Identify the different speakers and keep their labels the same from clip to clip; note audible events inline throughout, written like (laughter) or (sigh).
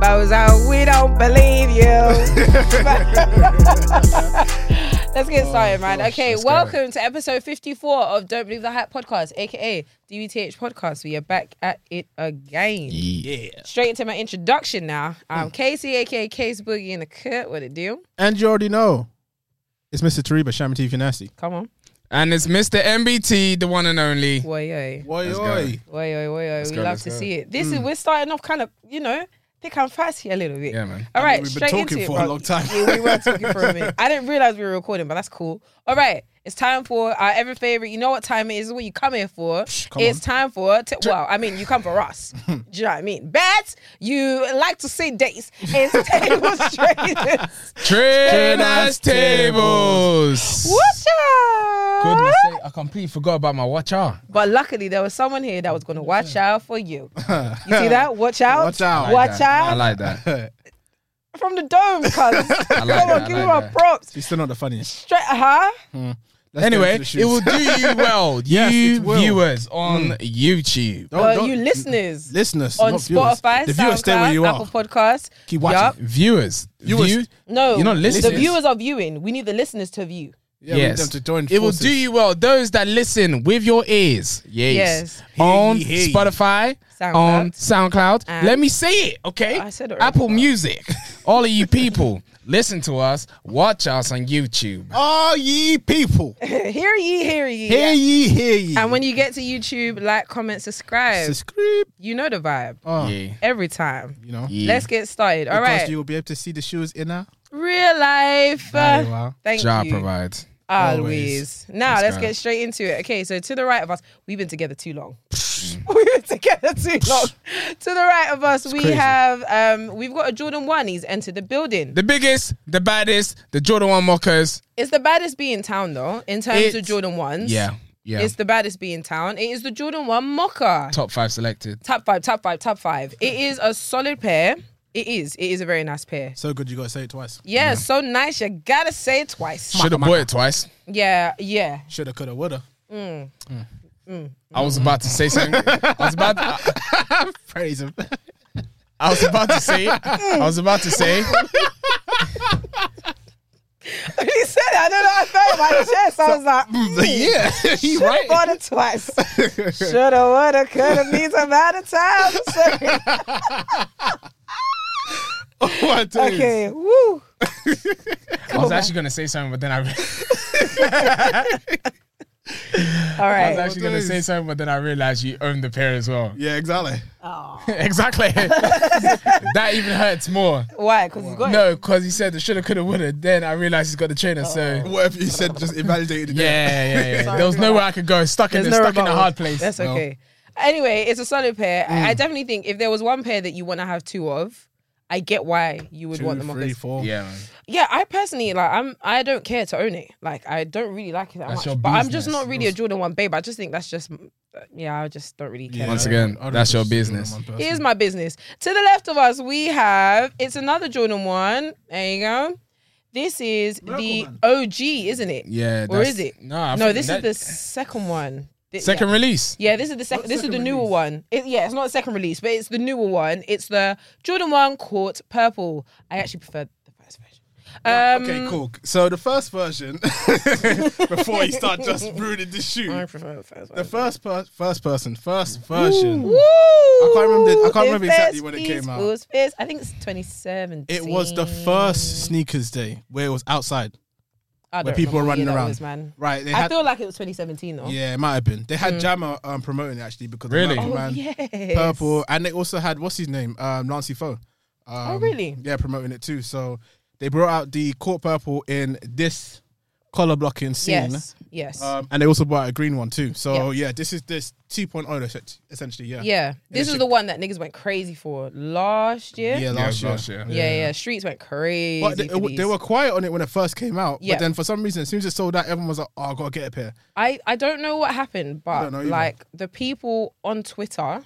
Speaker 1: goes on. We don't believe you.
Speaker 2: (laughs)
Speaker 1: Let's get started, man.
Speaker 2: Oh, gosh,
Speaker 1: Okay,
Speaker 2: let's go.
Speaker 1: welcome to episode 54 of Don't Believe the Hype podcast, aka DBTH podcast. We are back at it again.
Speaker 2: Yeah. Mm.
Speaker 1: Straight into my introduction now. I'm Casey, aka Case Boogie in the cut. What it do?
Speaker 2: And you already know. It's Mr. Tariba, Shaman Teeth Nasty.
Speaker 1: Come on.
Speaker 3: And it's Mr. MBT, the one and only.
Speaker 1: Woy, oy.
Speaker 2: Why,
Speaker 3: Let's
Speaker 2: oi.
Speaker 1: Woy, oy, woy, oy. We
Speaker 3: go,
Speaker 1: love
Speaker 3: let's
Speaker 1: to
Speaker 3: go.
Speaker 1: see it.
Speaker 2: Hmm.
Speaker 1: This is, we're starting off kind of, you know, pick and fast here a little bit.
Speaker 3: Yeah, man.
Speaker 1: All
Speaker 2: I mean,
Speaker 1: right,
Speaker 2: we've been
Speaker 1: straight
Speaker 2: talking
Speaker 1: into it,
Speaker 2: for a
Speaker 1: bro.
Speaker 2: long time.
Speaker 1: Yeah, we were talking for a minute.
Speaker 2: (laughs)
Speaker 1: I didn't realize we were recording, but that's cool. All right, it's time for our ever favorite. You know what time it is? This is What you come here for?
Speaker 2: come
Speaker 1: it's
Speaker 2: on.
Speaker 1: time for. T- well, I mean, you come for
Speaker 2: (laughs)
Speaker 1: us. Do you know what I mean? But you like to say dates
Speaker 2: (laughs)
Speaker 1: and table strangers.
Speaker 3: Train us tables.
Speaker 1: Watch
Speaker 3: Goodness
Speaker 1: out!
Speaker 3: sake, I completely forgot about my watcher.
Speaker 1: But luckily, there was someone here that was going to watch out for
Speaker 2: (laughs)
Speaker 1: you. You see that? Watch out!
Speaker 2: Watch out. I like
Speaker 1: Watch
Speaker 3: I
Speaker 1: out!
Speaker 2: (laughs)
Speaker 3: like that.
Speaker 1: From the dome, cuz. Come
Speaker 3: that,
Speaker 1: on,
Speaker 3: I
Speaker 1: give
Speaker 3: like
Speaker 1: me my
Speaker 3: that.
Speaker 1: props.
Speaker 2: She's still not the
Speaker 3: (laughs)
Speaker 2: funniest.
Speaker 1: Straight, uh, huh?
Speaker 2: Let's go
Speaker 3: anyway,
Speaker 2: into the
Speaker 3: it
Speaker 2: shoes.
Speaker 3: will do you well,
Speaker 2: Yes,
Speaker 3: you
Speaker 2: it will. Mm.
Speaker 3: viewers on YouTube.
Speaker 2: Don't-
Speaker 1: Well,
Speaker 2: don't-
Speaker 1: Uh, you listeners
Speaker 2: (laughs) Listeners.
Speaker 1: on
Speaker 2: not viewers.
Speaker 1: Spotify,
Speaker 2: The viewers stay where
Speaker 1: SoundCloud,
Speaker 2: you
Speaker 1: Apple
Speaker 2: are.
Speaker 1: Podcasts.
Speaker 2: Keep watching.
Speaker 1: Yup.
Speaker 3: Viewers,
Speaker 2: Viewers.
Speaker 3: view-
Speaker 1: No,
Speaker 3: You're not listening.
Speaker 1: The viewers are viewing. We need the listeners to view. (laughs)
Speaker 2: Yeah, we need
Speaker 3: yes,
Speaker 2: them to join
Speaker 3: it will
Speaker 2: forces.
Speaker 3: do you well. Those that listen with your ears, yes,
Speaker 1: Yes.
Speaker 3: on
Speaker 2: Hey, hey.
Speaker 3: Spotify,
Speaker 1: SoundCloud.
Speaker 3: on SoundCloud.
Speaker 1: And- Oh,
Speaker 3: Let me say it, okay?
Speaker 1: I said it already. (laughs)
Speaker 3: Apple Music. All of you people, listen to us. Watch us on YouTube.
Speaker 2: Are ye (laughs) people?
Speaker 1: hear ye, hear ye.
Speaker 2: Hear ye, hear ye.
Speaker 1: And when you get to YouTube, like, comment, subscribe.
Speaker 2: subscribe,
Speaker 1: you know the vibe.
Speaker 2: oh,
Speaker 3: Yeah.
Speaker 1: Every time.
Speaker 2: you know,
Speaker 3: yeah.
Speaker 1: Let's get started. All
Speaker 2: because
Speaker 1: right.
Speaker 2: you will be able to see the shoes in her.
Speaker 1: Real life.
Speaker 2: Very well.
Speaker 1: Thank
Speaker 3: job
Speaker 1: you.
Speaker 3: provide.
Speaker 1: Always. Now let's,
Speaker 3: go.
Speaker 1: get straight into it. Okay, so to the right of us, we've been together too long. (laughs) we've been together too long. to the right of us, we
Speaker 2: crazy.
Speaker 1: have um we've got a Jordan One. He's entered the building.
Speaker 3: The biggest, the baddest, the Jordan 1 mockers.
Speaker 1: it's the baddest bee in town though, in terms of
Speaker 3: It's-
Speaker 1: Jordan Ones.
Speaker 3: Yeah. Yeah.
Speaker 1: It's the baddest bee in town. It is the Jordan One Mocha.
Speaker 3: Top five selected.
Speaker 1: Top five, top five, top five. It is a solid pair. It is. It is a very nice pair.
Speaker 2: So good, you got to say it twice.
Speaker 1: Yeah, so nice. You gotta say it twice.
Speaker 3: Should have bought it twice.
Speaker 1: yeah, yeah. (laughs)
Speaker 2: Shoulda, coulda, woulda.
Speaker 3: I was about
Speaker 1: (laughs)
Speaker 3: to say something. I was about I,
Speaker 2: Praise him. (laughs)
Speaker 3: I was about to say I was about
Speaker 1: (laughs)
Speaker 3: to say
Speaker 1: he said it. I don't know. I felt my chest. I was like,
Speaker 2: yeah, (laughs) he's right.
Speaker 1: Bought it
Speaker 3: (laughs)
Speaker 1: twice. Shoulda, woulda, coulda means I'm out of
Speaker 3: (laughs)
Speaker 1: time. Sorry.
Speaker 2: What it is.
Speaker 1: okay, woo.
Speaker 3: I was actually gonna say something, but then I, re-
Speaker 1: All
Speaker 3: I was
Speaker 1: right.
Speaker 3: actually gonna say something, but then I realized you own the pair as well. (laughs)
Speaker 2: Yeah, exactly.
Speaker 3: exactly. (laughs) that even hurts more.
Speaker 1: Why? Because he's got it.
Speaker 3: No, because he said the shoulda, coulda, woulda. Then I realized he's got the trainer. So
Speaker 2: Whatever you said just invalidated it.
Speaker 3: yeah, yeah, yeah.
Speaker 1: Sorry.
Speaker 3: there was nowhere I could go. Stuck in, the,
Speaker 1: no
Speaker 3: stuck in a
Speaker 1: rebuttal.
Speaker 3: hard place. Mm.
Speaker 1: That's
Speaker 2: No.
Speaker 1: okay. Anyway, it's a solid pair. I I definitely think if there was one pair that you want to have two of, I get why you would
Speaker 2: Two,
Speaker 1: want the
Speaker 2: three,
Speaker 1: mockers.
Speaker 2: four.
Speaker 3: Yeah, man.
Speaker 1: Yeah, I personally like. I'm. I don't care to own it. Like, I don't really like it that
Speaker 3: That's your
Speaker 1: much. But I'm just
Speaker 3: business.
Speaker 1: not really a Jordan One babe. I just think that's just. uh, Yeah, I just don't really care.
Speaker 2: Yeah,
Speaker 3: Once
Speaker 2: I-
Speaker 3: again,
Speaker 2: I don't
Speaker 3: that's your
Speaker 2: just do it
Speaker 3: business.
Speaker 2: on one person.
Speaker 1: It is my business. To the left of us, we have it's another Jordan one. There you go. This is the
Speaker 2: Man.
Speaker 1: OG, isn't it?
Speaker 3: Yeah.
Speaker 1: Or
Speaker 3: that's-
Speaker 1: is it?
Speaker 3: No, I
Speaker 1: no,
Speaker 3: think
Speaker 1: this is
Speaker 3: that-
Speaker 1: the second one. Th-
Speaker 3: second
Speaker 1: Yeah.
Speaker 3: release.
Speaker 1: Yeah, this is the second. This is the
Speaker 2: second
Speaker 1: newer
Speaker 2: release?
Speaker 1: one. It, yeah, it's not the second release, but it's the newer one. It's the Jordan One Court Purple. I actually prefer the first version. Um,
Speaker 2: okay, cool. So the first version, (laughs) before you
Speaker 1: (laughs)
Speaker 2: start just ruining the
Speaker 1: I
Speaker 2: shoe,
Speaker 1: prefer the first
Speaker 2: the
Speaker 1: one.
Speaker 2: first per- first person, first version.
Speaker 1: Woo! I
Speaker 2: can't remember the- I can't remember exactly when it came out.
Speaker 1: I think it's 2017.
Speaker 2: It was the first sneakers day where it was outside,
Speaker 1: I
Speaker 2: where
Speaker 1: don't
Speaker 2: people were
Speaker 1: remember what
Speaker 2: running
Speaker 1: year that
Speaker 2: around.
Speaker 1: was, man.
Speaker 2: Right? They
Speaker 1: I
Speaker 2: had,
Speaker 1: feel like it was 2017 though.
Speaker 2: yeah, it might have been. They had Jammer um, promoting it actually because
Speaker 3: Really?
Speaker 2: of
Speaker 1: Oh,
Speaker 2: Malcolm man,
Speaker 1: yes.
Speaker 2: purple, and they also had what's his name, um, Nancy Foe. Um,
Speaker 1: Oh, really?
Speaker 2: Yeah, promoting it too. So they brought out the court purple in this color blocking scene.
Speaker 1: Yes. Yes.
Speaker 2: Um, and they also bought a green one too. So yeah, this is this 2.0 es- essentially. Yeah.
Speaker 1: yeah. This
Speaker 2: it
Speaker 1: is
Speaker 2: should-
Speaker 1: the one that niggas went crazy for last year.
Speaker 2: Yeah,
Speaker 1: Yeah.
Speaker 2: last,
Speaker 3: Yeah,
Speaker 2: year.
Speaker 3: last year.
Speaker 1: Yeah. Streets went crazy.
Speaker 2: But they,
Speaker 1: for
Speaker 2: they
Speaker 1: these.
Speaker 2: were quiet on it when it first came out.
Speaker 1: Yeah.
Speaker 2: But then for some reason, as soon as it sold out, everyone was like, "Oh, I gotta get a pair."
Speaker 1: I, I don't know what happened, but
Speaker 2: don't know either. Mm.
Speaker 1: like the people on Twitter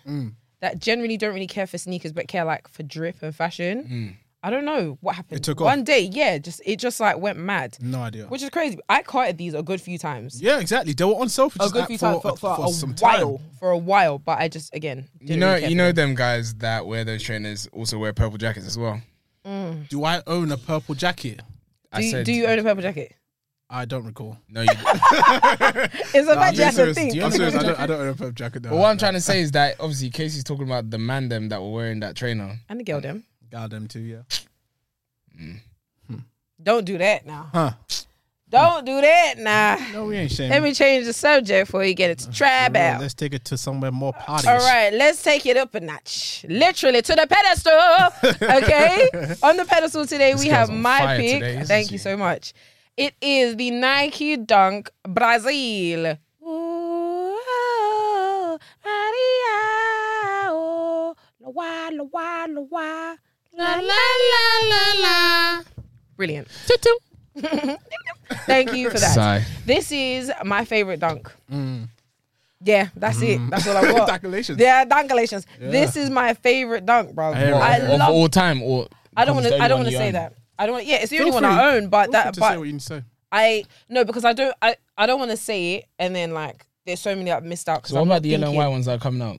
Speaker 1: that generally don't really care for sneakers but care like for drip and fashion. I don't know what happened.
Speaker 2: Mm. It took off.
Speaker 1: One day, yeah, just it just like went mad,
Speaker 2: No idea.
Speaker 1: which is crazy. I carted these a good few times.
Speaker 2: yeah, exactly. They were on sale for
Speaker 1: A Oh,
Speaker 2: just
Speaker 1: good
Speaker 2: like
Speaker 1: few times
Speaker 2: for,
Speaker 1: for, for,
Speaker 2: for
Speaker 1: a
Speaker 2: some
Speaker 1: while,
Speaker 2: time.
Speaker 1: for a while, but I just again didn't
Speaker 3: You know,
Speaker 1: really care
Speaker 3: you know
Speaker 1: for
Speaker 3: them guys that wear those trainers also wear purple jackets as well.
Speaker 2: Do I own a purple jacket?
Speaker 1: them. do,
Speaker 3: I
Speaker 1: you-
Speaker 3: said,
Speaker 1: do you own a purple
Speaker 2: (laughs)
Speaker 1: jacket?
Speaker 2: I don't recall.
Speaker 1: (laughs)
Speaker 3: No, you.
Speaker 1: It's a magic
Speaker 2: I'm
Speaker 1: that's a
Speaker 2: serious.
Speaker 1: thing.
Speaker 2: Do you I'm serious. I don't, I don't own a purple jacket. No,
Speaker 3: But what I'm trying to say is that obviously Casey's talking about the man them that were wearing that trainer.
Speaker 1: And the girl them.
Speaker 2: God them too. Yeah.
Speaker 1: Don't do that
Speaker 2: (laughs)
Speaker 1: now.
Speaker 2: Huh.
Speaker 1: Don't do that now.
Speaker 2: No, we ain't shaming.
Speaker 1: Let me change the subject before you get it
Speaker 2: (laughs)
Speaker 1: to trap
Speaker 2: Yeah,
Speaker 1: out.
Speaker 2: Let's take it to somewhere more party.
Speaker 1: All
Speaker 2: (laughs)
Speaker 1: right, let's take it up a notch. Literally to the
Speaker 3: (laughs)
Speaker 1: pedestal. Okay. on the pedestal today, we
Speaker 3: girl's
Speaker 1: have
Speaker 3: on
Speaker 1: my
Speaker 3: fire
Speaker 1: pick.
Speaker 3: today, isn't
Speaker 1: Thank
Speaker 3: she?
Speaker 1: you so much. It is the Nike Dunk Brazil. Ooh, Maria, oh, la wa, la wa, la wa, la la la la la. Brilliant. Thank you for that.
Speaker 3: Sigh.
Speaker 1: This is my favorite dunk.
Speaker 3: Mm.
Speaker 1: Yeah, that's it. That's all
Speaker 3: (laughs)
Speaker 1: I got.
Speaker 2: Calculations.
Speaker 1: Yeah, dunkalations. This is my favorite dunk, bro.
Speaker 2: hear it.
Speaker 1: I,
Speaker 3: of
Speaker 1: love.
Speaker 3: all time, or
Speaker 1: I don't want
Speaker 3: because it's
Speaker 1: to.
Speaker 3: the
Speaker 1: I don't want
Speaker 3: only one
Speaker 1: to
Speaker 3: you
Speaker 1: say
Speaker 3: own.
Speaker 1: that. I don't. Yeah, it's the
Speaker 2: Feel
Speaker 1: only one I
Speaker 2: free.
Speaker 1: own. But
Speaker 2: Feel free
Speaker 1: that.
Speaker 2: to
Speaker 1: But
Speaker 2: say what you need to say.
Speaker 1: I no because I don't. I I don't want to say it and then like there's so many I've missed out. 'cause
Speaker 3: So what
Speaker 1: I'm
Speaker 3: about
Speaker 1: not
Speaker 3: the yellow and
Speaker 1: thinking-
Speaker 3: white ones that are coming out?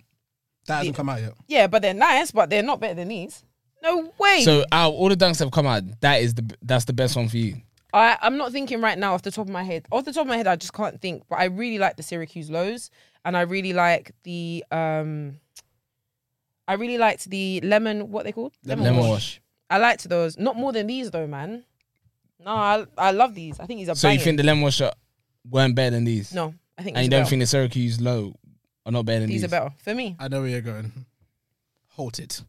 Speaker 2: That hasn't come out yet.
Speaker 1: Yeah, but they're nice, but they're not better than these. No way.
Speaker 3: So out of all the dunks that have come out, that is the that's the best one for you.
Speaker 1: I, I'm not thinking right now off the top of my head. Off the top of my head, I just can't think. But I really like the Syracuse lows, and I really like the um, I really liked the lemon. What they called
Speaker 2: Lemon
Speaker 3: Lemon wash.
Speaker 1: I liked those. Not more than these though, man. No, I I love these. I think these are.
Speaker 3: So you
Speaker 1: banging.
Speaker 3: think the lemon wash are- weren't better than these?
Speaker 1: No, I think these
Speaker 3: And you
Speaker 1: are
Speaker 3: don't
Speaker 1: better.
Speaker 3: think the Syracuse low are not better than
Speaker 1: these
Speaker 3: these?
Speaker 1: are better for me.
Speaker 2: I know where you're going. Halt (laughs) it.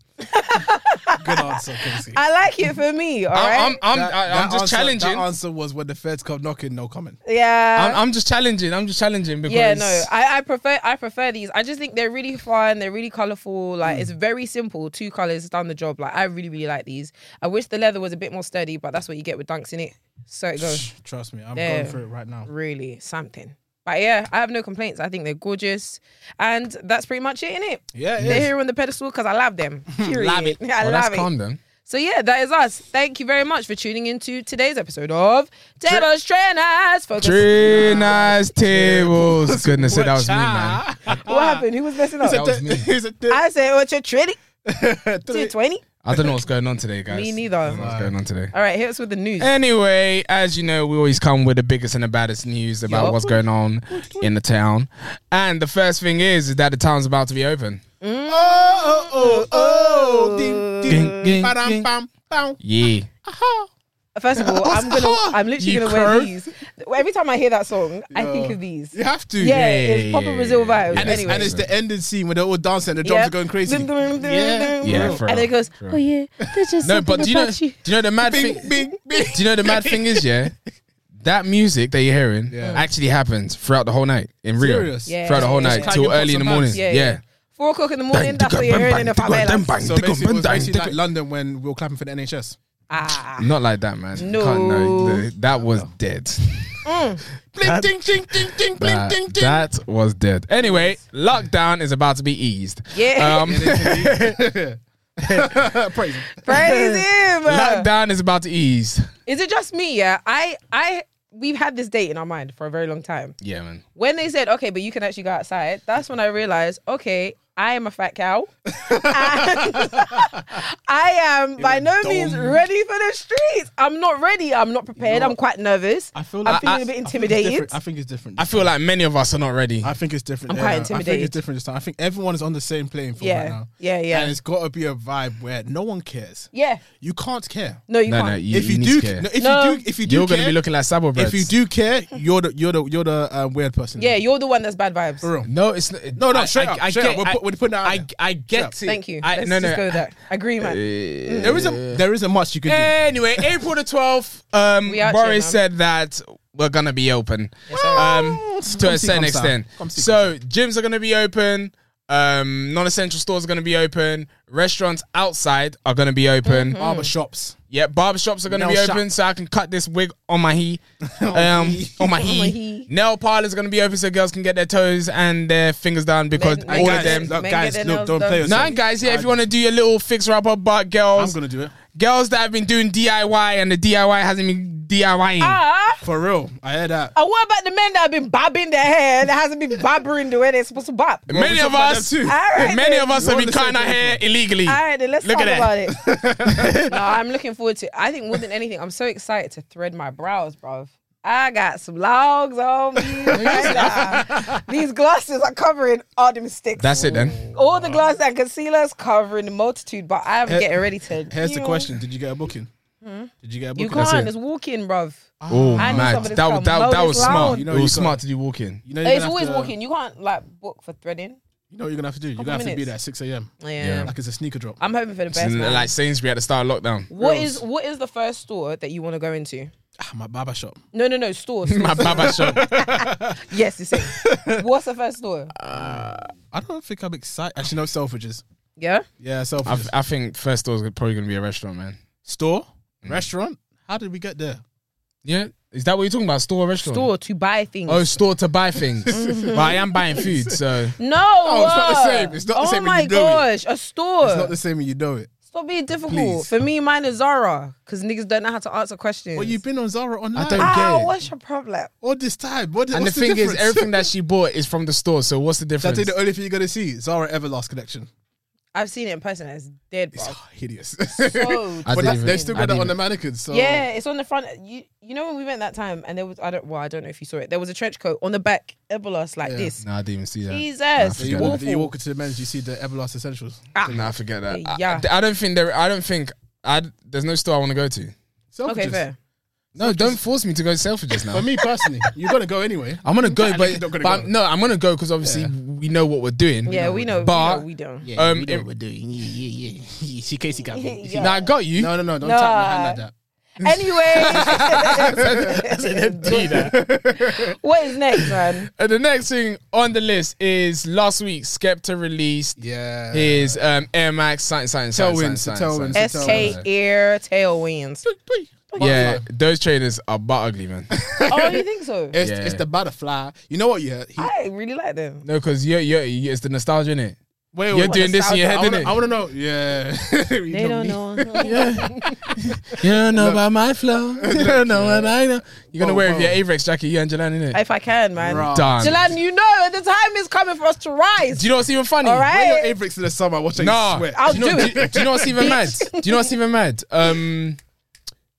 Speaker 2: Good answer, Casey.
Speaker 1: I like it for me. All right.
Speaker 3: I'm, I'm, I'm,
Speaker 2: That-
Speaker 3: I-
Speaker 2: that
Speaker 3: I'm just
Speaker 2: answer-
Speaker 3: challenging.
Speaker 2: That answer was when the feds come knocking, no comment.
Speaker 1: yeah.
Speaker 3: I'm, I'm just challenging. I'm just challenging because
Speaker 1: yeah, no, I, I prefer I prefer these. I just think they're really fun. They're really colorful. Like it's very simple. Two colors done the job. Like I really really like these. I wish the leather was a bit more sturdy, but that's what you get with dunks in it. So it goes
Speaker 2: Shh, Trust me, I'm
Speaker 1: Yeah.
Speaker 2: going through it right now.
Speaker 1: really something. But yeah, I have no complaints. I think they're gorgeous, and that's pretty much it in it.
Speaker 2: Yeah, it
Speaker 1: they're
Speaker 2: is.
Speaker 1: here on the pedestal because I love them. Period. (laughs) I
Speaker 3: well,
Speaker 1: love
Speaker 3: that's
Speaker 1: it.
Speaker 3: calm then.
Speaker 1: So yeah, that is us. Thank you very much for tuning into today's episode of Tables Trainers. Focus.
Speaker 3: Three
Speaker 2: (laughs)
Speaker 3: nice tables. Goodness, that was me, man.
Speaker 2: Cha. (laughs)
Speaker 1: What happened? Who was messing up?
Speaker 3: That was me.
Speaker 2: Here's a (laughs) tip.
Speaker 1: I said, "What's your trading? Two twenty?
Speaker 3: I don't know what's going on today, guys.
Speaker 1: Me neither.
Speaker 3: I don't know what's going on today.
Speaker 1: All right, hit us with the news.
Speaker 3: Eh. Anyway, as you know, we always come with the biggest and the baddest news about
Speaker 1: Yup.
Speaker 3: what's going on in the town. And the first thing is, is that the town's about to be open.
Speaker 2: Oh, oh, oh, oh. Ding,
Speaker 3: Ding,
Speaker 2: ding,
Speaker 3: ding,
Speaker 2: Ba-dam,
Speaker 3: ding.
Speaker 2: bam, bam.
Speaker 3: Yeah.
Speaker 1: First of all, I'm gonna, I'm literally
Speaker 3: You
Speaker 1: gonna wear
Speaker 3: curve.
Speaker 1: these. Every time I hear that song, I think of these.
Speaker 2: You have to.
Speaker 1: Yeah, it's proper Brazil vibes.
Speaker 2: And, it's,
Speaker 1: anyway,
Speaker 2: and it's the ending scene where they're all dancing and the drums
Speaker 1: Yeah.
Speaker 2: are going crazy.
Speaker 1: Dum, dum, dum,
Speaker 2: Yeah.
Speaker 1: dum.
Speaker 3: Yeah, for
Speaker 1: and
Speaker 3: real.
Speaker 1: it goes.
Speaker 3: For real.
Speaker 1: Oh yeah, there's just
Speaker 3: No, but do you know? Do you know the mad
Speaker 2: Bing,
Speaker 3: thing?
Speaker 2: bing, bing.
Speaker 3: Do you know the mad thing is? Yeah, that music that you're hearing
Speaker 2: Yeah.
Speaker 3: actually happens throughout the whole night in Rio.
Speaker 2: Serious?
Speaker 1: Yeah.
Speaker 3: Throughout the whole
Speaker 1: Just
Speaker 3: night
Speaker 2: like
Speaker 3: till
Speaker 2: your
Speaker 3: early in the
Speaker 2: box of
Speaker 3: morning.
Speaker 2: bags.
Speaker 3: Yeah.
Speaker 1: Four o'clock in the morning. That's what you're hearing in the favelas.
Speaker 2: So basically, it was basically like London when we were clapping for the NHS.
Speaker 1: Ah,
Speaker 3: Not like that, man.
Speaker 1: No. Mm.
Speaker 3: Can't, no th- that was dead.
Speaker 2: Bling, ding, ding, ding, ding, bling,
Speaker 3: That,
Speaker 2: ding, ding.
Speaker 3: that was dead. Anyway, lockdown is about to be eased.
Speaker 1: (laughs) Yeah.
Speaker 3: Um,
Speaker 2: Praise him.
Speaker 1: praise him.
Speaker 3: (laughs) lockdown is about to ease.
Speaker 1: Is it just me? Yeah, I, I, we've had this date in our mind for a very long time.
Speaker 3: Yeah, man.
Speaker 1: when they said, okay, but you can actually go outside, that's when I realized, okay, I am a fat
Speaker 3: (laughs)
Speaker 1: cow. And (laughs) I am by no
Speaker 2: dumb.
Speaker 1: means ready for the streets. I'm not ready. I'm not prepared.
Speaker 2: know
Speaker 1: I'm quite nervous.
Speaker 2: I feel
Speaker 1: I'm
Speaker 2: like
Speaker 1: feeling
Speaker 2: I-
Speaker 1: a bit
Speaker 2: I think it's
Speaker 1: intimidated.
Speaker 2: different. I think it's different.
Speaker 3: I feel like many of us are not ready.
Speaker 2: I think it's different.
Speaker 1: I'm quite
Speaker 2: I think
Speaker 1: intimidated.
Speaker 2: it's different this time. I think everyone is on the same playing field right
Speaker 1: yeah.
Speaker 2: now.
Speaker 1: yeah, yeah,
Speaker 2: And it's got to be a vibe where no one cares.
Speaker 1: yeah.
Speaker 2: You can't care.
Speaker 1: No, you
Speaker 3: no,
Speaker 1: can't.
Speaker 3: no, you,
Speaker 2: if you,
Speaker 3: need
Speaker 2: do,
Speaker 3: to care.
Speaker 2: no, if
Speaker 1: No.
Speaker 2: you do, if you do,
Speaker 3: You're
Speaker 2: care,
Speaker 3: going to be looking like Sabo Birds.
Speaker 2: if you do care, you're the you're the you're the uh, weird person.
Speaker 1: yeah, you're the one that's bad vibes.
Speaker 2: for real.
Speaker 3: No, it's not.
Speaker 2: No, no,
Speaker 3: I-
Speaker 2: straight
Speaker 3: I-
Speaker 2: up,
Speaker 3: I
Speaker 2: straight
Speaker 3: get-
Speaker 2: up. We're,
Speaker 3: I-
Speaker 2: put, we're putting that. out
Speaker 3: I,
Speaker 2: there.
Speaker 3: I get it.
Speaker 2: Straight
Speaker 1: Thank you.
Speaker 3: I, uh,
Speaker 1: Let's
Speaker 3: no,
Speaker 1: just
Speaker 3: no.
Speaker 1: go there. Agree, man.
Speaker 2: there is a there isn't much you can do.
Speaker 3: Anyway, April the 12th, um,
Speaker 1: We out here,
Speaker 3: Boris
Speaker 1: man.
Speaker 3: said that we're going to be open
Speaker 1: sir.
Speaker 3: um, to
Speaker 2: Come
Speaker 3: a
Speaker 2: see,
Speaker 3: certain
Speaker 2: come
Speaker 3: extent.
Speaker 2: sir. Come see,
Speaker 3: So, gyms are going to be open. Um, non-essential stores are going to be open. Restaurants outside are going to be
Speaker 1: Mm-hmm.
Speaker 3: open.
Speaker 2: Barber shops.
Speaker 3: Yeah, barbershops are going to
Speaker 2: Nail
Speaker 3: be open,
Speaker 2: shop.
Speaker 3: so I can cut this wig (laughs) on my he, um, on my
Speaker 1: my
Speaker 3: he.
Speaker 1: he.
Speaker 3: Nail parlors are going to be open, so girls can get their toes and their fingers done because
Speaker 1: Men- men
Speaker 3: all
Speaker 1: get
Speaker 3: of them.
Speaker 1: their-
Speaker 2: look,
Speaker 1: men get
Speaker 2: guys,
Speaker 1: their
Speaker 2: look,
Speaker 1: nails
Speaker 2: don't play
Speaker 1: done.
Speaker 2: yourself.
Speaker 3: Nine guys, yeah. If you want to do your little fix wrap up, but
Speaker 2: I'm
Speaker 3: girls,
Speaker 2: gonna do it.
Speaker 3: Girls that have been doing DIY and the DIY hasn't been DIYing.
Speaker 1: Ah,
Speaker 2: For real, I hear that.
Speaker 1: and Oh, what about the men that have been bobbing their hair that hasn't been bobbering the way they're supposed to bob? All
Speaker 3: many
Speaker 2: we talk
Speaker 3: of
Speaker 2: about
Speaker 3: us,
Speaker 2: that too.
Speaker 1: right,
Speaker 3: many
Speaker 1: then.
Speaker 3: of us
Speaker 2: We're
Speaker 3: have
Speaker 2: on
Speaker 3: been
Speaker 2: the same
Speaker 3: cutting our hair illegally.
Speaker 1: All right, then let's
Speaker 3: Look
Speaker 1: talk
Speaker 3: at
Speaker 1: about it.
Speaker 3: (laughs)
Speaker 1: no, I'm looking forward to. I think more than anything, I'm so excited to thread my brows, bruv. I got some logs
Speaker 3: (laughs)
Speaker 1: on me. right now. These glasses are covering all them sticks.
Speaker 3: That's it then.
Speaker 1: all the glass and concealers covering the multitude, but I'm
Speaker 2: Here-
Speaker 1: getting ready to.
Speaker 2: Here's the
Speaker 1: you- Hmm?
Speaker 2: question: Did you get a booking? Did you get a
Speaker 1: You
Speaker 2: booking? Ah.
Speaker 1: can't. It's walking, bruv.
Speaker 3: Oh,
Speaker 1: I need
Speaker 3: mad.
Speaker 1: somebody to
Speaker 3: That, was-
Speaker 1: come
Speaker 3: that,
Speaker 1: mow
Speaker 3: that
Speaker 1: this
Speaker 3: was
Speaker 1: lawn.
Speaker 3: smart.
Speaker 2: You know
Speaker 3: it was
Speaker 2: you got-
Speaker 3: smart to do walking.
Speaker 2: You know you're
Speaker 1: It's
Speaker 2: gonna have
Speaker 1: always
Speaker 2: to-
Speaker 1: walking. You can't like book for threading.
Speaker 2: You know what you're gonna have to do. You're gonna have to be
Speaker 1: minutes.
Speaker 2: there at 6 a.m.
Speaker 1: Yeah.
Speaker 3: Yeah.
Speaker 2: Like it's a sneaker drop.
Speaker 1: I'm hoping for the
Speaker 3: It's
Speaker 1: best. man.
Speaker 3: Like Sainsbury at the start of lockdown.
Speaker 1: (laughs) what is what is the first store that you want to go into?
Speaker 2: Ah, my barber shop.
Speaker 1: No, no, no. Store.
Speaker 2: (laughs)
Speaker 1: store.
Speaker 3: My barber shop.
Speaker 1: yes, it's it. What's the first store?
Speaker 2: I don't think I'm excited. Actually, no, Selfridges.
Speaker 1: Yeah.
Speaker 2: Yeah, Selfridges.
Speaker 3: I, I think first store is probably going to be a restaurant, man.
Speaker 2: Store,
Speaker 3: Mm.
Speaker 2: restaurant. How did we get there?
Speaker 3: Yeah. Is that what you're talking about? Store or restaurant?
Speaker 1: Store to buy things.
Speaker 3: Oh, store to
Speaker 1: (laughs)
Speaker 3: buy things. but I am buying food, so.
Speaker 1: no.
Speaker 2: it's not the
Speaker 1: uh,
Speaker 2: same. It's not the
Speaker 1: oh
Speaker 2: same when
Speaker 1: my
Speaker 2: you do it.
Speaker 1: gosh, a store.
Speaker 2: It's not the same when you know it.
Speaker 1: Stop being difficult.
Speaker 2: Please.
Speaker 1: For me, mine is Zara because niggas don't know how to answer questions.
Speaker 2: Well, you've been on Zara online
Speaker 3: I don't get
Speaker 1: Ow,
Speaker 3: it.
Speaker 1: what's your problem?
Speaker 2: all this time. What,
Speaker 3: And the,
Speaker 2: what's
Speaker 3: thing
Speaker 2: difference?
Speaker 3: is, everything that she bought is from the store, so what's the difference?
Speaker 2: That's the only thing you're gonna see. Zara Everlast connection.
Speaker 1: I've seen it in person. and It's dead, bro.
Speaker 2: It's
Speaker 3: (laughs)
Speaker 2: hideous.
Speaker 1: So
Speaker 3: I
Speaker 2: but
Speaker 3: didn't
Speaker 2: that's,
Speaker 3: even-
Speaker 2: they still got
Speaker 3: I
Speaker 2: that
Speaker 3: didn't
Speaker 2: on the mannequins. So
Speaker 1: yeah, it's on the front. You you know when we went that time and there was I don't well I don't know if you saw it. There was a trench coat on the back, Everlast like
Speaker 2: Yeah.
Speaker 1: this.
Speaker 3: no, I didn't even see that.
Speaker 1: Jesus,
Speaker 2: So you,
Speaker 3: Yeah.
Speaker 2: walk,
Speaker 1: awful.
Speaker 2: you walk into the men's, you see the Everlast essentials.
Speaker 1: Ah.
Speaker 3: Nah, forget that. I-
Speaker 1: Yeah.
Speaker 3: I, I don't think there. I don't think. I there's no store I want to go to.
Speaker 2: Selfridges.
Speaker 1: okay, fair.
Speaker 3: No, don't force me to go to Selfridges
Speaker 2: For
Speaker 3: now.
Speaker 2: me personally, you're gonna go anyway.
Speaker 3: I'm gonna go,
Speaker 2: Nah,
Speaker 3: but,
Speaker 2: you're not gonna
Speaker 3: but
Speaker 2: go.
Speaker 3: I'm- no, I'm gonna go because obviously we know what we're doing.
Speaker 1: Yeah, we know.
Speaker 3: But-
Speaker 1: we know we don't.
Speaker 4: Yeah,
Speaker 3: Um,
Speaker 4: we
Speaker 3: it-
Speaker 4: know what we're doing. Yeah, yeah, yeah. (laughs) She Casey got me.
Speaker 1: Yeah.
Speaker 3: Now I got you.
Speaker 2: No, no, no, don't
Speaker 1: Nah.
Speaker 2: tap my hand like that.
Speaker 1: (laughs) Anyway, what is next, man?
Speaker 3: And uh, the next thing on the list is last week Skepta released
Speaker 2: Yeah.
Speaker 3: his um, Air Max sign sign sign sign
Speaker 2: Tailwinds,
Speaker 3: sign.
Speaker 2: tailwinds.
Speaker 3: sign.
Speaker 2: It's
Speaker 1: SK Air Tailwinds.
Speaker 3: Yeah, those trainers are butt ugly,
Speaker 2: (laughs)
Speaker 3: man.
Speaker 1: Oh, you think so?
Speaker 2: It's,
Speaker 3: Yeah.
Speaker 2: it's the butterfly. You know what? Yeah. He,
Speaker 1: I really like them.
Speaker 3: no, because you're, you're, it's the nostalgia in it.
Speaker 2: wait,
Speaker 3: You're doing this in your
Speaker 2: I
Speaker 3: head,
Speaker 2: wanna,
Speaker 3: innit?
Speaker 2: I wanna know. Yeah. (laughs)
Speaker 1: They don't know.
Speaker 3: You don't know about
Speaker 2: (laughs)
Speaker 3: my flow. You don't know what I know. You're gonna
Speaker 2: Oh,
Speaker 3: wear it with
Speaker 2: wow.
Speaker 3: your Avrex jacket, you and Jalan in it.
Speaker 1: if I can, man.
Speaker 2: Bruh.
Speaker 3: Done.
Speaker 1: Jalan, you know the time is coming for us to rise.
Speaker 3: Do you know what's even funny?
Speaker 1: All right.
Speaker 2: Wear your Avrix in the summer. Watch how
Speaker 3: Nah.
Speaker 2: you sweat.
Speaker 1: I'll
Speaker 3: do you know,
Speaker 1: do it.
Speaker 3: Do, do you know
Speaker 1: (laughs)
Speaker 3: what's even mad? Do you know what's even mad? Um,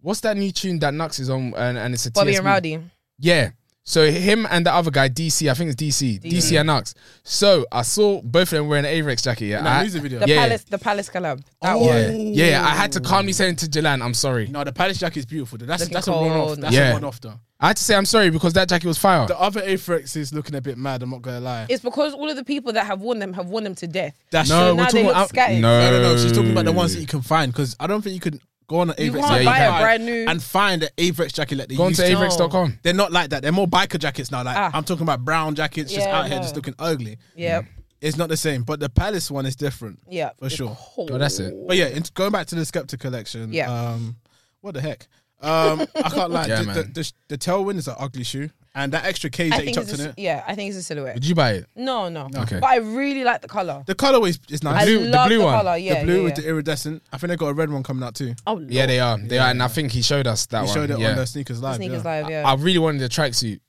Speaker 3: what's that new tune that Nux is on? And, and it's a
Speaker 1: Bobby and
Speaker 3: TSB?
Speaker 1: Rowdy.
Speaker 3: Yeah. So him and the other guy, DC, I think it's DC, DC, and Nux. So I saw both of them wearing an Avrex jacket. Yeah,
Speaker 2: In that
Speaker 3: I-
Speaker 2: music video.
Speaker 1: The
Speaker 3: Yeah.
Speaker 1: Palace, the Palace collab. That
Speaker 2: Oh.
Speaker 1: one.
Speaker 3: yeah, yeah, yeah. I had to calmly say to Jalan, "I'm sorry."
Speaker 2: No, the palace jacket is beautiful. though. That's
Speaker 1: Looking
Speaker 2: that's a one off.
Speaker 1: cold.
Speaker 2: That's
Speaker 3: Yeah.
Speaker 2: a one off though.
Speaker 3: I had to say I'm sorry because that jacket was fire.
Speaker 2: The other Avrix is looking a bit mad. I'm not gonna lie.
Speaker 1: It's because all of the people that have worn them have worn them to death.
Speaker 2: That's
Speaker 1: So now they look scatty.
Speaker 3: no,
Speaker 2: No, no, no. She's talking about the ones that you can find because I don't think you can go on an Avrex
Speaker 1: can't
Speaker 2: and
Speaker 3: buy a
Speaker 2: find-
Speaker 1: brand new-
Speaker 2: and find an Avrex jacket like they
Speaker 3: Go on
Speaker 2: used
Speaker 3: to
Speaker 2: to.
Speaker 3: Avrex.com.
Speaker 2: They're not like that. They're more biker jackets now. Like
Speaker 1: Ah.
Speaker 2: I'm talking about brown jackets just
Speaker 1: Yeah,
Speaker 2: out here,
Speaker 1: no.
Speaker 2: just looking ugly.
Speaker 1: Yeah,
Speaker 2: It's not the same, but the palace one is different.
Speaker 1: yeah,
Speaker 2: For sure.
Speaker 3: Oh, that's it.
Speaker 2: But yeah, in, going back to the Skeptic collection.
Speaker 1: Yeah.
Speaker 2: Um, what the heck? Um,
Speaker 1: (laughs)
Speaker 2: I can't lie.
Speaker 3: Yeah,
Speaker 2: the, the,
Speaker 3: man.
Speaker 2: the, the tailwind is an ugly shoe, and that extra cage
Speaker 1: I
Speaker 2: that he
Speaker 1: think
Speaker 2: chucked
Speaker 1: it's
Speaker 2: in
Speaker 1: a,
Speaker 2: it.
Speaker 1: yeah, I think it's a silhouette.
Speaker 3: Did you buy it?
Speaker 1: No, no.
Speaker 3: Okay.
Speaker 1: But I really like the color.
Speaker 2: The colorway is, is nice.
Speaker 1: I
Speaker 3: blue- the
Speaker 1: love
Speaker 3: blue
Speaker 1: the
Speaker 3: one.
Speaker 1: color. Yeah,
Speaker 2: the blue
Speaker 1: yeah,
Speaker 2: with
Speaker 1: yeah.
Speaker 2: the iridescent. I think they got a red one coming out too.
Speaker 1: oh, Lord.
Speaker 3: Yeah, they are. They are, and I think he showed us that
Speaker 2: He
Speaker 3: one.
Speaker 2: showed it
Speaker 3: yeah.
Speaker 2: on the sneakers live.
Speaker 1: sneakers
Speaker 2: yeah.
Speaker 1: live. Yeah,
Speaker 3: I really wanted a tracksuit.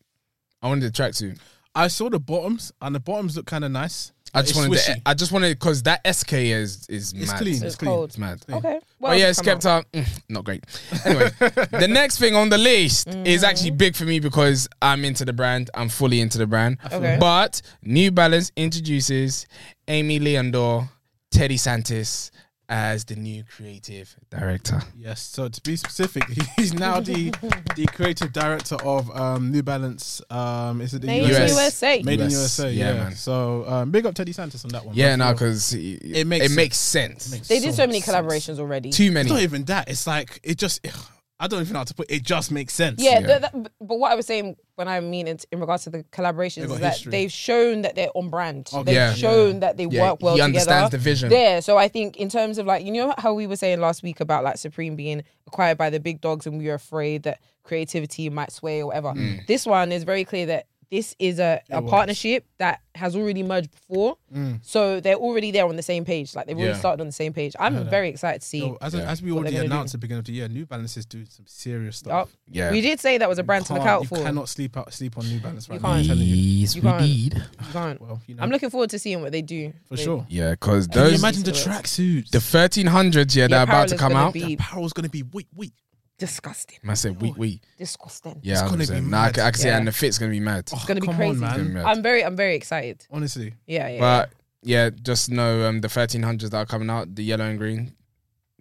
Speaker 3: I wanted a tracksuit.
Speaker 2: I saw the bottoms, and the bottoms look kind of nice.
Speaker 3: I just
Speaker 2: It's
Speaker 3: wanted.
Speaker 2: swishy.
Speaker 3: The, I just wanted because that SK is is
Speaker 2: It's
Speaker 3: mad.
Speaker 2: clean.
Speaker 1: it's,
Speaker 2: It's clean.
Speaker 1: cold.
Speaker 3: It's mad.
Speaker 1: Okay.
Speaker 3: Oh yeah, Skepta, mm, not great. Anyway,
Speaker 2: (laughs)
Speaker 3: the next thing on the list is actually big for me because I'm into the brand. I'm fully into the brand.
Speaker 1: Okay.
Speaker 3: But New Balance introduces Amy Leondor, Teddy Santis as the new creative director.
Speaker 2: Yes. So to be specific, (laughs) he's now the the creative director of um, New Balance. Um, is it the
Speaker 1: Made in
Speaker 3: US.
Speaker 1: USA.
Speaker 2: Made in
Speaker 3: US.
Speaker 2: USA.
Speaker 3: Yeah,
Speaker 2: Yeah.
Speaker 3: man.
Speaker 2: So um, big up Teddy Santis on that one.
Speaker 3: Yeah,
Speaker 2: man,
Speaker 3: no,
Speaker 2: for real.
Speaker 3: because it
Speaker 2: makes
Speaker 3: makes it
Speaker 2: sense.
Speaker 3: makes sense.
Speaker 2: Makes
Speaker 1: They did so many
Speaker 2: much sense.
Speaker 1: collaborations already.
Speaker 3: Too
Speaker 2: It's not
Speaker 3: many.
Speaker 2: even that. It's like it just. (sighs) ugh, I don't even know how to put. It just makes sense.
Speaker 1: Yeah,
Speaker 3: Yeah.
Speaker 1: th- that- but what I was saying when I mean in, in regards to the collaborations
Speaker 2: They've got
Speaker 1: is that
Speaker 2: history.
Speaker 1: they've shown that they're on brand.
Speaker 2: Okay.
Speaker 1: They've
Speaker 3: Oh, Yeah.
Speaker 1: shown that they
Speaker 3: Yeah,
Speaker 1: work well
Speaker 3: he
Speaker 1: together.
Speaker 3: understands the vision.
Speaker 1: There, so I think in terms of like you know how we were saying last week about like Supreme being acquired
Speaker 3: Mm.
Speaker 1: by the big dogs, and we were afraid that creativity might sway or whatever. This one is very clear that. this is a, a
Speaker 2: was.
Speaker 1: partnership that has already merged before. So they're already there on the same page. Like they've already
Speaker 3: Mm. Yeah.
Speaker 1: started on the same page. I'm very excited to see.
Speaker 2: So as,
Speaker 3: Yeah.
Speaker 2: as we
Speaker 1: What
Speaker 2: already
Speaker 1: they're gonna
Speaker 2: announced at the beginning of the year, New Balance is doing some serious
Speaker 1: Oh,
Speaker 2: stuff.
Speaker 3: Yeah.
Speaker 1: We did say that was a brand to
Speaker 2: Can't-
Speaker 1: look out
Speaker 2: you
Speaker 1: for.
Speaker 2: cannot sleep out, sleep on New Balance right
Speaker 1: You
Speaker 2: now. I'm
Speaker 1: can't.
Speaker 2: telling you.
Speaker 3: Yes,
Speaker 1: You
Speaker 3: we
Speaker 1: can't.
Speaker 3: did.
Speaker 1: You can't.
Speaker 2: Well, you know,
Speaker 1: I'm looking forward to seeing what they do.
Speaker 2: for
Speaker 1: They-
Speaker 2: sure.
Speaker 3: Yeah, because
Speaker 2: Can you
Speaker 3: those
Speaker 2: imagine the
Speaker 1: Yeah.
Speaker 2: tracksuits?
Speaker 3: the thirteen hundreds, yeah,
Speaker 1: The
Speaker 3: they're about to
Speaker 1: apparel is
Speaker 3: come
Speaker 1: gonna
Speaker 3: out.
Speaker 1: be-
Speaker 2: The apparel's gonna be weak, weak.
Speaker 1: Disgusting.
Speaker 3: I said, we, we,
Speaker 1: Disgusting.
Speaker 3: yeah,
Speaker 2: gonna be
Speaker 3: 100%. Nah, I
Speaker 2: mad.
Speaker 3: can, I can see,
Speaker 1: Yeah.
Speaker 3: and the fit's gonna be mad.
Speaker 2: Oh,
Speaker 1: gonna be
Speaker 2: come
Speaker 1: crazy.
Speaker 2: on,
Speaker 3: It's gonna be
Speaker 2: man.
Speaker 3: mad.
Speaker 1: I'm very I'm very excited.
Speaker 2: Honestly,
Speaker 1: Yeah, yeah.
Speaker 3: But yeah, just know um, the thirteen hundreds that are coming out, the yellow and green,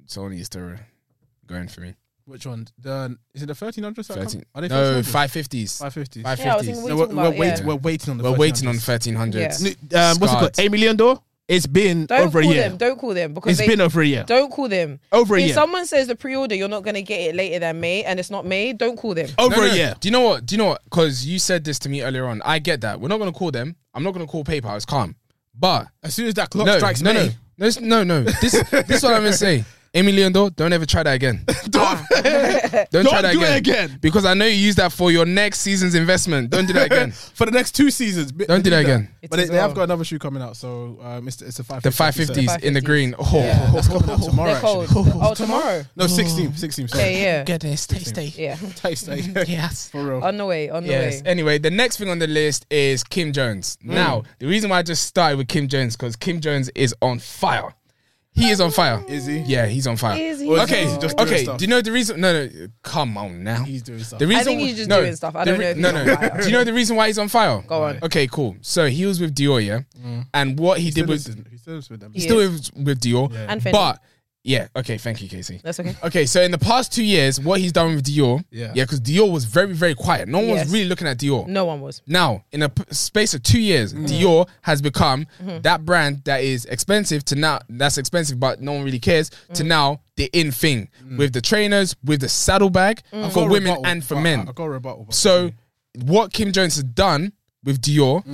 Speaker 3: Sony's still going for me.
Speaker 2: which one? The is it the 1300s? that come?
Speaker 3: 13,
Speaker 2: Are they
Speaker 3: no,
Speaker 2: 1300s?
Speaker 3: five fifties.
Speaker 2: 550s.
Speaker 3: Five
Speaker 1: Yeah, I was
Speaker 3: fifties.
Speaker 1: thinking What are
Speaker 2: No, we're,
Speaker 1: you talking
Speaker 2: we're,
Speaker 1: about?
Speaker 2: wait,
Speaker 1: Yeah.
Speaker 2: we're waiting on the.
Speaker 3: We're waiting on
Speaker 2: 1300s.
Speaker 3: thirteen hundreds.
Speaker 1: Yeah.
Speaker 3: Yeah.
Speaker 1: N-
Speaker 4: Um, what's it called?
Speaker 3: Scarred.
Speaker 4: Eight million though. It's been
Speaker 1: don't
Speaker 4: over a
Speaker 1: call
Speaker 4: year.
Speaker 1: them. Don't call them because
Speaker 4: It's
Speaker 1: they
Speaker 4: been over a year.
Speaker 1: don't call them.
Speaker 4: Over a
Speaker 1: if
Speaker 4: year.
Speaker 1: someone says the pre-order, you're not gonna get it later than May, and it's not May. Don't call them.
Speaker 4: Over
Speaker 3: No,
Speaker 4: a
Speaker 3: no,
Speaker 4: year.
Speaker 3: Do you know what? Do you know what? Because you said this to me earlier on. I get that. We're not gonna call them. I'm not gonna call PayPal. It's calm. But
Speaker 2: As soon as that clock
Speaker 3: no,
Speaker 2: strikes
Speaker 3: no,
Speaker 2: May, (laughs)
Speaker 3: no, no, it's- no, no. This, this is what I'm gonna say. Emily Lindo, don't ever try that again.
Speaker 1: Ah.
Speaker 3: Don't, try
Speaker 4: Don't
Speaker 3: that
Speaker 4: do
Speaker 3: again.
Speaker 4: it again.
Speaker 3: Because I know you use that for your next season's investment. Don't do that
Speaker 2: (laughs)
Speaker 3: again.
Speaker 2: for the next two seasons. (laughs)
Speaker 3: Don't do that again.
Speaker 1: It
Speaker 2: But they,
Speaker 1: is
Speaker 2: they have
Speaker 1: well.
Speaker 2: got another shoe coming out, so um, it's, it's a five.
Speaker 3: The five fifties
Speaker 1: The
Speaker 3: in the
Speaker 1: 550s.
Speaker 3: green. Oh,
Speaker 1: Yeah.
Speaker 2: (laughs) That's coming out
Speaker 1: (laughs)
Speaker 2: tomorrow.
Speaker 1: They're
Speaker 2: Actually.
Speaker 4: (laughs)
Speaker 1: cold. oh, tomorrow.
Speaker 2: (laughs) No, 16th. 16th.
Speaker 1: Yeah,
Speaker 2: (laughs) Sorry.
Speaker 3: oh.
Speaker 1: yeah,
Speaker 4: Goodness, tasty.
Speaker 1: yeah. (laughs)
Speaker 2: Taste, eh? (laughs)
Speaker 4: Yes.
Speaker 2: For real.
Speaker 1: On the way. On the
Speaker 3: Yes.
Speaker 1: way.
Speaker 3: Anyway, the next thing on the list is Kim Jones.
Speaker 2: Mm.
Speaker 3: Now, the reason why I just started with Kim Jones because Kim Jones is on fire. He is on fire.
Speaker 2: Is he?
Speaker 3: Yeah, he's on fire.
Speaker 1: Is he?
Speaker 2: Well,
Speaker 3: Okay,
Speaker 2: He's just doing
Speaker 3: okay.
Speaker 2: stuff.
Speaker 3: Do you know the reason? No, no. Come on now.
Speaker 2: He's doing stuff.
Speaker 3: The reason
Speaker 1: think he's just
Speaker 3: no,
Speaker 1: doing stuff. I
Speaker 3: the
Speaker 1: don't know if
Speaker 3: no,
Speaker 1: he's on
Speaker 3: no.
Speaker 1: fire.
Speaker 3: Do you know the reason why he's on fire?
Speaker 1: Go on.
Speaker 3: Okay, cool. So he was with Dior, yeah, and what he
Speaker 2: Mm. He
Speaker 3: did was
Speaker 2: still is- he still is with them.
Speaker 1: Yeah.
Speaker 3: still with, with Dior,
Speaker 2: Yeah.
Speaker 1: And Fendi.
Speaker 3: but yeah. Okay, thank you, Casey.
Speaker 1: That's okay.
Speaker 3: Okay, so in the past two years, what he's done with Dior,
Speaker 2: Yeah.
Speaker 3: yeah, because Dior was very, very quiet. No one
Speaker 1: Yes.
Speaker 3: was really looking at Dior.
Speaker 1: No one was.
Speaker 3: Now, in a p- space of two years,
Speaker 2: Mm.
Speaker 3: Dior has become
Speaker 1: Mm-hmm.
Speaker 3: that brand that is expensive to now. That's expensive, but no one really cares.
Speaker 1: Mm.
Speaker 3: To now, the in thing with the trainers, with the saddlebag
Speaker 2: Mm.
Speaker 1: Mm.
Speaker 2: I've got
Speaker 3: for
Speaker 2: a
Speaker 3: women
Speaker 2: rebuttal,
Speaker 3: and for
Speaker 2: but I-
Speaker 3: men.
Speaker 2: I've got a rebuttal. but-
Speaker 3: So, what Kim Jones has done with Dior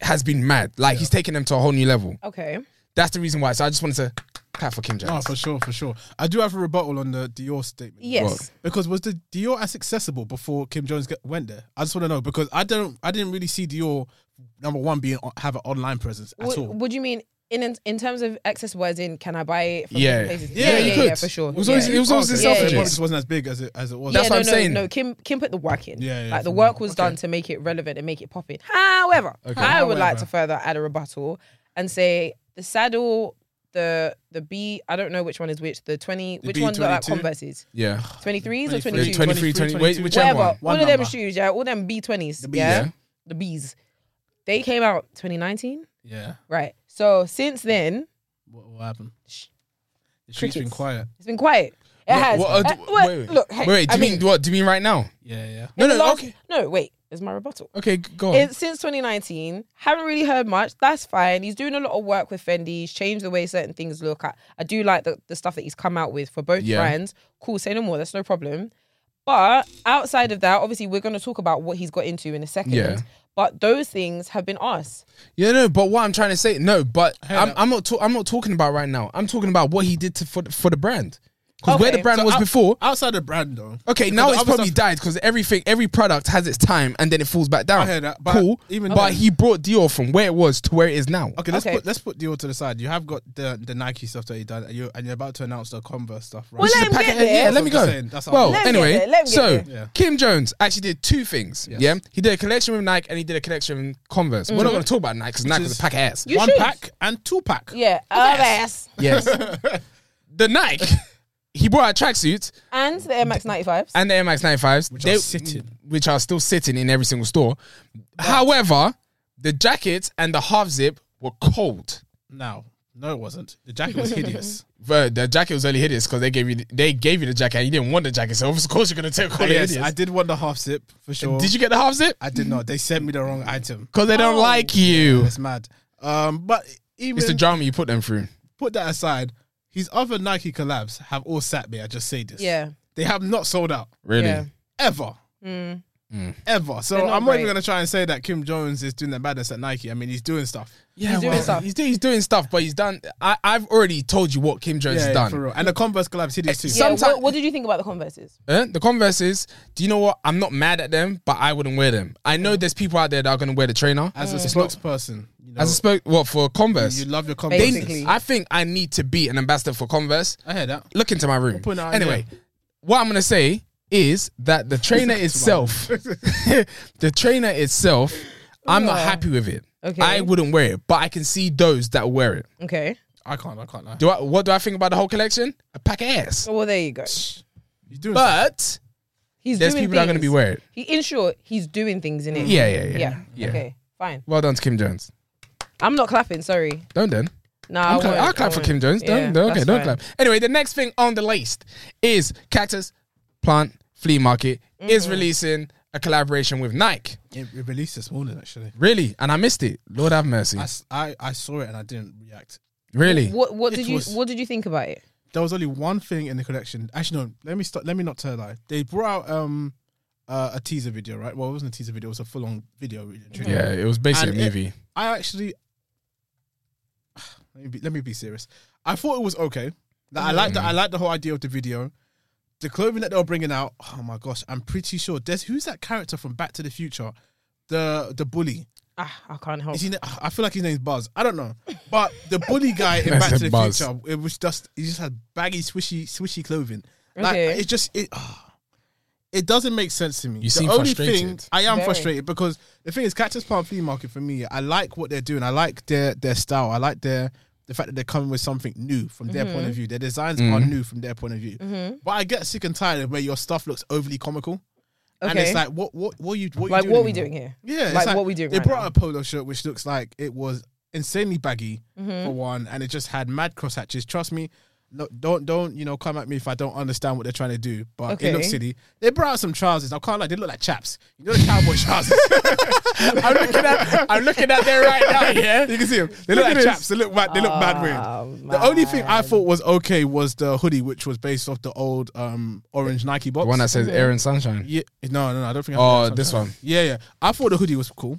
Speaker 3: has been mad. Like he's taken them to a whole new level.
Speaker 1: Okay.
Speaker 3: That's the reason why. So I just wanted to clap for Kim Jones.
Speaker 2: No, Ah, for sure, for sure. I do have a rebuttal on the Dior statement.
Speaker 1: Yes.
Speaker 2: Because was the Dior as accessible before Kim Jones get, went there? I just want to know because I don't, I didn't really see Dior number one being on- have an online presence at
Speaker 1: Would,
Speaker 2: all.
Speaker 1: would you mean in, in in terms of accessible as in can I buy it from
Speaker 3: Yeah.
Speaker 1: different places?
Speaker 3: Yeah, you
Speaker 1: yeah,
Speaker 3: could.
Speaker 1: yeah, for sure.
Speaker 3: It was always-
Speaker 1: yeah.
Speaker 3: it was always
Speaker 2: okay.
Speaker 1: in Selfridges.
Speaker 2: So it probably just wasn't as big as it as it was.
Speaker 3: That's
Speaker 1: yeah,
Speaker 3: what
Speaker 1: no,
Speaker 3: I'm
Speaker 1: no,
Speaker 3: saying.
Speaker 1: No, Kim Kim put the work in.
Speaker 2: Yeah, yeah,
Speaker 1: like the
Speaker 2: for
Speaker 1: work
Speaker 2: sure.
Speaker 1: was
Speaker 2: Okay.
Speaker 1: done to make it relevant and make it pop in. However,
Speaker 3: Okay.
Speaker 1: I would like
Speaker 2: However.
Speaker 1: to further add a rebuttal and say the saddle, the the B, I don't know which one is which. The twenty, which ones look like
Speaker 2: B22?
Speaker 1: Converse's?
Speaker 3: Yeah.
Speaker 1: Twenty threes or
Speaker 2: 23s.
Speaker 1: twenty twos?
Speaker 3: 23, 20, wait,
Speaker 2: 22.
Speaker 3: whichever
Speaker 1: Whatever.
Speaker 3: one.
Speaker 2: One
Speaker 1: all of them
Speaker 2: number.
Speaker 1: shoes, yeah. All them B twenties,
Speaker 2: Bs,
Speaker 1: yeah.
Speaker 3: yeah.
Speaker 1: The Bs, they came out twenty nineteen,
Speaker 2: Yeah.
Speaker 1: right? So since then,
Speaker 2: What, what happened?
Speaker 1: Shh.
Speaker 2: The streets been
Speaker 1: Crickets.
Speaker 2: quiet.
Speaker 1: it's been quiet. It has.
Speaker 3: What,
Speaker 1: Uh,
Speaker 3: uh, d-
Speaker 1: well,
Speaker 3: wait, wait.
Speaker 1: look, hey,
Speaker 3: wait, do
Speaker 1: I
Speaker 3: you mean, what? Do you mean right now?
Speaker 2: Yeah, yeah.
Speaker 3: No,
Speaker 1: in the
Speaker 3: no,
Speaker 1: last-
Speaker 3: okay.
Speaker 1: No, wait. Is my rebuttal.
Speaker 3: Okay, g- go on.
Speaker 1: It's since 2019. Haven't really heard much. That's fine. He's doing a lot of work with Fendi. He's changed the way certain things look. I, I do like the, the stuff that he's come out with for both
Speaker 3: Yeah.
Speaker 1: brands. Cool, say no more. That's no problem. But outside of that, obviously, we're going to talk about what he's got into in a second.
Speaker 3: Yeah.
Speaker 1: But those things have been us.
Speaker 3: yeah, no, but what I'm trying to say, no, but I'm, I'm not. Ta- I'm not talking about right now. I'm talking about what he did to, for the- for the brand. Because where
Speaker 1: Okay.
Speaker 3: the brand
Speaker 2: So
Speaker 3: was
Speaker 2: out-
Speaker 3: before,
Speaker 2: outside the brand though.
Speaker 3: Okay, now
Speaker 2: the
Speaker 3: it's
Speaker 2: other
Speaker 3: probably
Speaker 2: stuff-
Speaker 3: died because everything, every product has its time and then it falls back down.
Speaker 2: I hear that, but
Speaker 3: cool,
Speaker 2: even
Speaker 3: but
Speaker 2: then-
Speaker 3: he brought Dior from where it was to where it is now.
Speaker 2: Okay, let's
Speaker 1: Okay.
Speaker 2: put let's put Dior to the side. You have got the the Nike stuff that you done, and you're and you're about to announce the Converse stuff, right?
Speaker 1: Well, let him
Speaker 3: Pack
Speaker 1: get
Speaker 3: it-
Speaker 1: there.
Speaker 3: yeah, let me
Speaker 2: That's what
Speaker 3: go.
Speaker 2: I'm saying. That's what I'm
Speaker 3: well,
Speaker 2: saying.
Speaker 1: Let him get
Speaker 3: anyway,
Speaker 1: there, let him get
Speaker 3: so
Speaker 1: there.
Speaker 2: Yeah.
Speaker 3: Kim Jones actually did two things.
Speaker 2: Yes.
Speaker 3: Yeah, he did a collection with Nike and he did a collection with Converse. We're not going to talk about Nike because Nike
Speaker 2: is-
Speaker 3: was a pack of ass.
Speaker 1: Mm-hmm. You
Speaker 2: one
Speaker 1: should.
Speaker 2: pack and two pack.
Speaker 1: Yeah. Our ass.
Speaker 2: (laughs)
Speaker 3: Yes, the Nike. He brought out tracksuits
Speaker 1: And the Air Max 95s.
Speaker 3: and the Air Max 95s, which
Speaker 2: are sitting.
Speaker 3: which are still sitting in every single store. However, the jackets and the half zip were cold.
Speaker 2: Now, no, it wasn't. The jacket
Speaker 1: (laughs)
Speaker 2: was hideous.
Speaker 3: But the jacket was only hideous because they gave you they gave you the jacket and you didn't want the jacket, so of course you're gonna take all the
Speaker 2: yes,
Speaker 3: hideous.
Speaker 2: I did want the half sip for sure.
Speaker 3: Did you get the half zip?
Speaker 2: I did not. They sent me the wrong (laughs) item.
Speaker 3: Because they don't
Speaker 1: Oh.
Speaker 3: like you.
Speaker 2: It's mad. Um, but even
Speaker 3: It's the drama you put them through.
Speaker 2: put that aside, his other Nike collabs have all sat me. I just say this.
Speaker 1: Yeah.
Speaker 2: they have not sold out
Speaker 3: Really?
Speaker 1: Yeah.
Speaker 2: ever. ever. So
Speaker 1: Mm. They're not
Speaker 2: I'm not
Speaker 1: great.
Speaker 2: even gonna try and say that Kim Jones is doing the badness at Nike. I mean, he's doing stuff.
Speaker 3: Yeah,
Speaker 1: He's doing
Speaker 3: well,
Speaker 1: stuff.
Speaker 3: He's, doing, he's doing stuff, but he's done. I, I've already told you what Kim Jones
Speaker 2: yeah,
Speaker 3: has done.
Speaker 2: for real. And the Converse collab's hideous too.
Speaker 3: Yeah.
Speaker 1: Yeah,
Speaker 3: Sometimes-
Speaker 1: what, what did you think about the Converses?
Speaker 3: Eh? The Converse is, do you know what? I'm not mad at them, but I wouldn't wear them. I know there's people out there that are going to wear the trainer.
Speaker 2: As a spokesperson, you know,
Speaker 3: As a spoke, what for Converse?
Speaker 2: you love your
Speaker 3: They-
Speaker 2: Converse.
Speaker 1: Basically.
Speaker 3: I think I need to be an ambassador for Converse.
Speaker 2: I hear that.
Speaker 3: Look into my room.
Speaker 2: putting it out
Speaker 3: Anyway, what I'm going to say is that
Speaker 1: (laughs)
Speaker 3: the trainer itself, (laughs) the trainer itself, I'm not happy with it.
Speaker 1: Oh. Okay.
Speaker 3: I wouldn't wear it, but I can see those that wear it.
Speaker 1: Okay.
Speaker 2: I can't. I can't lie.
Speaker 3: Do I? What do I think about the whole collection? A pack of ass.
Speaker 1: Well, there you go.
Speaker 2: He's doing stuff.
Speaker 3: But
Speaker 1: He's
Speaker 3: there's
Speaker 1: doing
Speaker 3: people that are going to
Speaker 1: things.
Speaker 3: be wearing it.
Speaker 1: He, in short, he's doing things in it.
Speaker 3: Yeah, yeah, yeah,
Speaker 1: Yeah.
Speaker 3: yeah.
Speaker 1: Okay. Fine.
Speaker 3: Well done to Kim Jones.
Speaker 1: I'm not clapping. Sorry.
Speaker 3: Don't then.
Speaker 1: No,
Speaker 3: I'm
Speaker 1: I
Speaker 3: cla-
Speaker 1: won't,
Speaker 3: I'll clap
Speaker 1: I
Speaker 3: for
Speaker 1: won't.
Speaker 3: Kim Jones. Don't,
Speaker 1: Yeah,
Speaker 3: don't- okay,
Speaker 1: that's
Speaker 3: don't
Speaker 1: fine.
Speaker 3: clap. Anyway, the next thing on the list is Cactus Plant Flea Market is
Speaker 1: Mm-hmm.
Speaker 3: releasing a collaboration with Nike.
Speaker 2: It it released this morning actually.
Speaker 3: Really? And I missed it. Lord have mercy.
Speaker 2: I, s- I- I saw it and I didn't react.
Speaker 3: really?
Speaker 1: What What
Speaker 2: It
Speaker 1: did you
Speaker 2: was-
Speaker 1: What did you think about it?
Speaker 2: There was only one thing in the collection. Actually, no. Let me stop. Let me not tell a lie. They brought out um uh, a teaser video, right? Well, it wasn't a teaser video. It was a full on video. Really, and truly.
Speaker 3: Yeah, it was basically
Speaker 2: And
Speaker 3: a
Speaker 2: it-
Speaker 3: movie.
Speaker 2: I actually (sighs) let me be, let me be serious. I thought it was okay. That I like that. I like the whole idea of the video. The clothing that they were bringing out. Oh my gosh! I'm pretty sure. There's who's that character from Back to the Future, the the bully.
Speaker 1: Ah, I can't help.
Speaker 2: Is he, na- I feel like his name's Buzz. I don't know, but the bully guy
Speaker 3: (laughs)
Speaker 2: in Back to the
Speaker 3: Buzz.
Speaker 2: Future, it was just he just had baggy, swishy, swishy clothing. Like
Speaker 1: Okay.
Speaker 2: it just it. ah, it doesn't make sense to me.
Speaker 3: You seem
Speaker 2: Thing,
Speaker 3: frustrated.
Speaker 2: I am
Speaker 1: Very.
Speaker 2: frustrated because the thing is, Cactus Plant Flea Market for me, I like what they're doing. I like their their style. I like their the fact that they're coming with something new from their
Speaker 1: Mm-hmm.
Speaker 2: point of view. Their designs
Speaker 3: Mm-hmm.
Speaker 2: are new from their point of view. But I get sick and tired of where your stuff looks overly comical. And
Speaker 1: Okay.
Speaker 2: it's like, what, what, what you, what you
Speaker 1: Like,
Speaker 2: doing
Speaker 1: what are we
Speaker 2: anymore?
Speaker 1: doing here?
Speaker 2: Yeah, it's
Speaker 1: Like, what we doing
Speaker 2: They
Speaker 1: right
Speaker 2: brought
Speaker 1: now.
Speaker 2: out a polo shirt which looks like it was insanely baggy
Speaker 1: Mm-hmm.
Speaker 2: for one, and it just had mad cross hatches. Trust me, no, don't don't you know come at me if I don't understand what they're trying to do. But it looks
Speaker 1: Okay.
Speaker 2: silly. They brought out some trousers. I can't like they look like chaps. You know the cowboy (laughs) trousers. (laughs) I'm looking at I'm looking at them right
Speaker 3: (laughs)
Speaker 2: now. Yeah, you can see them. They look,
Speaker 3: Look at
Speaker 2: like
Speaker 3: this.
Speaker 2: chaps. They look bad. They look bad weird.
Speaker 1: Oh,
Speaker 2: The only thing I
Speaker 1: man.
Speaker 2: thought was okay was the hoodie, which was based off the old um orange Nike box.
Speaker 3: The one that says Air and Sunshine.
Speaker 2: Yeah, no, no, no. I don't think. I
Speaker 3: Oh,
Speaker 2: have that
Speaker 3: this
Speaker 2: sometimes.
Speaker 3: one.
Speaker 2: Yeah, yeah. I thought the hoodie was cool.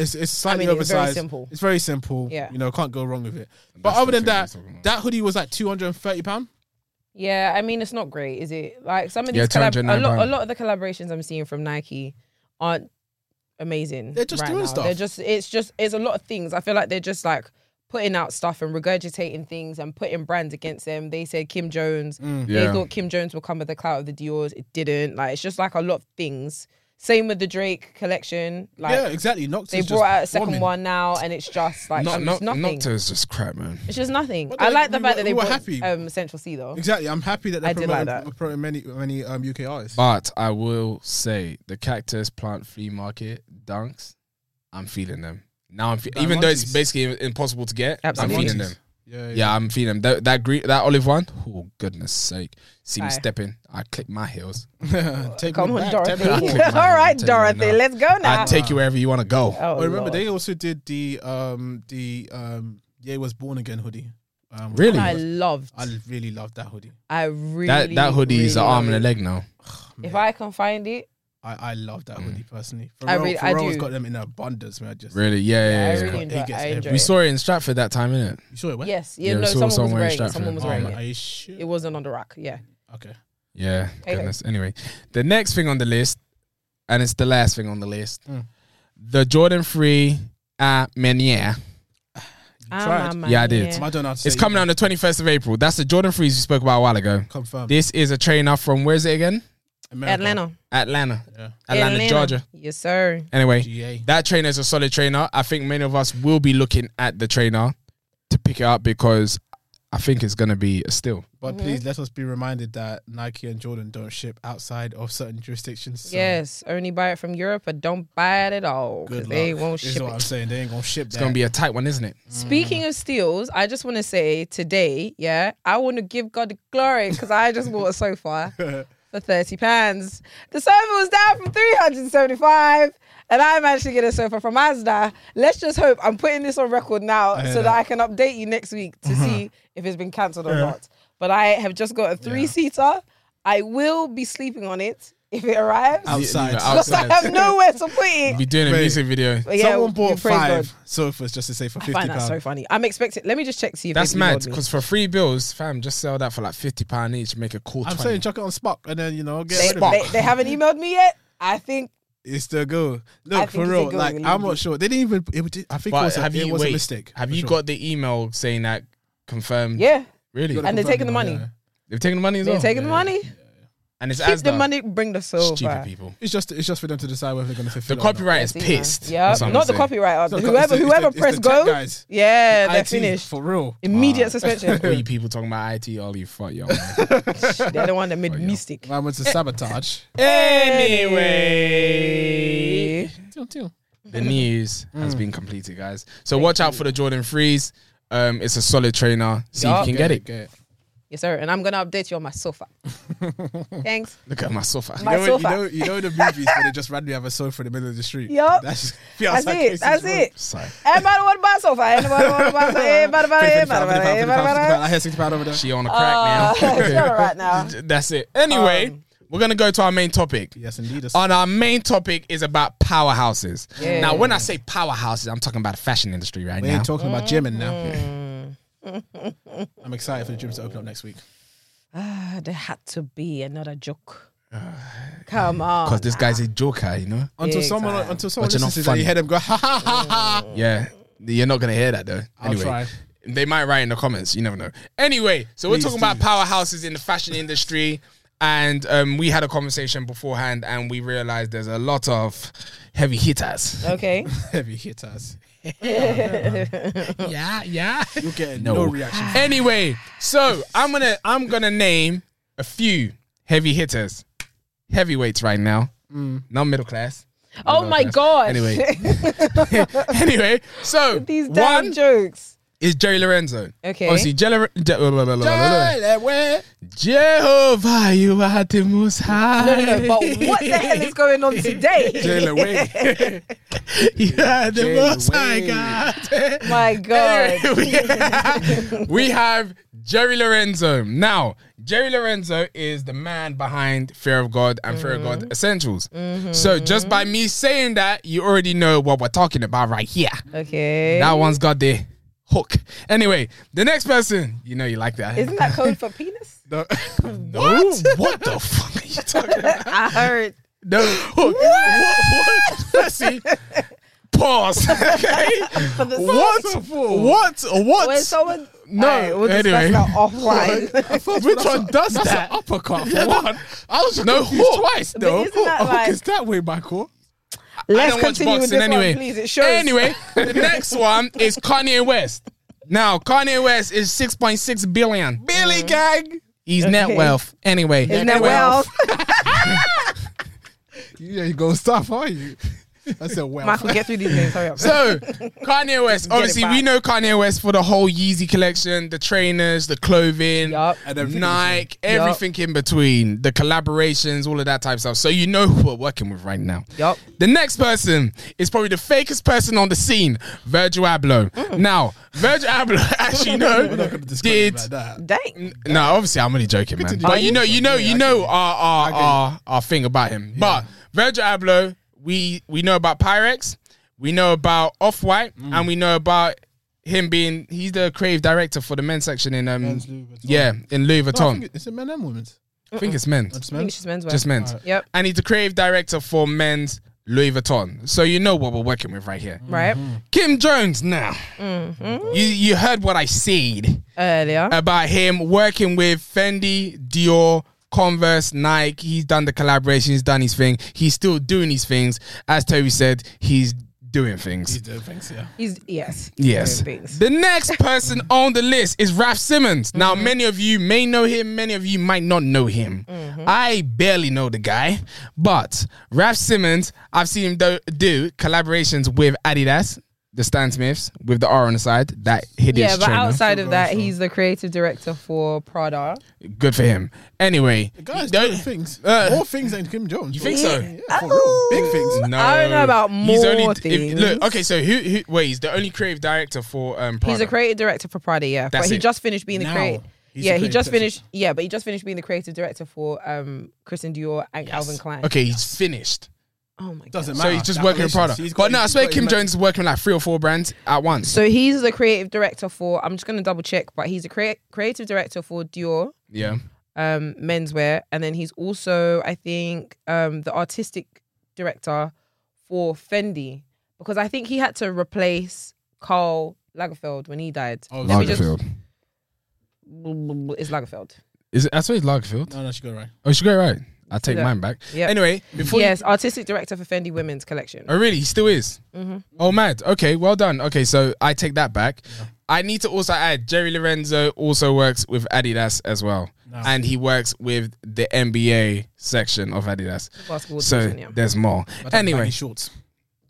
Speaker 2: It's it's slightly
Speaker 1: mean, it's very
Speaker 2: oversized.
Speaker 1: simple.
Speaker 2: It's very simple.
Speaker 1: Yeah.
Speaker 2: you know, can't go wrong with it. But
Speaker 3: That's
Speaker 2: other
Speaker 3: the
Speaker 2: than
Speaker 3: thing we're
Speaker 2: that,
Speaker 3: talking about.
Speaker 2: that hoodie was like two hundred and thirty pound.
Speaker 1: Yeah, I mean, it's not great, is it? Like some of
Speaker 3: Yeah,
Speaker 1: these, collab- a
Speaker 3: 209
Speaker 1: lot, a
Speaker 3: pound.
Speaker 1: lot of the collaborations I'm seeing from Nike aren't amazing.
Speaker 2: They're just
Speaker 1: right
Speaker 2: doing
Speaker 1: now.
Speaker 2: stuff.
Speaker 1: They're just, it's just, it's a lot of things. I feel like they're just like putting out stuff and regurgitating things and putting brands against them. They said Kim Jones.
Speaker 2: Mm.
Speaker 1: They
Speaker 3: Yeah.
Speaker 1: thought Kim Jones would come with the clout of the Dior's. It didn't. Like it's just like a lot of things. Same with the Drake collection. Like
Speaker 2: yeah, exactly. Knox
Speaker 1: they
Speaker 2: is
Speaker 1: brought
Speaker 2: just
Speaker 1: out a second
Speaker 2: bombing.
Speaker 1: one now, and it's just like
Speaker 3: Not,
Speaker 1: um,
Speaker 3: not,
Speaker 1: it's nothing.
Speaker 3: Nocta is just crap, man.
Speaker 1: it's just nothing.
Speaker 2: But
Speaker 1: I
Speaker 2: they-
Speaker 1: like the
Speaker 2: we
Speaker 1: fact
Speaker 2: were-
Speaker 1: that they
Speaker 2: we were
Speaker 1: brought
Speaker 2: happy.
Speaker 1: um, Central C though.
Speaker 2: Exactly. I'm happy that they're
Speaker 1: I did like
Speaker 2: promoting,
Speaker 1: that.
Speaker 2: promoting many many um, UK artists.
Speaker 3: But I will say the cactus plant flea market dunks. I'm feeling them now. I'm fe-
Speaker 2: Like
Speaker 3: even though it's
Speaker 2: munchies.
Speaker 3: basically impossible to get.
Speaker 1: Absolutely.
Speaker 3: I'm feeling
Speaker 2: Munchies.
Speaker 3: them.
Speaker 2: Yeah,
Speaker 3: Yeah, I'm feeling them. That that green, that olive one. Oh goodness sake! See me
Speaker 1: Aye.
Speaker 3: stepping. I click my heels. (laughs)
Speaker 2: yeah. take
Speaker 1: Come
Speaker 2: me
Speaker 1: on,
Speaker 2: back,
Speaker 1: Dorothy.
Speaker 2: take me back.
Speaker 1: (laughs)
Speaker 2: (laughs)
Speaker 3: Take my
Speaker 1: All right,
Speaker 3: hand, take my hand
Speaker 1: Dorothy,
Speaker 3: now.
Speaker 1: let's go now.
Speaker 3: I take you wherever you want to go.
Speaker 1: Oh,
Speaker 2: Well, remember
Speaker 1: Lord.
Speaker 2: they also did the um the um Ye was born again hoodie. Um,
Speaker 3: Really?
Speaker 1: I loved.
Speaker 2: I really loved that hoodie. (sighs)
Speaker 1: I really.
Speaker 3: that that hoodie is an
Speaker 1: really
Speaker 3: arm and a
Speaker 1: loved
Speaker 3: leg now.
Speaker 1: it. If I can find it,
Speaker 2: I, I love
Speaker 3: Mm.
Speaker 2: that hoodie personally. Pharrell,
Speaker 1: I really- I
Speaker 2: Pharrell's
Speaker 1: do.
Speaker 2: got them in abundance, man. I Just
Speaker 3: Really?
Speaker 1: I
Speaker 3: Yeah, yeah. yeah.
Speaker 1: really enjoy.
Speaker 2: He
Speaker 1: It.
Speaker 2: gets
Speaker 1: I
Speaker 2: every-
Speaker 1: enjoy.
Speaker 3: we
Speaker 1: it.
Speaker 3: saw it in Stratford that time, innit?
Speaker 2: you sure it went?
Speaker 1: Yes, yeah,
Speaker 3: Yeah, we
Speaker 1: no,
Speaker 3: saw
Speaker 1: someone was
Speaker 3: someone in
Speaker 1: wearing it.
Speaker 3: Stratford.
Speaker 1: Someone was
Speaker 2: Oh,
Speaker 1: wearing
Speaker 2: man,
Speaker 1: it.
Speaker 2: are you sure?
Speaker 1: It wasn't on the rack. Yeah.
Speaker 2: Okay.
Speaker 3: Yeah.
Speaker 1: Hey, hey.
Speaker 3: Goodness. Anyway, the next thing on the list, and it's the last thing on the list,
Speaker 2: Mm.
Speaker 3: the Jordan Free uh, Meniere.
Speaker 1: Ah,
Speaker 2: tried.
Speaker 1: my
Speaker 3: Yeah, I did.
Speaker 1: man.
Speaker 2: I don't know. how to say
Speaker 3: It's coming
Speaker 2: it.
Speaker 3: out on the 21st of April. That's the Jordan Freeze we spoke about a while ago.
Speaker 2: Confirmed.
Speaker 3: This is a trainer from, where is it again?
Speaker 2: America.
Speaker 1: Atlanta.
Speaker 3: Atlanta.
Speaker 2: Yeah.
Speaker 3: Atlanta, Georgia.
Speaker 1: Yes, sir.
Speaker 3: Anyway,
Speaker 2: GA.
Speaker 3: that trainer is a solid trainer. I think many of us will be looking at the trainer to pick it up because I think it's going to be a steal.
Speaker 2: But
Speaker 1: Mm-hmm.
Speaker 2: please let us be reminded that Nike and Jordan don't ship outside of certain jurisdictions. So
Speaker 1: Yes, only buy it from Europe, but don't buy it at all. 'cause
Speaker 2: Good luck.
Speaker 1: They won't
Speaker 2: this
Speaker 1: ship
Speaker 2: is what I'm
Speaker 1: it.
Speaker 2: saying. They ain't gonna ship
Speaker 3: It's going to be a tight one, isn't it?
Speaker 1: Speaking of steals, I just want to say today, yeah, I want to give God the glory because I just bought a sofa for thirty pounds. The sofa was down from three hundred and seventy-five, and I'm actually getting a sofa from Asda. Let's just hope I'm putting this on record now so that. I can update you next week to see if it's been cancelled or not. But I have just got a three-seater. I will be sleeping on it. if it arrives. (laughs)
Speaker 2: outside.
Speaker 3: Yeah,
Speaker 1: Because I
Speaker 3: outside.
Speaker 1: have nowhere to put it.
Speaker 3: Be doing a
Speaker 2: Wait.
Speaker 3: music video.
Speaker 1: But yeah,
Speaker 2: Someone
Speaker 1: yeah,
Speaker 2: bought
Speaker 1: praise God.
Speaker 2: five sofas just to say for
Speaker 1: I
Speaker 2: fifty
Speaker 1: find that so
Speaker 2: pounds.
Speaker 1: funny. I'm expecting. Let me just check to see if
Speaker 3: That's
Speaker 1: they
Speaker 3: mad
Speaker 1: emailed me.
Speaker 3: because for three bills, fam, just sell that for like fifty pound each, make a cool
Speaker 2: I'm
Speaker 3: twenty.
Speaker 2: saying chuck it on Spock and then you know get
Speaker 1: they,
Speaker 2: rid of it.
Speaker 1: they, they haven't emailed me yet. I think
Speaker 2: (laughs) It's the
Speaker 1: I
Speaker 2: go. Look
Speaker 1: think
Speaker 2: for
Speaker 1: it's a
Speaker 2: real.
Speaker 1: go,
Speaker 2: Like
Speaker 1: really,
Speaker 2: I'm not
Speaker 1: indeed.
Speaker 2: sure. They didn't even. It, did- I think it
Speaker 3: but
Speaker 2: was, a,
Speaker 3: have
Speaker 2: it
Speaker 3: you
Speaker 2: was
Speaker 3: wait,
Speaker 2: a mistake.
Speaker 3: Have
Speaker 2: for
Speaker 3: you
Speaker 2: sure.
Speaker 3: got the email saying that confirmed?
Speaker 1: yeah,
Speaker 3: really.
Speaker 2: You got
Speaker 1: And
Speaker 2: the
Speaker 1: they're taking the
Speaker 2: confirmed
Speaker 1: money.
Speaker 2: one, yeah.
Speaker 3: They've taken the money as
Speaker 1: they're
Speaker 3: well.
Speaker 1: taking the money.
Speaker 3: and it's
Speaker 1: Keep
Speaker 3: as
Speaker 1: the money, bring the soul
Speaker 3: Stupid
Speaker 1: back.
Speaker 3: people.
Speaker 2: It's just it's just for them to decide whether they're going to
Speaker 3: The
Speaker 2: fulfill. it or not.
Speaker 3: copyright is
Speaker 1: That's it, man.
Speaker 3: pissed.
Speaker 1: Yeah,
Speaker 3: that's what I'm
Speaker 1: not the
Speaker 3: saying.
Speaker 1: copyright.
Speaker 2: It's
Speaker 1: Whoever
Speaker 2: not the co- it's
Speaker 1: whoever,
Speaker 2: the- it's the- it's
Speaker 1: press
Speaker 2: the tech
Speaker 1: go.
Speaker 2: guys.
Speaker 1: Yeah, they're
Speaker 2: IT,
Speaker 1: finished.
Speaker 2: for real.
Speaker 1: Immediate
Speaker 3: Wow.
Speaker 1: suspension.
Speaker 3: All you people talking about IT, all you fuck y'all. man.
Speaker 1: (laughs)
Speaker 2: (laughs)
Speaker 1: they're the one that made
Speaker 3: yeah.
Speaker 1: mystic.
Speaker 2: Man went to sabotage.
Speaker 3: Anyway, the news has
Speaker 2: Mm.
Speaker 3: been completed, guys. So watch out for the Jordan Freeze. Um, it's a solid trainer. See
Speaker 1: Yup.
Speaker 3: if you can get it.
Speaker 1: Yes, sir. And I'm gonna update you on my sofa. Thanks.
Speaker 3: Look at my sofa.
Speaker 1: My
Speaker 2: You know, you
Speaker 1: sofa.
Speaker 2: know, you know the movies where they just randomly have a sofa in the middle of the street.
Speaker 1: Yup.
Speaker 2: (laughs) That's,
Speaker 1: That's it. Eh, That's it.
Speaker 2: (laughs)
Speaker 3: Sorry.
Speaker 1: Everybody want to buy a sofa. Eh, Everybody want to buy a sofa. Eh, Everybody, everybody, everybody, everybody, everybody.
Speaker 2: I
Speaker 3: (laughs)
Speaker 2: hear sixty pound over there. Ah.
Speaker 3: She on a
Speaker 1: Uh,
Speaker 3: crack
Speaker 1: eh. (laughs) it's all right now.
Speaker 3: now. That's it. Anyway,
Speaker 1: Um,
Speaker 3: we're gonna go to our main topic.
Speaker 2: Yes, indeed. it's-
Speaker 3: On our main topic is about powerhouses.
Speaker 1: Yeah.
Speaker 3: Now, when I say powerhouses, I'm talking about the fashion industry right
Speaker 2: (laughs) We
Speaker 3: now.
Speaker 2: ain't talking about gymming now.
Speaker 1: Mm.
Speaker 2: I'm excited for the gyms to open up next week.
Speaker 1: Ah, there had to be another joke.
Speaker 3: (laughs)
Speaker 1: Come on.
Speaker 3: because Uh, this guy's a joker, you
Speaker 2: (laughs)
Speaker 3: know.
Speaker 2: Until
Speaker 1: Big
Speaker 2: someone,
Speaker 1: time.
Speaker 2: until someone
Speaker 3: But you're not
Speaker 2: listens to that,
Speaker 3: funny.
Speaker 2: you hear them go (laughs) ha ha ha ha.
Speaker 3: Yeah, you're not gonna hear that though.
Speaker 2: Oh. I'll
Speaker 3: anyway,
Speaker 2: try.
Speaker 3: they might write in the comments. You never know. Anyway, so
Speaker 2: Please
Speaker 3: we're talking about
Speaker 2: do.
Speaker 3: powerhouses in the fashion industry, and um, we had a conversation beforehand, and we realized there's a lot of heavy hitters.
Speaker 1: Okay.
Speaker 2: Heavy hitters. (laughs)
Speaker 3: yeah, yeah.
Speaker 2: You're getting
Speaker 3: No.
Speaker 2: no, reaction.
Speaker 3: (laughs) anyway, so I'm gonna I'm gonna name a few heavy hitters, heavyweights right now, not middle class.
Speaker 1: Mm. Oh my gosh.
Speaker 3: Anyway, (laughs) anyway, so
Speaker 1: (laughs) These damn
Speaker 3: one
Speaker 1: jokes.
Speaker 3: is Jerry Lorenzo.
Speaker 1: Okay.
Speaker 3: Obviously, Jelly- Je- blah, blah, blah, blah, blah, blah.
Speaker 2: Tyler, where?
Speaker 3: Jehovah, you are the most high.
Speaker 1: No, no, no. But
Speaker 3: (laughs)
Speaker 1: what the hell is going on today?
Speaker 2: Taylor, wait.
Speaker 1: (laughs)
Speaker 3: you are the
Speaker 2: Jay
Speaker 3: most high
Speaker 2: Laway.
Speaker 3: God. (laughs)
Speaker 1: my God.
Speaker 3: Anyway, we have Jerry Lorenzo. Now, Jerry Lorenzo is the man behind Fear of God and Fear of God Essentials. So, just by me saying that, you already know what we're talking about right here.
Speaker 1: Okay.
Speaker 3: That one's got the hook. Anyway, the next person, you know, you like that.
Speaker 1: Isn't
Speaker 3: (laughs)
Speaker 1: that code for penis?
Speaker 3: No. What? what the fuck are you talking
Speaker 1: (laughs)
Speaker 3: about?
Speaker 1: I heard.
Speaker 3: No. What? what? Let's see. Pause. (laughs) okay.
Speaker 1: the-
Speaker 3: What? What? What?
Speaker 1: When someone.
Speaker 3: No,
Speaker 1: Alright, we'll discuss
Speaker 3: anyway.
Speaker 1: that offline.
Speaker 3: Which one does
Speaker 2: That's
Speaker 3: that?
Speaker 2: an uppercut.
Speaker 3: Yeah,
Speaker 2: For one. I was
Speaker 3: No,
Speaker 2: no confused
Speaker 3: hook.
Speaker 2: twice. No,
Speaker 1: isn't that
Speaker 2: hook. Hook
Speaker 1: like-
Speaker 2: is that way, Michael.
Speaker 3: (laughs) I
Speaker 1: (laughs) Let's
Speaker 3: don't watch
Speaker 1: continue with
Speaker 3: boxing
Speaker 1: this
Speaker 3: anyway.
Speaker 1: one, please. It shows.
Speaker 3: Anyway,
Speaker 1: (laughs)
Speaker 3: the next one is Kanye West. Now, Kanye West is 6.6 billion.
Speaker 2: Billy gang.
Speaker 3: He's
Speaker 1: Mm.
Speaker 3: net
Speaker 1: Okay.
Speaker 3: wealth. Anyway,
Speaker 1: Isn't that (laughs) wealth?
Speaker 2: You ain't gonna stop, are you? (laughs) I said, well. (laughs)
Speaker 1: Michael, get through these names. Hurry up.
Speaker 3: So, Kanye West. Obviously,
Speaker 1: back.
Speaker 3: we know Kanye West for the whole Yeezy collection, the trainers, the clothing,
Speaker 1: Yup.
Speaker 2: And everything
Speaker 3: Nike, everything in between, the collaborations, all of that type of stuff. So you know who we're working with right now.
Speaker 1: Yup.
Speaker 3: The next person is probably the fakest person on the scene, Virgil Abloh. Now, Virgil Abloh, (laughs) as you know,
Speaker 2: We're not gonna discuss
Speaker 3: did.
Speaker 2: it like
Speaker 1: (laughs)
Speaker 2: that.
Speaker 1: Dang.
Speaker 3: No, obviously I'm only joking, man.
Speaker 2: Continue.
Speaker 3: But you know, you know,
Speaker 2: Yeah,
Speaker 3: you
Speaker 2: I
Speaker 3: know
Speaker 2: get it.
Speaker 3: our our,
Speaker 2: get it.
Speaker 3: our our thing about him. But Virgil Abloh, we we know about Pyrex, we know about Off White,
Speaker 2: Mm.
Speaker 3: and we know about him being he's the creative director for the men's section in um
Speaker 2: Men's Louis Vuitton.
Speaker 3: yeah in Louis
Speaker 2: No, I
Speaker 3: Vuitton.
Speaker 2: think it- uh, Is it men and women's?
Speaker 3: I think it's
Speaker 2: It's
Speaker 3: men's,
Speaker 1: I think
Speaker 2: men's.
Speaker 1: it's just men's wear.
Speaker 3: just men's.
Speaker 1: Yep.
Speaker 3: And he's the creative director for men's Louis Vuitton. So you know what we're working with right here.
Speaker 1: Right.
Speaker 3: Kim Jones. Now you you heard what I said
Speaker 1: Earlier.
Speaker 3: about him working with Fendi, Dior, Converse, Nike. He's done the collaboration. He's done his thing. He's still doing his things. As Toby said, he's doing
Speaker 2: He's
Speaker 3: things.
Speaker 2: doing things, yeah.
Speaker 1: He's yes.
Speaker 3: Yes.
Speaker 1: Doing things.
Speaker 3: The
Speaker 1: (laughs)
Speaker 3: next person on the list is Raph Simmons. Now,
Speaker 1: Mm-hmm.
Speaker 3: many of you may know him, many of you might not know him.
Speaker 1: Mm-hmm.
Speaker 3: I barely know the guy, but Raph Simmons, I've seen him do, do collaborations with Adidas, the Stan Smiths, with the R on the side, that hideous
Speaker 1: Yeah, but
Speaker 3: trainer.
Speaker 1: outside of that, he's the creative director for Prada.
Speaker 3: Good for him. Anyway,
Speaker 2: The guy's
Speaker 3: don't-
Speaker 2: doing things.
Speaker 3: Uh,
Speaker 2: More things than Kim Jones.
Speaker 3: You
Speaker 2: bro.
Speaker 3: think so?
Speaker 2: Yeah, for real.
Speaker 1: Oh.
Speaker 2: Big things.
Speaker 3: No,
Speaker 1: I don't know about
Speaker 3: He's
Speaker 1: more
Speaker 3: only, if-
Speaker 1: things.
Speaker 3: look, okay, so who, who? Wait, he's the only creative director for um. Prada.
Speaker 1: He's a creative director for Prada, yeah.
Speaker 3: That's
Speaker 1: but he
Speaker 3: it.
Speaker 1: just finished being the
Speaker 2: Now,
Speaker 1: creative.
Speaker 2: he's He's
Speaker 1: yeah,
Speaker 2: the
Speaker 1: he
Speaker 2: creative
Speaker 1: just
Speaker 2: director.
Speaker 1: finished. Yeah, but he just finished being the creative director for um Christian Dior and Calvin Klein.
Speaker 3: Okay, he's finished.
Speaker 1: Oh my god.
Speaker 2: Doesn't
Speaker 3: So
Speaker 2: matter.
Speaker 3: he's just
Speaker 2: That
Speaker 3: working
Speaker 2: relations.
Speaker 3: with product.
Speaker 2: He's got-
Speaker 3: But no, I
Speaker 2: he's
Speaker 3: swear
Speaker 2: got
Speaker 3: Kim
Speaker 2: him-
Speaker 3: Jones is working with like three or four brands at once.
Speaker 1: So he's the creative director for. I'm just gonna double check, but he's a crea- creative director for Dior
Speaker 3: yeah.
Speaker 1: um menswear, and then he's also, I think, um the artistic director for Fendi because I think he had to replace Carl Lagerfeld when he died.
Speaker 2: Oh,
Speaker 1: Let me just-
Speaker 3: Lagerfeld.
Speaker 1: It's Lagerfeld.
Speaker 3: Is it, I swear it's Lagerfeld.
Speaker 2: No, no, she got it right.
Speaker 3: Oh, she got it right. I take
Speaker 1: Yeah.
Speaker 3: mine back.
Speaker 1: Yeah.
Speaker 3: Anyway, before
Speaker 1: Yes, artistic director for Fendi Women's Collection.
Speaker 3: Oh, really? He still is?
Speaker 1: Mm-hmm.
Speaker 3: Oh, mad. Okay, well done. Okay, so I take that back. I need to also add Jerry Lorenzo also works with Adidas as well. And he works with the NBA section of Adidas.
Speaker 1: Basketball
Speaker 3: So
Speaker 1: division, yeah.
Speaker 3: there's more.
Speaker 2: But that's
Speaker 3: Anyway,
Speaker 2: baggy shorts,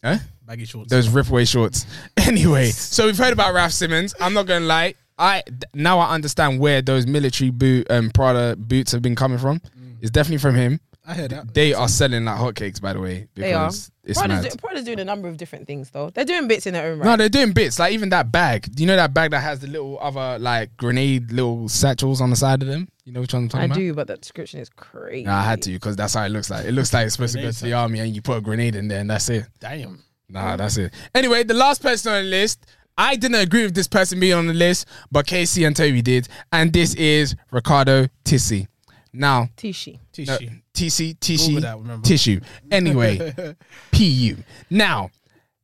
Speaker 3: huh?
Speaker 2: baggy shorts.
Speaker 3: those ripaway shorts. (laughs) Anyway, so we've heard about Ralph Simmons. I'm not going to lie. I th- now I understand where those military boot um, Prada boots have been coming from. It's definitely from him.
Speaker 2: I heard that.
Speaker 3: They are selling like hotcakes, by the way.
Speaker 1: They are.
Speaker 3: Because It's
Speaker 1: Prada's,
Speaker 3: mad.
Speaker 1: do- Prada's doing a number of different things though. They're doing bits in their own right.
Speaker 3: No, they're doing bits. Like even that bag. You know that bag that has the little other like grenade little satchels on the side of them. You know which one I'm
Speaker 1: I
Speaker 3: talking about?
Speaker 1: do, but that description is crazy.
Speaker 3: Nah, I had to because that's how it looks like. It looks like it's supposed to go
Speaker 2: Grenade
Speaker 3: to the army and you put a grenade in there and that's it.
Speaker 2: Damn.
Speaker 3: Nah, that's it. Anyway, the last person on the list. I didn't agree with this person being on the list, but Casey and Toby did. And this is Ricardo Tissi. Now,
Speaker 1: Tishy.
Speaker 3: no,
Speaker 2: Tissue.
Speaker 3: TC,
Speaker 2: Google
Speaker 3: tissue,
Speaker 2: that, remember.
Speaker 3: tissue. Anyway,
Speaker 2: (laughs)
Speaker 3: PU. Now,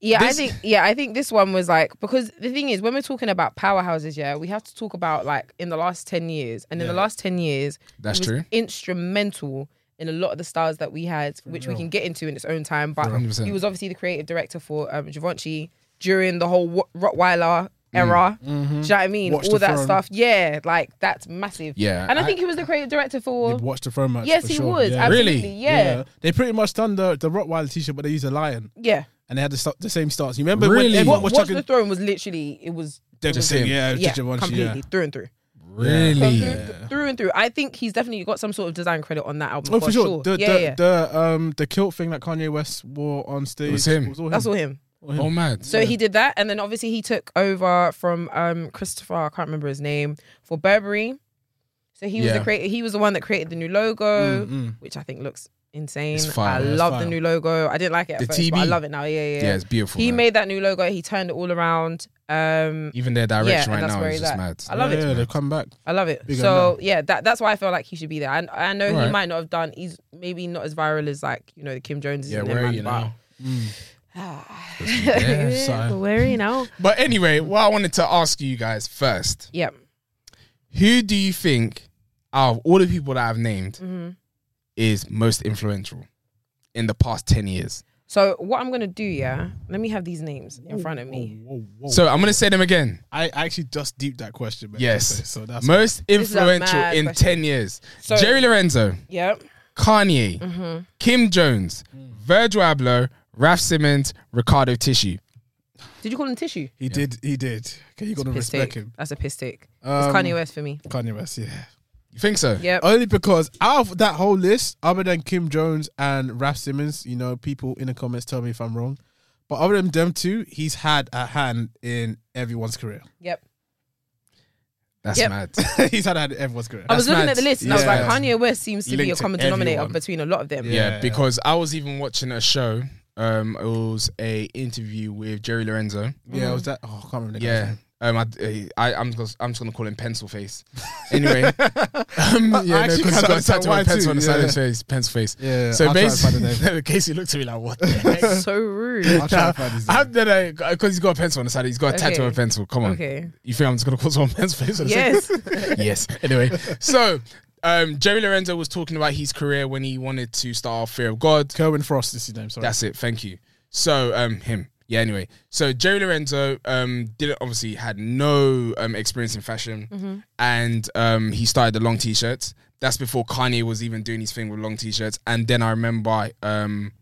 Speaker 1: Yeah,
Speaker 3: This-
Speaker 1: I think yeah, I think this one was like because the thing is when we're talking about powerhouses, yeah, we have to talk about like in the last ten years, and in the last ten years, he
Speaker 3: That's
Speaker 1: was
Speaker 3: true.
Speaker 1: Instrumental in a lot of the styles that we had, which we can get into in its own time. But
Speaker 3: 100%.
Speaker 1: he was obviously the creative director for um, Givenchy during the whole Wa- Rottweiler era. Do you know what I mean?
Speaker 2: Watch the
Speaker 1: All that
Speaker 2: throne.
Speaker 1: stuff. Yeah, like that's massive.
Speaker 3: Yeah,
Speaker 1: and I,
Speaker 3: I-
Speaker 1: think he was the creative director for.
Speaker 2: You've watched the throw match.
Speaker 1: Yes,
Speaker 2: for
Speaker 1: he
Speaker 2: sure.
Speaker 1: was.
Speaker 2: Yeah.
Speaker 1: Absolutely.
Speaker 3: Really?
Speaker 1: Yeah.
Speaker 2: They pretty much done the, the Rottweiler t shirt, but they used a lion.
Speaker 1: Yeah.
Speaker 2: And they had the, st- the same starts. You remember
Speaker 3: Really?
Speaker 2: when everyone
Speaker 1: Watch
Speaker 2: was
Speaker 1: the
Speaker 2: chucking.
Speaker 1: Throne was literally it was
Speaker 2: They were
Speaker 3: Just
Speaker 2: saying,
Speaker 3: him.
Speaker 2: Yeah,
Speaker 1: yeah
Speaker 2: Givenchy, Oh, yeah.
Speaker 1: completely through and through.
Speaker 3: really,
Speaker 1: through, through and through. I think he's definitely got some sort of design credit on that album.
Speaker 2: Oh, for sure. The,
Speaker 1: yeah,
Speaker 2: the,
Speaker 1: yeah.
Speaker 2: the um the kilt thing that Kanye West wore on stage
Speaker 3: was him.
Speaker 2: all him.
Speaker 1: That's all him.
Speaker 3: oh mad.
Speaker 1: So he did that, and then obviously he took over from um, Christopher. I can't remember his name for Burberry. So he was
Speaker 3: Yeah.
Speaker 1: the creator. He was the one that created the new
Speaker 2: Mm,
Speaker 1: logo, which I think looks insane.
Speaker 3: It's fire.
Speaker 1: I
Speaker 3: It's
Speaker 1: love
Speaker 2: Mm-hmm. fire.
Speaker 1: the new logo. I didn't like it at
Speaker 3: The
Speaker 1: first, but I
Speaker 3: TB.
Speaker 1: love it now. Yeah, yeah.
Speaker 3: yeah, it's beautiful.
Speaker 1: he
Speaker 3: man.
Speaker 1: made that new logo. He turned it all around. Um,
Speaker 3: even their
Speaker 1: yeah, and
Speaker 3: direction right
Speaker 1: that's
Speaker 3: now
Speaker 1: where
Speaker 3: is
Speaker 1: he's
Speaker 3: just
Speaker 1: at.
Speaker 3: mad.
Speaker 1: I love
Speaker 2: yeah,
Speaker 1: it.
Speaker 2: Yeah, they come back.
Speaker 1: I love it.
Speaker 2: Big
Speaker 1: so yeah, that that's why I feel like he should be there. I, I know he
Speaker 3: Alright.
Speaker 1: might not have done. He's maybe not as viral as like you know the Kim Joneses.
Speaker 3: Yeah,
Speaker 1: and them
Speaker 3: where are
Speaker 1: man,
Speaker 3: you
Speaker 1: but-
Speaker 3: now?
Speaker 1: (sighs) (laughs) Yeah,
Speaker 3: Yeah,
Speaker 1: but where are you now?
Speaker 3: But anyway, what I wanted to ask you guys first:
Speaker 1: Yeah.
Speaker 3: Who do you think out of all the people that I've named
Speaker 1: Mm-hmm.
Speaker 3: is most influential in the past ten years?
Speaker 1: So what I'm gonna do, yeah, let me have these names in front of me.
Speaker 2: Whoa, whoa.
Speaker 3: So I'm gonna say them again.
Speaker 2: I actually just deeped that question, man.
Speaker 3: Yes.
Speaker 2: So that's
Speaker 3: most
Speaker 1: is a
Speaker 3: influential
Speaker 1: mad
Speaker 3: in
Speaker 1: question.
Speaker 3: ten years:
Speaker 1: So- Mm-hmm.
Speaker 3: Jerry Lorenzo,
Speaker 1: Yep.
Speaker 3: Kanye, Kim Jones, Virgil Abloh, Raf Simmons, Ricardo Tissue.
Speaker 1: Did you call him tissue?
Speaker 2: he did. He did. Okay, you got to
Speaker 1: Piss
Speaker 2: respect
Speaker 1: take.
Speaker 2: him,
Speaker 1: That's a piss take.
Speaker 2: Um, oh,
Speaker 1: it's Kanye West for me.
Speaker 2: Kanye West. Yeah.
Speaker 3: You think so?
Speaker 1: Yep.
Speaker 2: Only because out of that whole list, other than Kim Jones and Raf Simmons, you know, people in the comments tell me if I'm wrong. But other than them two, he's had a hand in everyone's career. (laughs)
Speaker 1: Yep.
Speaker 3: That's
Speaker 1: Yep.
Speaker 3: mad.
Speaker 1: (laughs)
Speaker 2: he's had a hand in everyone's career.
Speaker 1: I was looking
Speaker 3: mad.
Speaker 1: at the list and I was like,
Speaker 2: Yeah.
Speaker 1: Kanye West seems to be a
Speaker 2: Linked to
Speaker 1: common denominator
Speaker 2: everyone.
Speaker 1: between a lot of them.
Speaker 2: Yeah.
Speaker 3: yeah, because I was even watching a show. Um, it was a interview with Jerry Lorenzo.
Speaker 2: yeah, was that? Oh, I can't remember. The guy's
Speaker 3: Yeah.
Speaker 2: name.
Speaker 3: Um, I, I, I'm just, I'm just gonna call him Pencil Face.
Speaker 2: (laughs)
Speaker 3: Anyway, um, yeah, no,
Speaker 2: actually
Speaker 3: 'cause
Speaker 2: can't
Speaker 3: he's got a
Speaker 2: understand
Speaker 3: tattoo
Speaker 2: why
Speaker 3: on pencil on the
Speaker 2: too,
Speaker 3: side of
Speaker 2: yeah.
Speaker 3: his face, pencil face.
Speaker 2: Yeah,
Speaker 3: So
Speaker 2: I'll try and find the (laughs)
Speaker 3: basically, Casey looked at me like, "What the heck?"
Speaker 1: So rude.
Speaker 2: I'll try and find
Speaker 3: (laughs)
Speaker 2: his name.
Speaker 3: How did I? Because he's got a pencil on the side. He's got a tattoo
Speaker 1: Okay.
Speaker 3: of a pencil. Come
Speaker 2: (laughs)
Speaker 3: on.
Speaker 1: Okay.
Speaker 3: You think I'm just gonna call someone (laughs) pencil face? on the side?
Speaker 1: yes.
Speaker 3: yes. Anyway, so um, Jerry Lorenzo was talking about his career when he wanted to start off Fear of God.
Speaker 2: Kerwin Frost is his name. Sorry.
Speaker 3: That's it. Thank you. So um him. Yeah, anyway. So Jerry Lorenzo um didn't obviously had no um experience in fashion and um he started the long t-shirts. That's before Kanye was even doing his thing with long t-shirts. And then I remember um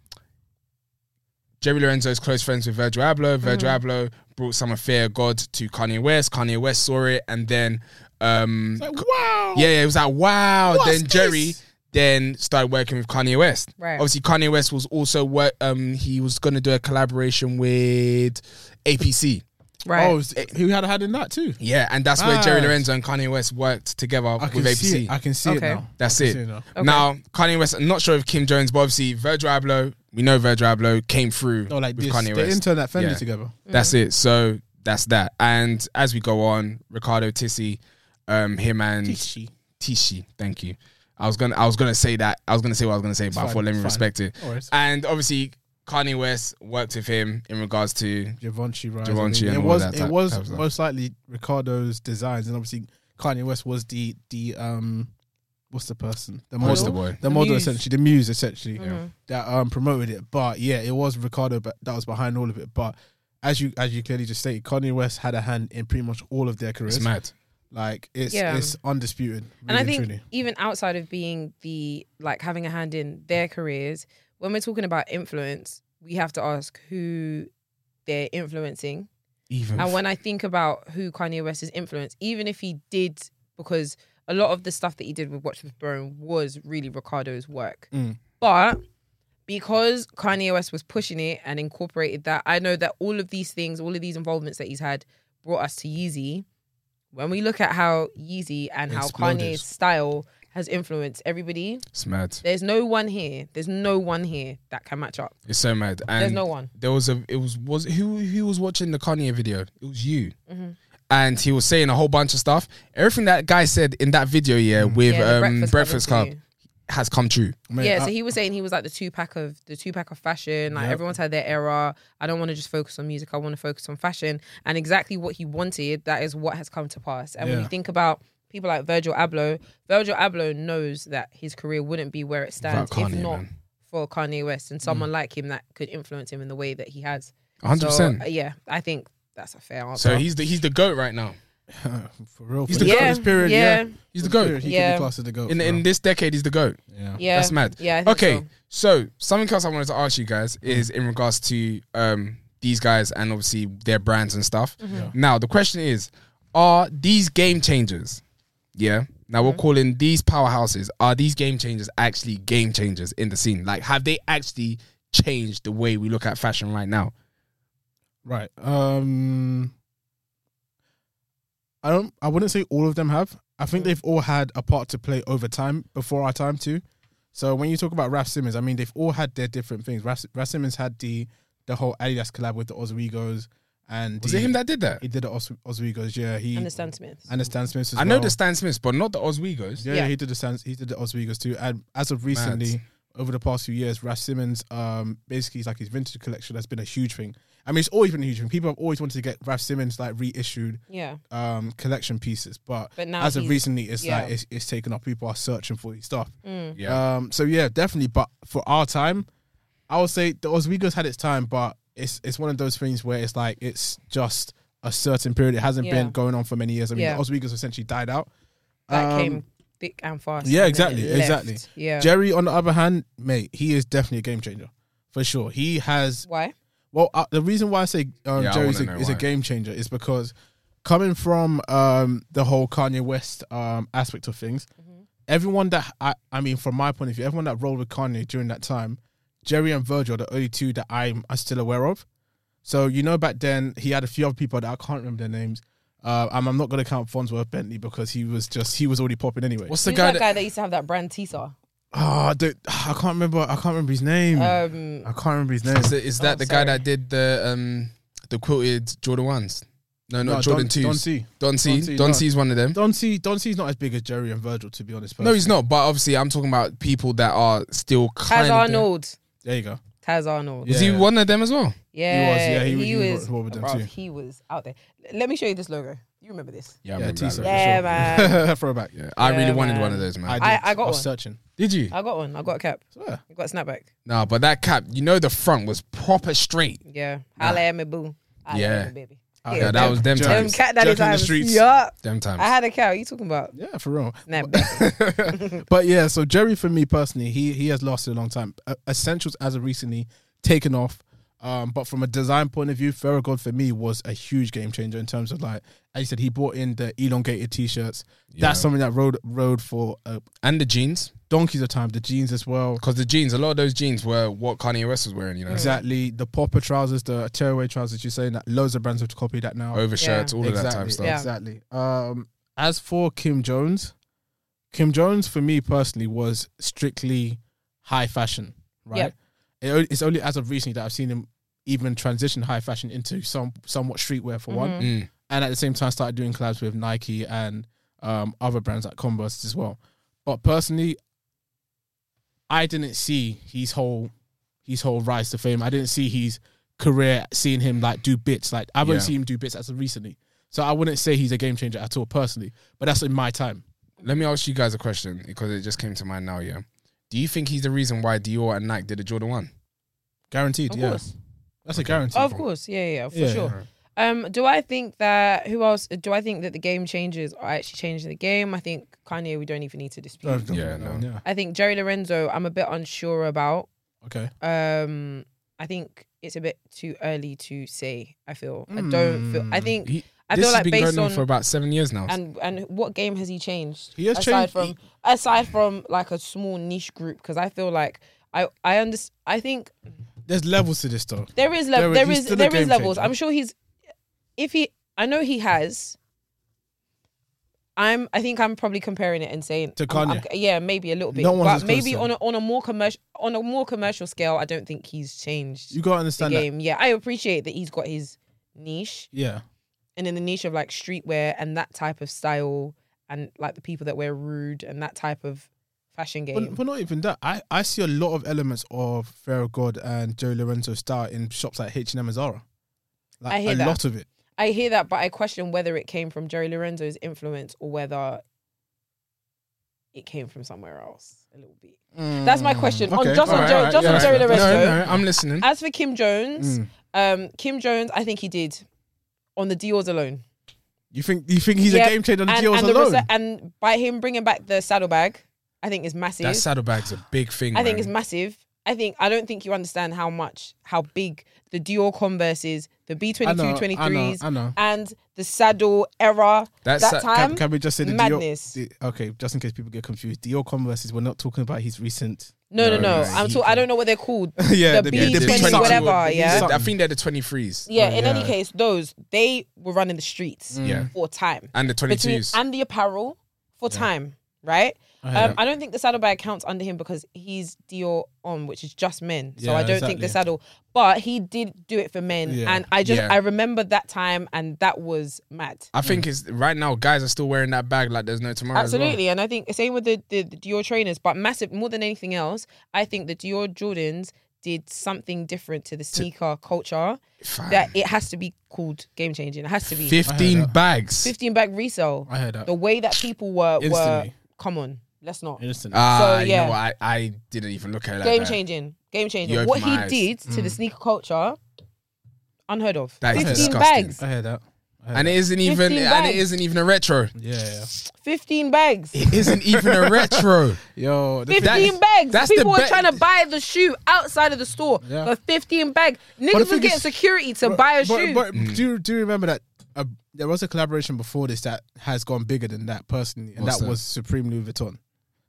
Speaker 3: Jerry Lorenzo's close friends with Virgil Abloh.
Speaker 2: Mm-hmm.
Speaker 3: Virgil Abloh brought Summer Fear of God to Kanye West. Kanye West saw it and then um
Speaker 2: like, wow.
Speaker 3: yeah, yeah, it was like wow.
Speaker 2: What's
Speaker 3: then Jerry
Speaker 2: this?
Speaker 3: then started working with Kanye West.
Speaker 1: Right.
Speaker 3: Obviously, Kanye West was also work. Um, he was gonna do a collaboration with APC.
Speaker 1: Right.
Speaker 2: Oh, s- who had a hand in that too?
Speaker 3: Yeah, and that's where Jerry
Speaker 2: Nice.
Speaker 3: Lorenzo and Kanye West worked together
Speaker 2: I
Speaker 3: Oh, with
Speaker 2: can
Speaker 3: ABC.
Speaker 2: see it. I can see
Speaker 1: Okay.
Speaker 2: it now.
Speaker 3: That's
Speaker 2: I
Speaker 3: it.
Speaker 2: can see now.
Speaker 1: Okay.
Speaker 3: Now, Kanye West, I'm not sure if Kim Jones, but obviously Virgil Abloh, we know Virgil Abloh came through
Speaker 2: No, Oh, like
Speaker 3: with
Speaker 2: this. Mm.
Speaker 3: Kanye
Speaker 2: They
Speaker 3: West.
Speaker 2: intern that family
Speaker 3: Yeah.
Speaker 2: together.
Speaker 3: that's it. So that's that. And as we go on, Ricardo Tissi, um, him and
Speaker 2: Tisci.
Speaker 3: Tisci, thank you. I was gonna I was gonna say that. I was gonna say what I was gonna say, but I
Speaker 2: fine,
Speaker 3: thought let me
Speaker 2: fine.
Speaker 3: respect it.
Speaker 2: No worries.
Speaker 3: And obviously Kanye West worked with him in regards to
Speaker 2: Givenchy, right?
Speaker 3: Givenchy and
Speaker 2: it
Speaker 3: all
Speaker 2: was
Speaker 3: that
Speaker 2: it
Speaker 3: type-
Speaker 2: was
Speaker 3: type stuff.
Speaker 2: most likely Ricardo's designs, and obviously Kanye West was the the um what's the person the
Speaker 3: what's
Speaker 2: model
Speaker 3: the boy?
Speaker 2: the, model
Speaker 1: muse. Mm-hmm.
Speaker 2: essentially the muse essentially that um promoted it. But yeah, it was Ricardo but that was behind all of it. But as you as you clearly just stated, Kanye West had a hand in pretty much all of their
Speaker 3: It's
Speaker 2: careers.
Speaker 3: mad.
Speaker 2: Like it's
Speaker 1: Yeah.
Speaker 2: it's undisputed.
Speaker 1: and
Speaker 2: really
Speaker 1: I think
Speaker 2: truly.
Speaker 1: even outside of being the like having a hand in their careers, when we're talking about influence, we have to ask who they're influencing.
Speaker 3: Even
Speaker 1: And when I think about who Kanye West's influence, even if he did, because a lot of the stuff that he did with Watch with Throne was really Ricardo's work.
Speaker 2: Mm.
Speaker 1: But because Kanye West was pushing it and incorporated that, I know that all of these things, all of these involvements that he's had brought us to Yeezy. When we look at how Yeezy and how
Speaker 2: Exploded.
Speaker 1: Kanye's style has influenced everybody,
Speaker 3: it's mad.
Speaker 1: there's no one here. There's no one here that can match up.
Speaker 3: It's so mad. And
Speaker 1: There's no one.
Speaker 3: There was a. It was was who who was watching the Kanye video. It was you.
Speaker 1: Mhm.
Speaker 3: And he was saying a whole bunch of stuff. Everything that guy said in that video, yeah, with
Speaker 1: Yeah, the
Speaker 3: um,
Speaker 1: Breakfast
Speaker 3: Breakfast,
Speaker 1: Club
Speaker 3: Club,
Speaker 1: interview.
Speaker 3: has come true.
Speaker 2: Man,
Speaker 1: yeah,
Speaker 2: (laughs) I-
Speaker 1: so he was saying he was like the two pack of the two pack of fashion. Like
Speaker 2: Yep.
Speaker 1: everyone's had their era. I don't want to just focus on music. I want to focus on fashion. And exactly what he wanted, that is what has come to pass. And when you
Speaker 2: Yeah.
Speaker 1: think about people like Virgil Abloh, Virgil Abloh knows that his career wouldn't be where it stands
Speaker 3: Without
Speaker 1: if
Speaker 3: Kanye,
Speaker 1: not
Speaker 3: man. Mm.
Speaker 1: for Kanye West and someone like him that could influence him in the way that he has.
Speaker 3: A hundred
Speaker 1: So,
Speaker 3: percent.
Speaker 1: uh, yeah, I think that's a fair answer.
Speaker 3: So he's the he's the goat right now.
Speaker 2: for real.
Speaker 3: He's
Speaker 2: for
Speaker 3: the
Speaker 2: real.
Speaker 3: goat.
Speaker 1: yeah,
Speaker 2: This period,
Speaker 1: yeah,
Speaker 2: yeah.
Speaker 3: He's the
Speaker 2: For
Speaker 3: goat.
Speaker 2: period, He
Speaker 1: Yeah.
Speaker 2: could be classed as the goat.
Speaker 3: In
Speaker 2: for real.
Speaker 3: in this decade, he's the goat.
Speaker 2: yeah.
Speaker 1: yeah.
Speaker 3: That's mad.
Speaker 1: Yeah. I think
Speaker 3: Okay,
Speaker 1: so.
Speaker 3: so. something else I wanted to ask you guys
Speaker 2: Mm-hmm.
Speaker 3: is in regards to um these guys and obviously their brands and stuff.
Speaker 1: Mm-hmm.
Speaker 2: Yeah.
Speaker 3: Now the question is, are these game changers? Yeah. Now
Speaker 1: Mm-hmm.
Speaker 3: we're calling these powerhouses. Are these game changers actually game changers in the scene? Like, have they actually changed the way we look at fashion right now?
Speaker 2: Right. Um I don't I wouldn't say all of them have. I
Speaker 1: Mm.
Speaker 2: think they've all had a part to play over time before our time too. So when you talk about Raf Simmons, I mean they've all had their different things. Raf, Raf Simmons had the the whole Adidas collab with the Oswegos and
Speaker 3: Was
Speaker 2: the,
Speaker 3: it him that did that?
Speaker 2: he did the Os, Oswegos, yeah. He
Speaker 1: And the Stan Smiths.
Speaker 2: and the Stan Smiths as
Speaker 3: I know
Speaker 2: well.
Speaker 3: the Stan Smiths, but not the Oswegos.
Speaker 2: Yeah,
Speaker 1: Yeah.
Speaker 2: yeah, he did the Sans, he did the Oswegos too. And as of recently, over the past few years, Raf Simmons, um, basically it's like his vintage collection has been a huge thing. I mean, it's always been a huge thing. People have always wanted to get Raf Simmons like reissued
Speaker 1: Yeah,
Speaker 2: um collection pieces, but,
Speaker 1: but now
Speaker 2: as of
Speaker 1: he's-
Speaker 2: recently, it's
Speaker 1: yeah.
Speaker 2: like it's, it's taken off. People are searching for his stuff.
Speaker 1: Mm.
Speaker 3: Yeah.
Speaker 2: Um, so yeah, definitely. But for our time, I would say the Oswegos had its time, but it's it's one of those things where it's like it's just a certain period. It hasn't
Speaker 1: Yeah.
Speaker 2: been going on for many years. I mean,
Speaker 1: Yeah.
Speaker 2: the Oswegos essentially died out.
Speaker 1: that
Speaker 2: Um,
Speaker 1: came thick and fast.
Speaker 2: yeah,
Speaker 1: and then
Speaker 2: exactly,
Speaker 1: it left.
Speaker 2: exactly.
Speaker 1: Yeah.
Speaker 2: Jerry, on the other hand, mate, he is definitely a game changer for sure. He has
Speaker 1: Why?
Speaker 2: well, uh, the reason why I say um,
Speaker 3: Yeah, I
Speaker 2: Jerry's
Speaker 3: wanna
Speaker 2: a,
Speaker 3: know
Speaker 2: is a
Speaker 3: why.
Speaker 2: game changer is because coming from um, the whole Kanye West um, aspect of things, everyone that I, I mean, from my point of view, everyone that rolled with Kanye during that time, Jerry and Virgil are the only two that I'm are still aware of. So you know, back then he had a few other people that I can't remember their names. Uh, I'm, I'm not going to count Fonsworth Bentley because he was just he was already popping anyway.
Speaker 3: What's the
Speaker 1: Who's
Speaker 3: guy
Speaker 1: that
Speaker 3: that?
Speaker 1: guy that used to have that brand Tisa?
Speaker 2: Ah, dude, I can't remember. I can't remember his name.
Speaker 1: Um,
Speaker 2: I can't remember his name.
Speaker 3: Is, it, is
Speaker 1: Oh,
Speaker 3: that the
Speaker 1: sorry.
Speaker 3: guy that did the um the quilted Jordan ones? No, not
Speaker 2: No,
Speaker 3: Jordan
Speaker 2: Don-
Speaker 3: twos.
Speaker 2: Don C.
Speaker 3: Don C.
Speaker 2: Don C,
Speaker 3: Don
Speaker 2: no.
Speaker 3: C's one of them.
Speaker 2: Don C. Don C's not as big as Jerry and Virgil, to be honest.
Speaker 3: No,
Speaker 2: personally.
Speaker 3: he's not. But obviously, I'm talking about people that are still kind
Speaker 1: Taz
Speaker 3: of. there.
Speaker 1: Arnold.
Speaker 2: There you go.
Speaker 1: Taz Arnold. Yeah.
Speaker 3: Was he
Speaker 2: Yeah.
Speaker 3: one of them as well?
Speaker 2: yeah, he was- he
Speaker 1: was.
Speaker 2: was with them
Speaker 1: bruv,
Speaker 2: too.
Speaker 1: he was out there. L- Let me show you this logo. You remember this?
Speaker 3: Yeah,
Speaker 2: Yeah, T-shirt.
Speaker 3: that.
Speaker 1: Yeah, man.
Speaker 2: (laughs) Throwback.
Speaker 3: Yeah, I
Speaker 1: Yeah,
Speaker 3: really wanted
Speaker 1: man.
Speaker 3: one of those, man.
Speaker 2: did.
Speaker 1: I- I got
Speaker 2: was
Speaker 1: one.
Speaker 2: searching.
Speaker 3: did you?
Speaker 1: I got one. I got a cap.
Speaker 2: Swear.
Speaker 1: I got a snapback.
Speaker 3: no, but that cap, you know, the front was proper straight.
Speaker 1: Yeah. Holla at me, boo. Holla
Speaker 3: Yeah.
Speaker 1: at me, baby.
Speaker 2: Ah,
Speaker 3: Yeah, that was them
Speaker 2: Jerk.
Speaker 1: Them
Speaker 3: times.
Speaker 1: cat daddy
Speaker 2: Jerk in the
Speaker 1: times.
Speaker 2: streets.
Speaker 1: Yup.
Speaker 3: Them
Speaker 1: I
Speaker 3: times.
Speaker 1: had a cow. You talking about?
Speaker 2: Yeah, for real.
Speaker 1: Snapback.
Speaker 2: But yeah, so Jerry for me personally, he he has lasted a long time. Uh, Essentials as of recently taken off. Um, but from a design point of view, Ferragod for me was a huge game changer in terms of like, as you said, he brought in the elongated t-shirts. That's something that rode rode for uh,
Speaker 3: and the jeans
Speaker 2: donkeys of time. The jeans as well.
Speaker 3: because the jeans, a lot of those jeans were what Kanye West was wearing. You know,
Speaker 2: Exactly. The popper trousers, the tearaway trousers. You're saying that loads of brands have copied that now.
Speaker 3: overshirts, Oh, all of
Speaker 2: exactly,
Speaker 3: that type of stuff.
Speaker 1: Yeah.
Speaker 2: Exactly. Um, as for Kim Jones, Kim Jones for me personally was strictly high fashion, right?
Speaker 1: Yep.
Speaker 2: It o- it's only as of recently that I've seen him even transition high fashion into some somewhat streetwear for one,
Speaker 3: Mm.
Speaker 2: and at the same time started doing collabs with Nike and um, other brands like Converse as well. But personally, I didn't see his whole his whole rise to fame. I didn't see his career seeing him like do bits. Like I haven't
Speaker 3: Yeah.
Speaker 2: seen him do bits as of recently. So I wouldn't say he's a game changer at all personally. But that's in my time.
Speaker 3: Let me ask you guys a question because it just came to mind now. Yeah, do you think he's the reason why Dior and Nike did a Jordan One?
Speaker 2: Guaranteed,
Speaker 1: Of
Speaker 2: yeah.
Speaker 1: course.
Speaker 2: That's a guarantee.
Speaker 1: Of course, yeah, yeah, yeah, for
Speaker 2: Yeah.
Speaker 3: Uh-huh.
Speaker 1: sure. Um, do I think that who else? Do I think that the game changes are actually changing the game? I think Kanye, we don't even need to dispute.
Speaker 3: Yeah, no.
Speaker 2: Yeah.
Speaker 1: I think Jerry Lorenzo, I'm a bit unsure about.
Speaker 2: Okay.
Speaker 1: Um, I think it's a bit too early to say. I feel I don't feel. I think
Speaker 3: Hmm. He-
Speaker 1: I
Speaker 3: this
Speaker 1: feel
Speaker 3: has
Speaker 1: like
Speaker 3: been
Speaker 1: based
Speaker 3: going
Speaker 1: on
Speaker 3: on for about seven years now.
Speaker 1: and and what game has he changed?
Speaker 2: He has
Speaker 1: aside
Speaker 2: changed-
Speaker 1: from
Speaker 2: he-
Speaker 1: aside from like a small niche group because I feel like I I under, I think
Speaker 2: There's levels to this though.
Speaker 1: there is level. There
Speaker 2: There- he's
Speaker 1: is
Speaker 2: still a
Speaker 1: there is
Speaker 2: game
Speaker 1: levels.
Speaker 2: changer.
Speaker 1: I'm sure he's. If he, I know he has. I'm. I think I'm probably comparing it and saying
Speaker 2: To
Speaker 1: I'm- I'm-
Speaker 2: Kanye.
Speaker 1: yeah, maybe a little bit.
Speaker 2: No one's as
Speaker 1: but
Speaker 2: close
Speaker 1: maybe
Speaker 2: to
Speaker 1: on
Speaker 2: him.
Speaker 1: a, on a more commercial on a more commercial scale, I don't think he's changed
Speaker 2: You gotta
Speaker 1: the
Speaker 2: understand that.
Speaker 1: game. Yeah, I appreciate that he's got his niche
Speaker 2: Yeah.
Speaker 1: and in the niche of like streetwear and that type of style and like the people that wear rude and that type of fashion game.
Speaker 2: But, but not even that. I, I see a lot of elements of Pharaoh God and Joe Lorenzo style in shops like H and M and Zara. Like
Speaker 1: I hear
Speaker 2: a
Speaker 1: that.
Speaker 2: lot of it.
Speaker 1: I hear that, but I question whether it came from Jerry Lorenzo's influence or whether it came from somewhere else a little bit. That's my question. On-
Speaker 2: Okay.
Speaker 1: just on,
Speaker 2: Alright,
Speaker 1: Joe,
Speaker 2: alright,
Speaker 1: just on
Speaker 2: yeah,
Speaker 1: Jerry
Speaker 2: alright.
Speaker 1: Lorenzo.
Speaker 3: No, no, I'm listening.
Speaker 1: As for Kim Jones,
Speaker 2: Mm.
Speaker 1: um, Kim Jones, I think he did on the Dior's alone.
Speaker 2: You think you think he's
Speaker 1: Yeah,
Speaker 2: a game changer on the
Speaker 1: and,
Speaker 2: deals
Speaker 1: and the
Speaker 2: alone?
Speaker 1: rese- and by him bringing back the saddlebag, I think is massive.
Speaker 3: That saddlebag's a big thing.
Speaker 1: I think
Speaker 3: man.
Speaker 1: it's massive. I think I don't think you understand how much how big the Dior Converse is, the B
Speaker 2: I
Speaker 1: 22
Speaker 2: know, I know,
Speaker 1: 23s,
Speaker 2: I know.
Speaker 1: and the saddle era.
Speaker 3: That's
Speaker 1: that
Speaker 3: sa-
Speaker 1: time,
Speaker 2: Can we just say the
Speaker 1: madness.
Speaker 2: Dior? The, okay, just in case people get confused, Dior Converses. We're not talking about his recent. (laughs)
Speaker 1: no, no,
Speaker 3: No,
Speaker 1: no.
Speaker 3: no,
Speaker 1: I'm
Speaker 2: you
Speaker 1: so I
Speaker 2: can-
Speaker 1: don't know what they're called.
Speaker 2: yeah,
Speaker 1: the
Speaker 2: the-
Speaker 1: B
Speaker 2: yeah,
Speaker 3: They're
Speaker 2: the
Speaker 1: 20
Speaker 3: big
Speaker 1: whatever.
Speaker 3: 20
Speaker 1: yeah.
Speaker 3: I think they're the 23s.
Speaker 1: Yeah. In any
Speaker 2: yeah.
Speaker 1: case, those they were running the streets
Speaker 3: Yeah.
Speaker 1: for time
Speaker 3: And the
Speaker 1: between
Speaker 3: 22s.
Speaker 1: and the apparel for time, right?
Speaker 2: Oh,
Speaker 1: Um, I don't think the saddlebag counts under him because he's Dior on, which is just men. So
Speaker 2: Yeah,
Speaker 1: I don't think the
Speaker 2: exactly.
Speaker 1: saddle, but he did do it for men,
Speaker 2: Yeah.
Speaker 1: and I just
Speaker 3: Yeah.
Speaker 1: I remember that time, and that was mad.
Speaker 3: I think it's right now. Guys are still wearing that bag like there's no tomorrow. as well.
Speaker 1: Absolutely, and I think same with the, the, the Dior trainers, but massive more than anything else. I think the Dior Jordans did something different to the sneaker culture
Speaker 3: Fam.
Speaker 1: that it has to be called game changing. It has to be
Speaker 3: Fifteen bags.
Speaker 1: fifteen bag resale.
Speaker 2: I heard that.
Speaker 1: The way that people were were
Speaker 2: Instantly.
Speaker 1: come on, let's not
Speaker 2: Instantly.
Speaker 3: Ah,
Speaker 1: So,
Speaker 3: you
Speaker 1: yeah.
Speaker 3: know what? I, I didn't even look at it like
Speaker 1: game
Speaker 3: that.
Speaker 1: changing, game
Speaker 3: You
Speaker 1: changing. What
Speaker 3: opened
Speaker 1: he
Speaker 3: my eyes. Mm.
Speaker 1: did to the sneaker culture, unheard of.
Speaker 3: That is
Speaker 1: fifteen
Speaker 3: disgusting.
Speaker 1: bags,
Speaker 2: I heard that.
Speaker 3: And it isn't even.
Speaker 1: 15
Speaker 3: And it
Speaker 1: bags.
Speaker 3: isn't even a retro.
Speaker 2: Yeah, yeah.
Speaker 1: fifteen bags.
Speaker 3: (laughs) It isn't even (laughs) a retro.
Speaker 2: Yo, the thing-
Speaker 1: 15
Speaker 3: That's-
Speaker 1: bags.
Speaker 3: that's the
Speaker 1: People were
Speaker 3: be-
Speaker 1: trying to buy the shoe outside of the store
Speaker 2: Yeah.
Speaker 1: for 15 bags. Niggas was
Speaker 2: thing
Speaker 1: getting
Speaker 2: is-
Speaker 1: security to buy a
Speaker 2: but,
Speaker 1: shoe.
Speaker 2: But do you, do you remember that uh, there was a collaboration before this that has gone bigger than that personally, and
Speaker 3: What's
Speaker 2: that,
Speaker 3: that?
Speaker 2: was Supreme Louis Vuitton.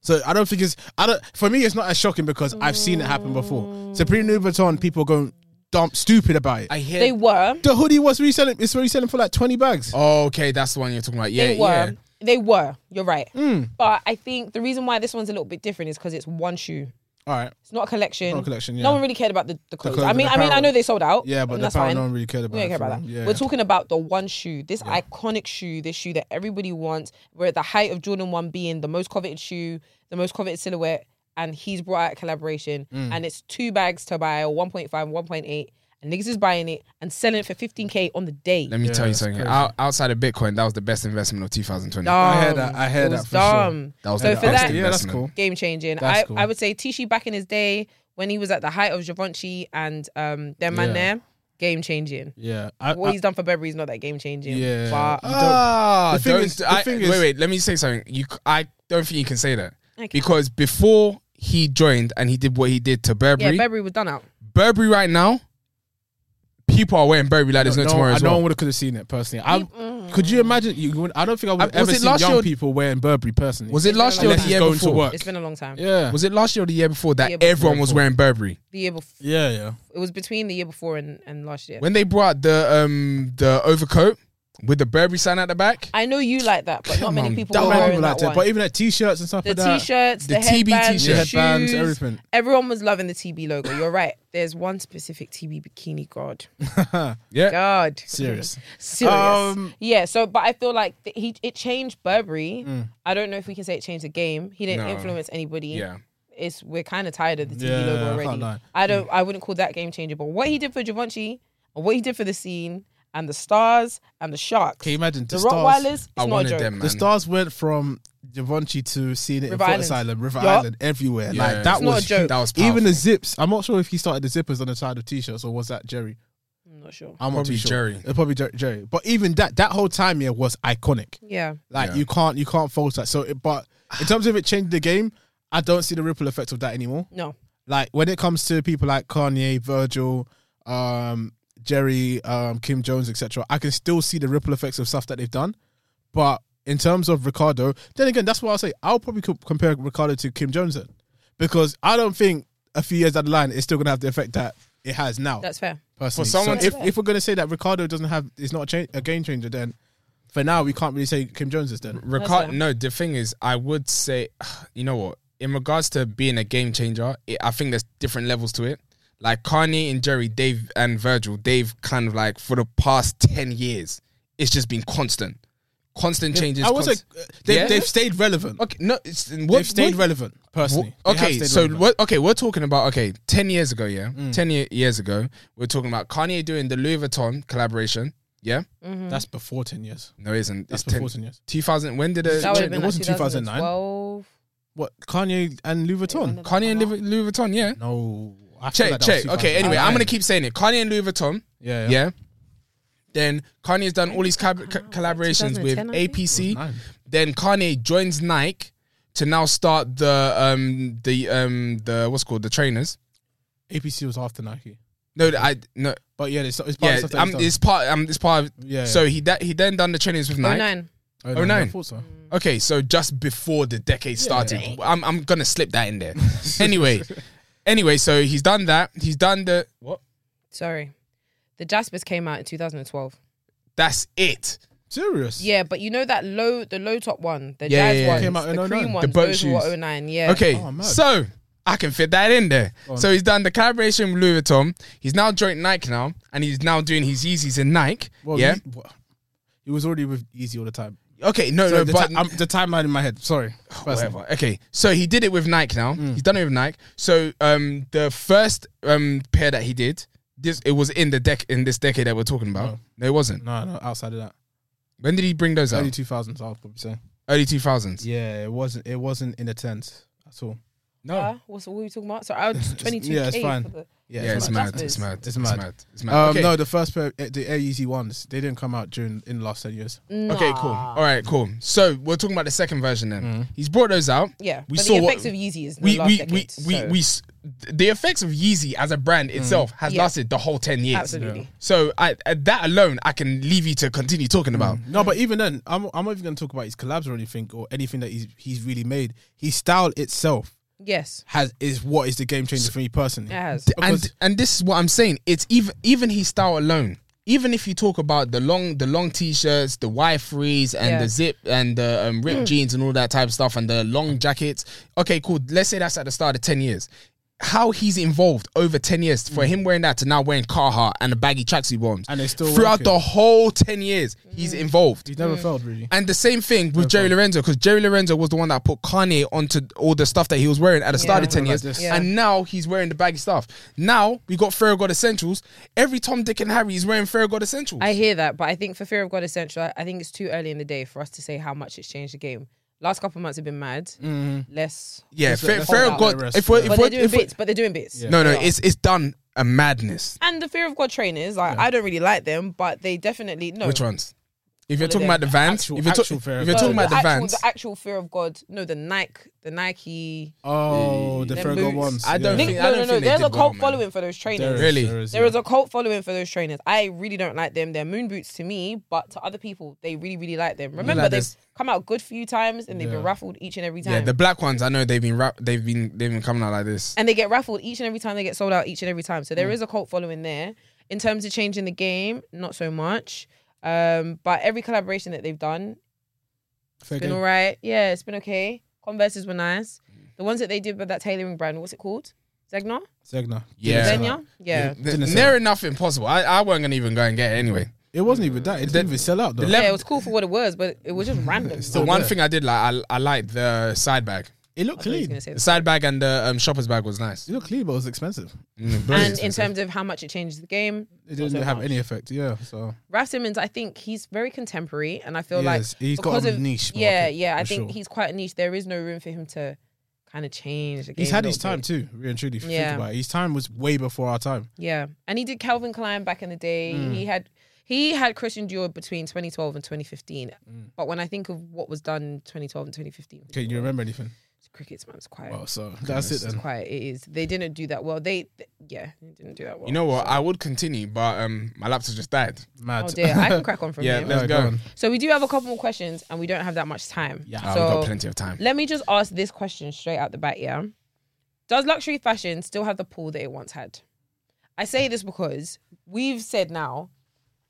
Speaker 2: So I don't think it's I don't for me it's not as shocking because I've seen it happen before. Supreme Louis Vuitton people going dump stupid about it.
Speaker 3: I hear.
Speaker 1: they were.
Speaker 2: the hoodie was reselling it's reselling for like twenty bags.
Speaker 3: oh, okay, that's the one you're talking about. Yeah,
Speaker 1: They were.
Speaker 3: yeah. Mm.
Speaker 1: They were. You're right. But I think the reason why this one's a little bit different is because it's one shoe.
Speaker 2: All right,
Speaker 1: It's not a collection.
Speaker 2: Not a collection, yeah.
Speaker 1: No one really cared about the, the clothes.
Speaker 2: clothes,
Speaker 1: I mean,
Speaker 2: the
Speaker 1: I mean, I
Speaker 2: apparel.
Speaker 1: know they sold out.
Speaker 2: yeah, but
Speaker 1: and
Speaker 2: the
Speaker 1: that's
Speaker 2: power
Speaker 1: fine.
Speaker 2: no one really cared about.
Speaker 1: We don't care
Speaker 2: it for
Speaker 1: about that.
Speaker 2: them. Yeah,
Speaker 1: We're
Speaker 2: yeah.
Speaker 1: talking about the one shoe, this iconic shoe, this shoe that everybody wants. We're at the height of Jordan 1 being the most coveted shoe, the most coveted silhouette, and he's brought out a collaboration.
Speaker 2: Mm.
Speaker 1: And it's two bags to buy, or 1.5, 1.8. And niggas is buying it and selling it for 15K on the day.
Speaker 3: Let me tell you
Speaker 2: that's
Speaker 3: something.
Speaker 2: crazy.
Speaker 3: Out, outside of Bitcoin, that was the best investment of 2020.
Speaker 1: Dumb.
Speaker 2: hear that, I hear
Speaker 1: It
Speaker 2: that
Speaker 1: was
Speaker 2: for sure.
Speaker 1: dumb.
Speaker 3: That was
Speaker 1: So
Speaker 3: the
Speaker 1: for
Speaker 3: best
Speaker 1: that-
Speaker 2: yeah, that's
Speaker 3: investment.
Speaker 2: cool.
Speaker 1: Game changing.
Speaker 2: That's
Speaker 1: I,
Speaker 2: cool.
Speaker 1: I would say Tishy back in his day when he was at the height of Givenchy and um, their man
Speaker 2: Yeah.
Speaker 1: there, game changing.
Speaker 2: Yeah, I,
Speaker 1: What
Speaker 2: I,
Speaker 1: he's done for Burberry is not that game changing.
Speaker 2: Yeah.
Speaker 1: But
Speaker 2: You don't-
Speaker 3: Ah,
Speaker 2: the thing
Speaker 3: don't-
Speaker 2: is- the
Speaker 3: I-
Speaker 2: thing
Speaker 3: wait,
Speaker 2: is-
Speaker 3: wait. Let me say something. You, c- I don't think you can say that
Speaker 1: Okay.
Speaker 3: because before he joined and he did what he did to
Speaker 1: yeah,
Speaker 3: Burberry,
Speaker 1: Burberry was done out.
Speaker 3: Burberry right now people are wearing Burberry like there's no,
Speaker 2: no,
Speaker 3: tomorrow
Speaker 2: I
Speaker 3: as
Speaker 2: no
Speaker 3: well.
Speaker 2: one would could have seen it personally. I,
Speaker 1: Mm.
Speaker 2: Could you imagine? You, would- I don't think I would
Speaker 3: I- was
Speaker 2: ever
Speaker 3: it
Speaker 2: see
Speaker 3: last
Speaker 2: young
Speaker 3: year or-
Speaker 2: people wearing Burberry personally.
Speaker 3: Was it last year or
Speaker 2: unless it's
Speaker 3: the year
Speaker 2: going
Speaker 3: before?
Speaker 2: to work?
Speaker 1: It's been a long time.
Speaker 2: Yeah,
Speaker 3: Was it last year or the year before that
Speaker 1: year before.
Speaker 3: everyone was wearing Burberry?
Speaker 1: The year before,
Speaker 2: yeah, yeah.
Speaker 1: it was between the year before and, and last year.
Speaker 3: When they brought the um the overcoat with the Burberry sign at the back,
Speaker 1: I know you like that, but not
Speaker 3: Come
Speaker 1: many
Speaker 3: on,
Speaker 1: people
Speaker 2: That
Speaker 1: were
Speaker 2: many
Speaker 1: wearing
Speaker 2: people
Speaker 1: that
Speaker 2: like that,
Speaker 1: one.
Speaker 2: but even like t-shirts and stuff
Speaker 1: the
Speaker 2: like that.
Speaker 1: t-shirts, the,
Speaker 3: The TB
Speaker 1: headbands, the
Speaker 3: t-shirt.
Speaker 2: headbands,
Speaker 1: shoes,
Speaker 2: everything.
Speaker 1: Everyone was loving the TB logo. You're right. There's one specific TB bikini. God,
Speaker 2: (laughs)
Speaker 3: yeah,
Speaker 1: God,
Speaker 2: Serious.
Speaker 1: serious.
Speaker 2: Um,
Speaker 1: yeah. So, but I feel like th- he it changed Burberry.
Speaker 2: Mm.
Speaker 1: I don't know if we can say it changed the game. He didn't
Speaker 3: No.
Speaker 1: influence anybody.
Speaker 3: yeah.
Speaker 1: It's we're kind of tired of the TB
Speaker 2: Yeah, I
Speaker 1: logo
Speaker 2: can't
Speaker 1: already.
Speaker 2: lie. Mm.
Speaker 1: I don't. I wouldn't call that game changer. But what he did for Givenchy, and what he did for the scene, and the stars, and the sharks,
Speaker 2: Can you imagine
Speaker 1: the
Speaker 2: the
Speaker 1: Rottweilers,
Speaker 2: stars?
Speaker 1: it's
Speaker 3: I
Speaker 1: not a
Speaker 3: wanted
Speaker 1: joke.
Speaker 3: them, man.
Speaker 2: The stars went from Givenchy to seeing it in
Speaker 1: River
Speaker 2: Fort
Speaker 1: Island.
Speaker 2: Asylum, River
Speaker 1: Yeah.
Speaker 2: Island, everywhere.
Speaker 3: Yeah.
Speaker 2: Like that
Speaker 1: It's not
Speaker 2: was
Speaker 1: a joke.
Speaker 3: That was powerful.
Speaker 2: even the zips. I'm not sure if he started the zippers on the side of t-shirts or was that Jerry.
Speaker 1: I'm not sure.
Speaker 2: I'm not
Speaker 3: Probably
Speaker 2: too sure.
Speaker 3: Jerry.
Speaker 2: It probably Jer- Jerry. But even that that whole time here was iconic.
Speaker 1: Yeah.
Speaker 2: Like
Speaker 3: Yeah.
Speaker 2: you can't you can't fault that. So, it, but in terms of it changing the game, I don't see the ripple effect of that anymore.
Speaker 1: No.
Speaker 2: Like when it comes to people like Kanye, Virgil, um, Jerry, um, Kim Jones, etc., I can still see the ripple effects of stuff that they've done. But in terms of Ricardo, then again, that's what I'll say. I'll probably co- compare Ricardo to Kim Jones then, because I don't think a few years down the line it's still gonna have the effect that it has now.
Speaker 1: That's fair.
Speaker 2: personally,
Speaker 3: For someone-
Speaker 2: so if, if we're gonna say that Ricardo doesn't have, it's not a, cha- a game changer, then for now we can't really say Kim Jones is then.
Speaker 3: Ricard,
Speaker 1: fair.
Speaker 3: no, the thing is, I would say, (sighs) you know what? In regards to being a game changer, it, I think there's different levels to it. Like Kanye and Jerry, Dave and Virgil, they've kind of like for the past ten years, it's just been constant, constant changes.
Speaker 2: I was
Speaker 3: const-
Speaker 2: like, they,
Speaker 3: Yeah?
Speaker 2: they've stayed relevant.
Speaker 3: okay, no, it's, what,
Speaker 2: they've stayed
Speaker 3: what-
Speaker 2: relevant personally.
Speaker 3: Wh-
Speaker 2: They have
Speaker 3: Okay,
Speaker 2: stayed
Speaker 3: so
Speaker 2: relevant.
Speaker 3: what? Okay, we're talking about okay, ten years ago, yeah, ten ye- years ago, we're talking about Kanye doing the Louis Vuitton collaboration, yeah.
Speaker 2: That's before ten years.
Speaker 3: No, it isn't.
Speaker 2: That's
Speaker 3: It's
Speaker 2: before
Speaker 3: ten,
Speaker 2: ten years.
Speaker 3: 2000. When did it?
Speaker 1: That would have been
Speaker 2: it wasn't
Speaker 1: like
Speaker 2: 2009.
Speaker 1: 2012.
Speaker 2: What Kanye and Louis Vuitton?
Speaker 3: Kanye and Louis, Louis Vuitton, yeah.
Speaker 2: No, I feel
Speaker 3: Check,
Speaker 2: like that was
Speaker 3: check. Okay,
Speaker 2: 2009.
Speaker 3: anyway, I'm gonna keep saying it. Kanye and Louis Vuitton,
Speaker 2: Yeah,
Speaker 3: yeah.
Speaker 2: yeah.
Speaker 3: Then Kanye's done all these collab- co- collaborations with
Speaker 1: 2010, I think.
Speaker 3: APC.
Speaker 2: Oh, Nine.
Speaker 3: Then Kanye joins Nike to now start the um the um the what's it called the trainers.
Speaker 2: APC was after Nike,
Speaker 3: No, I no.
Speaker 2: but yeah, it's, it's part
Speaker 3: Yeah,
Speaker 2: of stuff.
Speaker 3: um, it's part. Um, it's part of.
Speaker 2: Yeah,
Speaker 3: So he that he then done the trainings with Nike.
Speaker 1: 09.
Speaker 2: oh,
Speaker 3: oh,
Speaker 2: I
Speaker 3: nine.
Speaker 2: thought so.
Speaker 3: Okay, so just before the decade started, I'm I'm gonna slip that
Speaker 2: (laughs)
Speaker 3: in there. anyway, anyway, so he's done that. He's done the what?
Speaker 1: Sorry. The Jaspers came out in 2012.
Speaker 3: That's it.
Speaker 2: Serious.
Speaker 1: Yeah, but you know that low, the low top one, the
Speaker 3: Yeah,
Speaker 1: jazz
Speaker 3: yeah, yeah.
Speaker 1: ones,
Speaker 2: Came out in
Speaker 1: the
Speaker 2: 09.
Speaker 1: cream
Speaker 2: The
Speaker 1: ones,
Speaker 3: boat
Speaker 1: those
Speaker 3: shoes.
Speaker 1: were 09. Yeah.
Speaker 3: Okay,
Speaker 2: Oh, mad.
Speaker 3: so I can fit that in there.
Speaker 2: Go on.
Speaker 3: So he's done the collaboration with Louis Vuitton. He's now joined Nike now, and he's now doing his Yeezys in Nike.
Speaker 2: Well,
Speaker 3: yeah.
Speaker 2: He, well, he was already with Easy all the time.
Speaker 3: okay. No,
Speaker 2: Sorry,
Speaker 3: no,
Speaker 2: the,
Speaker 3: but
Speaker 2: ti- um, the timeline in my head.
Speaker 3: (sighs)
Speaker 2: Sorry. Personally.
Speaker 3: Whatever. Okay, so he did it with Nike now.
Speaker 2: Mm.
Speaker 3: He's done it with Nike. So um, the first um pair that he did, this it was in the deck in this decade that we're talking about. No,
Speaker 2: No.
Speaker 3: it wasn't.
Speaker 2: No, no. Outside of that,
Speaker 3: When did he bring those
Speaker 2: early
Speaker 3: out?
Speaker 2: two thousands. I'll probably say.
Speaker 3: Early two thousands.
Speaker 2: Yeah, it wasn't. It wasn't in the tens at all.
Speaker 3: No.
Speaker 1: Uh, what's what were we talking about? Sorry, I was 22.
Speaker 2: Yeah, it's fine.
Speaker 1: For the,
Speaker 3: yeah, it's,
Speaker 1: mad.
Speaker 3: mad. It's mad.
Speaker 2: It's mad.
Speaker 3: It's mad.
Speaker 2: Um,
Speaker 3: okay.
Speaker 2: No, the first pair, eh, the Air Yeezy ones, they didn't come out during in the last ten years.
Speaker 3: Okay, cool. All right, cool. So we're talking about the second version then.
Speaker 2: Mm.
Speaker 3: He's brought those out.
Speaker 1: Yeah,
Speaker 3: we
Speaker 1: but
Speaker 3: saw
Speaker 1: the
Speaker 3: what
Speaker 1: effects of Yeezy is the
Speaker 3: we
Speaker 1: last
Speaker 3: we we
Speaker 1: decade,
Speaker 3: we,
Speaker 1: so-
Speaker 3: we s- the effects of Yeezy as a brand itself has
Speaker 1: Yeah.
Speaker 3: lasted the whole ten years.
Speaker 1: Absolutely. Yeah.
Speaker 3: So I, uh, that alone, I can leave you to continue talking about.
Speaker 2: No, but even then, I'm, I'm not even going to talk about his collabs or anything or anything that he's he's really made. His style itself
Speaker 1: yes,
Speaker 2: has is what is the game changer for me personally.
Speaker 1: it has.
Speaker 3: and and this is what I'm saying. It's even even his style alone. Even if you talk about the long the long t-shirts, the Y threes, and
Speaker 1: Yeah.
Speaker 3: the zip and the um,
Speaker 2: Hmm.
Speaker 3: ripped jeans and all that type of stuff, and the long jackets. Okay, cool. Let's say that's at the start of ten years. How he's involved over ten years for him wearing that to now wearing Carhartt and the baggy tracksuit ones,
Speaker 2: Hmm. And they still
Speaker 3: throughout
Speaker 2: working. Hmm.
Speaker 3: the whole ten years he's involved.
Speaker 2: He's
Speaker 1: Mm.
Speaker 2: never failed really.
Speaker 3: And the same thing with Jerry Lorenzo, because Jerry Lorenzo was the one that put Kanye onto all the stuff that he was wearing at the start of
Speaker 1: Yeah.
Speaker 3: 10
Speaker 2: Like
Speaker 3: years.
Speaker 2: this.
Speaker 1: Yeah.
Speaker 3: And now he's wearing the baggy stuff. Now we got Fear of God Essentials. Every Tom, Dick, and Harry is wearing Fear of God Essentials.
Speaker 1: I hear that, but I think for fear of God essential, I- I think it's too early in the day for us to say how much it's changed the game. Last couple of months have been mad. Less,
Speaker 3: Mm-hmm. yeah,
Speaker 2: Let's
Speaker 3: Fear,
Speaker 2: let-
Speaker 3: Fear
Speaker 2: let's
Speaker 3: of
Speaker 2: hold that
Speaker 3: God.
Speaker 2: rest.
Speaker 3: If we're, if
Speaker 1: but
Speaker 3: we're,
Speaker 1: they're doing
Speaker 3: if we're,
Speaker 1: bits. But they're doing bits.
Speaker 3: no, no, it's, it's done a madness.
Speaker 1: And the fear of God trainers, like I don't really like them, but they definitely no.
Speaker 3: Which ones? If you're
Speaker 1: Holiday.
Speaker 3: talking about the vans,
Speaker 2: Actual-
Speaker 3: if you're,
Speaker 2: actual
Speaker 3: ta-
Speaker 2: fear
Speaker 3: if
Speaker 2: of
Speaker 3: you're talking
Speaker 1: No,
Speaker 3: about the,
Speaker 1: actual,
Speaker 3: vans,
Speaker 1: The actual fear of God. No, the Nike, the Nike.
Speaker 2: Oh, the
Speaker 1: Them
Speaker 2: Virgo
Speaker 1: boots.
Speaker 2: ones.
Speaker 3: I don't
Speaker 2: yeah.
Speaker 1: Nick-
Speaker 3: think-
Speaker 1: no,
Speaker 3: don't
Speaker 1: no, no.
Speaker 3: think they
Speaker 1: There's a
Speaker 3: did well,
Speaker 1: cult
Speaker 3: man.
Speaker 1: following for those
Speaker 2: There
Speaker 1: trainers.
Speaker 2: is,
Speaker 3: Really?
Speaker 2: there is,
Speaker 1: There
Speaker 2: yeah.
Speaker 1: is a cult following for those trainers. I really don't like them. They're moon boots to me, but to other people, they really, really like them. Remember,
Speaker 3: like
Speaker 1: they've
Speaker 3: this-
Speaker 1: come out good few times and they've been
Speaker 2: Yeah.
Speaker 1: raffled each and every time.
Speaker 3: yeah, the black ones. I know they've been rap- they've been they've been coming out like this.
Speaker 1: and they get raffled each and every time they get sold out each and every time. So
Speaker 3: Mm.
Speaker 1: there is a cult following there. In terms of changing the game, not so much. Um, but every collaboration that they've done,
Speaker 2: Fair
Speaker 1: been
Speaker 2: game.
Speaker 1: all right. Yeah, it's been okay. Converses were nice.
Speaker 2: Mm.
Speaker 1: The ones that they did with that tailoring brand, what's it called? Zegna?
Speaker 2: Zegna.
Speaker 3: Yeah.
Speaker 1: Zegna? Yeah.
Speaker 3: Th-
Speaker 2: Didn't
Speaker 3: near enough impossible. I, I wasn't gonna even go and get it anyway.
Speaker 2: It wasn't even that. It didn't even sell out though.
Speaker 1: Yeah, it was cool for what it was, but it
Speaker 2: (laughs)
Speaker 1: was just random.
Speaker 3: The
Speaker 2: Still
Speaker 3: one
Speaker 2: there.
Speaker 3: thing I did like, I, I liked the side bag.
Speaker 2: It looked
Speaker 1: I thought he was
Speaker 2: clean.
Speaker 1: gonna
Speaker 2: It
Speaker 1: say
Speaker 3: The side bag and the um, shopper's bag was nice.
Speaker 2: looked clean, but it was expensive.
Speaker 3: Mm, brilliant.
Speaker 1: and in terms of how much it changes the game,
Speaker 2: It
Speaker 1: not
Speaker 2: didn't
Speaker 1: so
Speaker 2: have
Speaker 1: much.
Speaker 2: any effect. Yeah. So
Speaker 1: Raf Simmons, I think he's very contemporary, and I feel
Speaker 2: He
Speaker 1: like
Speaker 2: is. He's got
Speaker 1: because
Speaker 2: a
Speaker 1: of-
Speaker 2: niche
Speaker 1: Yeah,
Speaker 2: market,
Speaker 1: yeah, I
Speaker 2: for
Speaker 1: think
Speaker 2: sure.
Speaker 1: he's quite a niche. There is no room for him to kind of change. The game
Speaker 2: he's had
Speaker 1: a
Speaker 2: his
Speaker 1: little
Speaker 2: time
Speaker 1: bit.
Speaker 2: too. Really and truly, if you
Speaker 1: Yeah.
Speaker 2: think about it, his time was way before our time.
Speaker 1: Yeah, and he did Calvin Klein back in the day.
Speaker 3: Mm.
Speaker 1: He had he had Christian Dior between 2012 and 2015.
Speaker 3: Mm.
Speaker 1: But when I think of what was done in 2012 and 2015,
Speaker 2: Can you remember anything?
Speaker 1: crickets, man, it's quiet.
Speaker 2: Well, so that's it
Speaker 1: it's
Speaker 2: then.
Speaker 1: quiet. It is. They didn't do that well. They, th- yeah, they didn't do that well.
Speaker 3: you know what? I would continue, but um, my laptop just died.
Speaker 2: Mad.
Speaker 1: Oh dear,
Speaker 2: (laughs)
Speaker 1: I can crack on from
Speaker 3: (laughs) Yeah,
Speaker 1: here.
Speaker 3: let's
Speaker 2: Yeah,
Speaker 3: go.
Speaker 2: go on.
Speaker 1: So we do have a couple more questions, and we don't have that much time.
Speaker 2: Yeah.
Speaker 3: Ah,
Speaker 1: so
Speaker 3: we've got plenty of time.
Speaker 1: Let me just ask this question straight out the bat, yeah. Does luxury fashion still have the pull that it once had? I say this because we've said now,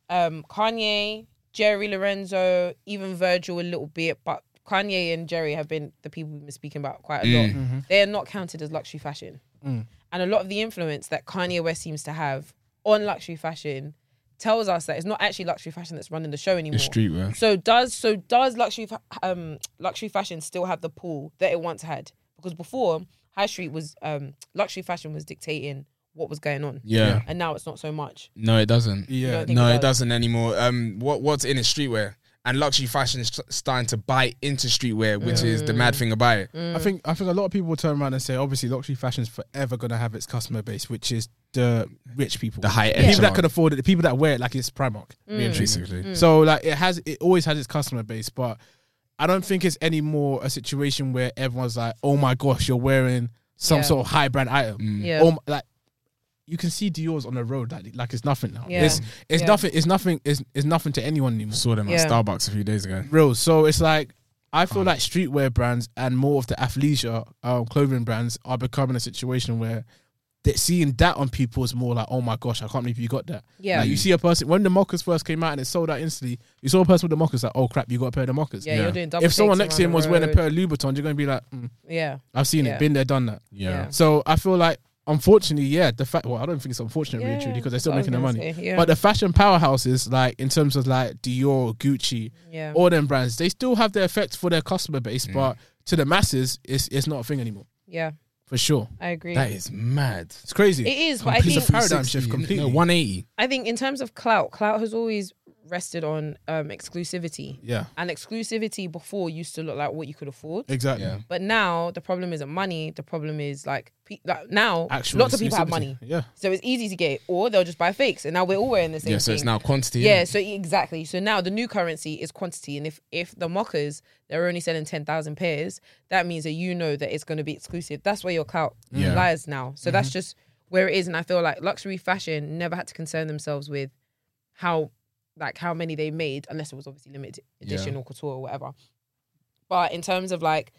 Speaker 1: um, Kanye, Jerry Lorenzo, even Virgil a little bit, but Kanye and Jerry have been the people we've been speaking about quite a lot. They are not counted as luxury fashion. And a lot of the influence that Kanye West seems to have on luxury fashion tells us that it's not actually luxury fashion that's running the show anymore.
Speaker 3: streetwear.
Speaker 1: So does so does luxury fa- um luxury fashion still have the pull that it once had? Because before high street was um luxury fashion was dictating what was going on.
Speaker 3: Yeah.
Speaker 1: And now it's not so much.
Speaker 3: No, it doesn't.
Speaker 1: You
Speaker 2: Yeah.
Speaker 1: don't think
Speaker 3: No,
Speaker 1: it
Speaker 3: it doesn't anymore. Um, what what's in is streetwear, and luxury fashion is st- starting to buy into streetwear, which is
Speaker 1: Mm.
Speaker 3: the mad thing about it.
Speaker 2: I think I think a lot of people will turn around and say, obviously, luxury fashion's forever gonna have its customer base, which is the rich people,
Speaker 3: The high
Speaker 2: people
Speaker 3: echelon.
Speaker 2: that can afford it, the people that wear it, like it's Primark. really
Speaker 1: Mm.
Speaker 2: and truly.
Speaker 3: Basically,
Speaker 2: So like it has it always has its customer base, but I don't think it's any more a situation where everyone's like, oh my gosh, you're wearing some
Speaker 1: Yeah.
Speaker 2: sort of high brand item.
Speaker 3: Mm.
Speaker 1: Yeah.
Speaker 2: Oh my, like you can see Dior's on the road like like it's nothing now.
Speaker 1: Yeah.
Speaker 2: It's it's
Speaker 1: Yeah.
Speaker 2: nothing it's nothing it's, it's nothing to anyone anymore.
Speaker 3: saw them
Speaker 1: Yeah.
Speaker 3: at Starbucks a few days ago.
Speaker 2: Real. So it's like I feel like streetwear brands and more of the athleisure um, clothing brands are becoming a situation where that seeing that on people is more like, oh my gosh, I can't believe you got that.
Speaker 1: Yeah.
Speaker 2: Like you see a person when the mockers first came out and it sold out instantly. You saw a person with the mockers like, oh crap, you got a pair of the mockers.
Speaker 1: Yeah,
Speaker 3: Yeah.
Speaker 1: you're doing double.
Speaker 2: If someone
Speaker 1: takes
Speaker 2: next to
Speaker 1: around
Speaker 2: him
Speaker 1: the
Speaker 2: was wearing a
Speaker 1: road.
Speaker 2: pair of Louboutins, you're gonna be like, mm,
Speaker 1: Yeah.
Speaker 2: I've seen
Speaker 1: Yeah.
Speaker 2: it, been there, done that.
Speaker 1: Yeah.
Speaker 2: So I feel like, unfortunately, yeah, the fact. Well, I don't think it's unfortunate,
Speaker 1: Yeah,
Speaker 2: really, truly, because they're
Speaker 1: that's
Speaker 2: still
Speaker 1: what I was
Speaker 2: making their
Speaker 1: gonna
Speaker 2: money.
Speaker 1: say, yeah.
Speaker 2: But the fashion powerhouses, like in terms of like Dior, Gucci,
Speaker 1: Yeah.
Speaker 2: all them brands, they still have their effect for their customer base,
Speaker 3: Mm.
Speaker 2: but to the masses, it's it's not a thing anymore
Speaker 1: Yeah.
Speaker 2: for sure.
Speaker 1: I agree.
Speaker 3: That is mad.
Speaker 2: It's crazy.
Speaker 1: it is, but I
Speaker 2: Complete
Speaker 1: think
Speaker 2: paradigm shift completely.
Speaker 3: No, one eighty.
Speaker 1: I think in terms of clout, clout has always rested on um exclusivity.
Speaker 2: yeah,
Speaker 1: And exclusivity before used to look like what you could afford.
Speaker 2: exactly.
Speaker 3: Yeah.
Speaker 1: But now the problem isn't money. The problem is like, pe- like now
Speaker 2: Actual
Speaker 1: lots of people have
Speaker 2: exclusivity.
Speaker 1: money,
Speaker 2: Yeah,
Speaker 1: so it's easy to get, or they'll just buy fakes, and now we're all wearing the same.
Speaker 3: Yeah, so it's
Speaker 1: thing.
Speaker 3: now quantity.
Speaker 1: Yeah, so e, exactly. So now the new currency is quantity, and if if the mockers they're only selling ten thousand pairs, that means that you know that it's going to be exclusive. That's where your clout
Speaker 3: Mm-hmm. Yeah. Mm-hmm.
Speaker 1: lies now. So that's just where it is, and I feel like luxury fashion never had to concern themselves with how like how many they made, unless it was obviously limited edition or couture or whatever. But in terms of like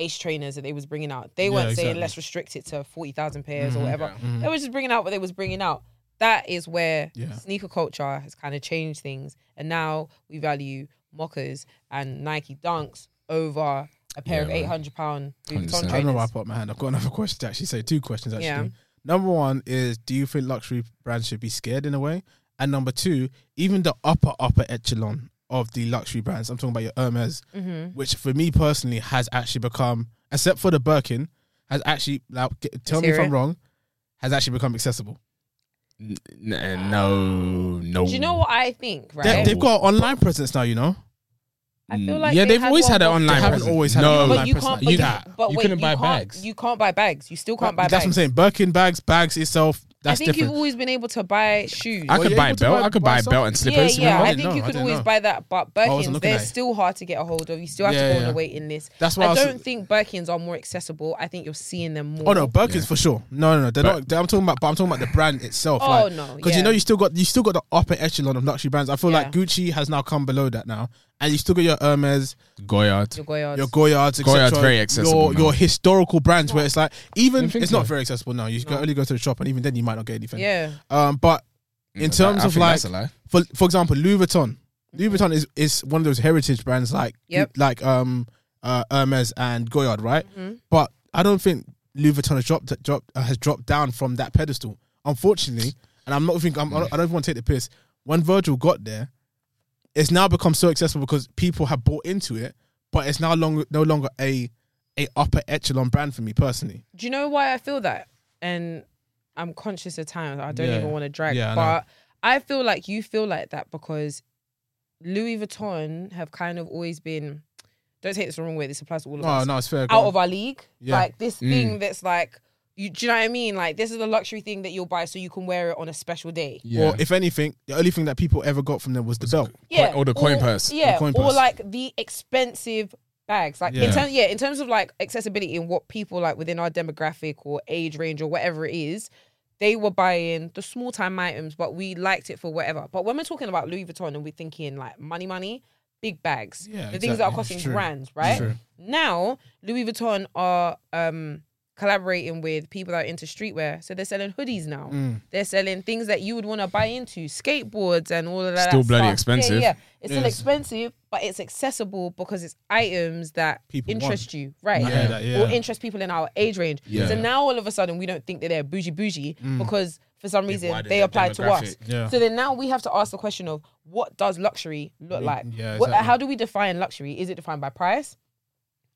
Speaker 1: ace trainers that they was bringing out, they weren't saying
Speaker 2: exactly.
Speaker 1: let's restrict it to forty thousand pairs
Speaker 3: Mm-hmm.
Speaker 1: or whatever.
Speaker 2: Mm-hmm.
Speaker 1: They was just bringing out what they was bringing out. That is where
Speaker 2: Yeah.
Speaker 1: sneaker culture has kind of changed things, and now we value mockers and Nike Dunks over a pair
Speaker 3: Yeah,
Speaker 1: of
Speaker 3: man.
Speaker 1: eight hundred pound Louis
Speaker 3: 100%.
Speaker 1: Vuitton
Speaker 2: I don't know why I
Speaker 1: trainers.
Speaker 2: put up my hand. I've got another (laughs) question to actually say. Two questions actually.
Speaker 1: Yeah.
Speaker 2: Number one is do you think luxury brands should be scared in a way? And number two, even the upper upper echelon of the luxury brands, I'm talking about your Hermes,
Speaker 1: Mm-hmm.
Speaker 2: which for me personally has actually become, except for the Birkin, has actually now g tell me
Speaker 1: hear
Speaker 2: if I'm
Speaker 1: it.
Speaker 2: wrong, has actually become accessible.
Speaker 3: N- n- no, no.
Speaker 1: Do you know what I think? Right,
Speaker 2: Oh. They, they've got an online presence now, you know.
Speaker 1: I feel like
Speaker 3: Mm, yeah,
Speaker 1: they
Speaker 3: they've
Speaker 1: had
Speaker 3: always
Speaker 1: one
Speaker 3: had an
Speaker 1: before.
Speaker 3: online.
Speaker 2: They haven't
Speaker 3: presence.
Speaker 2: always had an
Speaker 3: no.
Speaker 2: online
Speaker 1: But you
Speaker 2: presence.
Speaker 1: can't.
Speaker 2: You
Speaker 1: But, you,
Speaker 2: can't.
Speaker 1: but
Speaker 3: You
Speaker 1: wait,
Speaker 3: couldn't buy
Speaker 1: can't,
Speaker 3: bags.
Speaker 1: You can't buy bags. You still can't buy
Speaker 2: That's what I'm
Speaker 1: bags.
Speaker 2: saying. Birkin bags, bags itself,
Speaker 1: I
Speaker 2: That's
Speaker 1: think
Speaker 2: different.
Speaker 1: you've always been able to buy shoes.
Speaker 3: I
Speaker 2: Oh,
Speaker 3: could
Speaker 2: you're
Speaker 3: buy a
Speaker 2: able to
Speaker 3: belt.
Speaker 2: buy-
Speaker 3: I could
Speaker 2: buy
Speaker 3: buy a
Speaker 2: some?
Speaker 3: belt and slippers.
Speaker 1: Yeah, yeah.
Speaker 2: I
Speaker 1: I
Speaker 2: didn't
Speaker 1: think
Speaker 2: know,
Speaker 1: you
Speaker 2: I
Speaker 1: could
Speaker 2: didn't
Speaker 1: always
Speaker 2: know.
Speaker 1: buy that, but
Speaker 2: wasn't
Speaker 1: Birkins,
Speaker 2: looking
Speaker 1: they're
Speaker 2: at it.
Speaker 1: still hard to get a hold of. You still have
Speaker 2: Yeah,
Speaker 1: to go on
Speaker 2: yeah.
Speaker 1: a waiting list.
Speaker 2: That's why I
Speaker 1: I
Speaker 2: was-
Speaker 1: don't think Birkins are more accessible. I think you're seeing them more.
Speaker 2: Oh no, Birkins for sure. No, no, no. They're
Speaker 3: But-
Speaker 2: not. They're, I'm talking about, but I'm talking about the brand itself.
Speaker 1: Oh,
Speaker 2: like,
Speaker 1: no,
Speaker 2: because you
Speaker 1: yeah.
Speaker 2: know you still got you still got the upper echelon of luxury brands. I feel like
Speaker 1: Yeah.
Speaker 2: Gucci has now come below that now, and you still got your Hermes,
Speaker 3: Goyard.
Speaker 1: Your Goyards.
Speaker 2: your Goyards, etc.
Speaker 3: Goyard's very accessible
Speaker 2: Your,
Speaker 3: now.
Speaker 2: your historical brands where it's like even
Speaker 3: think
Speaker 2: it's not
Speaker 3: so.
Speaker 2: very accessible now. You can only go to the shop, and even then you might not get anything.
Speaker 1: yeah.
Speaker 2: Um, but in
Speaker 3: Mm,
Speaker 2: terms
Speaker 3: I
Speaker 2: of
Speaker 3: think
Speaker 2: like
Speaker 3: that's a lie.
Speaker 2: for for example, Louis Vuitton. Louis Vuitton is, is one of those heritage brands like
Speaker 1: Yep. Mm-hmm.
Speaker 2: like um uh, Hermes and Goyard, right? But I don't think Louis Vuitton has dropped dropped uh, has dropped down from that pedestal. Unfortunately, and I'm not even I'm, I don't- I don't even want to take the piss. When Virgil got there, it's now become so accessible because people have bought into it, but it's now long, no longer a a upper echelon brand for me personally.
Speaker 1: Do you know why I feel that? And I'm conscious of time. I don't
Speaker 2: Yeah.
Speaker 1: even want to drag.
Speaker 2: Yeah, I know.
Speaker 1: but I feel like you feel like that because Louis Vuitton have kind of always been. Don't take this the wrong way. This applies to all of
Speaker 2: Oh
Speaker 1: us.
Speaker 2: no, it's fair. go
Speaker 1: out
Speaker 2: on.
Speaker 1: of our league.
Speaker 2: Yeah. Mm.
Speaker 1: Like this thing that's like, you, do you know what I mean? Like this is a luxury thing that you'll buy so you can wear it on a special day.
Speaker 3: Yeah.
Speaker 2: Or if anything, the only thing that people ever got from them was the belt.
Speaker 1: Yeah,
Speaker 3: or the coin purse.
Speaker 1: Yeah,
Speaker 2: The coin
Speaker 1: or
Speaker 2: purse.
Speaker 1: like the expensive bags. Like
Speaker 2: Yeah.
Speaker 1: in terms, yeah, in terms of like accessibility and what people like within our demographic or age range or whatever it is. They were buying the small time items, but we liked it for whatever. But when we're talking about Louis Vuitton and we're thinking like money, money, big bags,
Speaker 2: Yeah,
Speaker 1: the things that are
Speaker 2: exactly.
Speaker 1: costing
Speaker 2: It's true.
Speaker 1: brands, right?
Speaker 2: True.
Speaker 1: Now Louis Vuitton are um collaborating with people that are into streetwear. So they're selling hoodies now.
Speaker 2: Mm.
Speaker 1: They're selling things that you would want to buy into, skateboards and all of that.
Speaker 3: Still
Speaker 1: that
Speaker 3: bloody
Speaker 1: stuff.
Speaker 3: expensive.
Speaker 1: Yeah, yeah. It's still
Speaker 2: Yes.
Speaker 1: expensive, but it's accessible because it's items that
Speaker 2: People
Speaker 1: interest
Speaker 2: want.
Speaker 1: you, right?
Speaker 2: Yeah, that- yeah.
Speaker 1: Or interest people in our age range.
Speaker 3: Yeah.
Speaker 1: So now all of a sudden we don't think that they're bougie bougie because for some reason
Speaker 3: widened
Speaker 1: they
Speaker 3: their
Speaker 1: apply to us.
Speaker 3: demographic.
Speaker 2: Mm. Yeah.
Speaker 1: So then now we have to ask the question of what does luxury look like?
Speaker 2: yeah,
Speaker 1: What-
Speaker 2: exactly.
Speaker 1: how do we define luxury? Is it defined by price?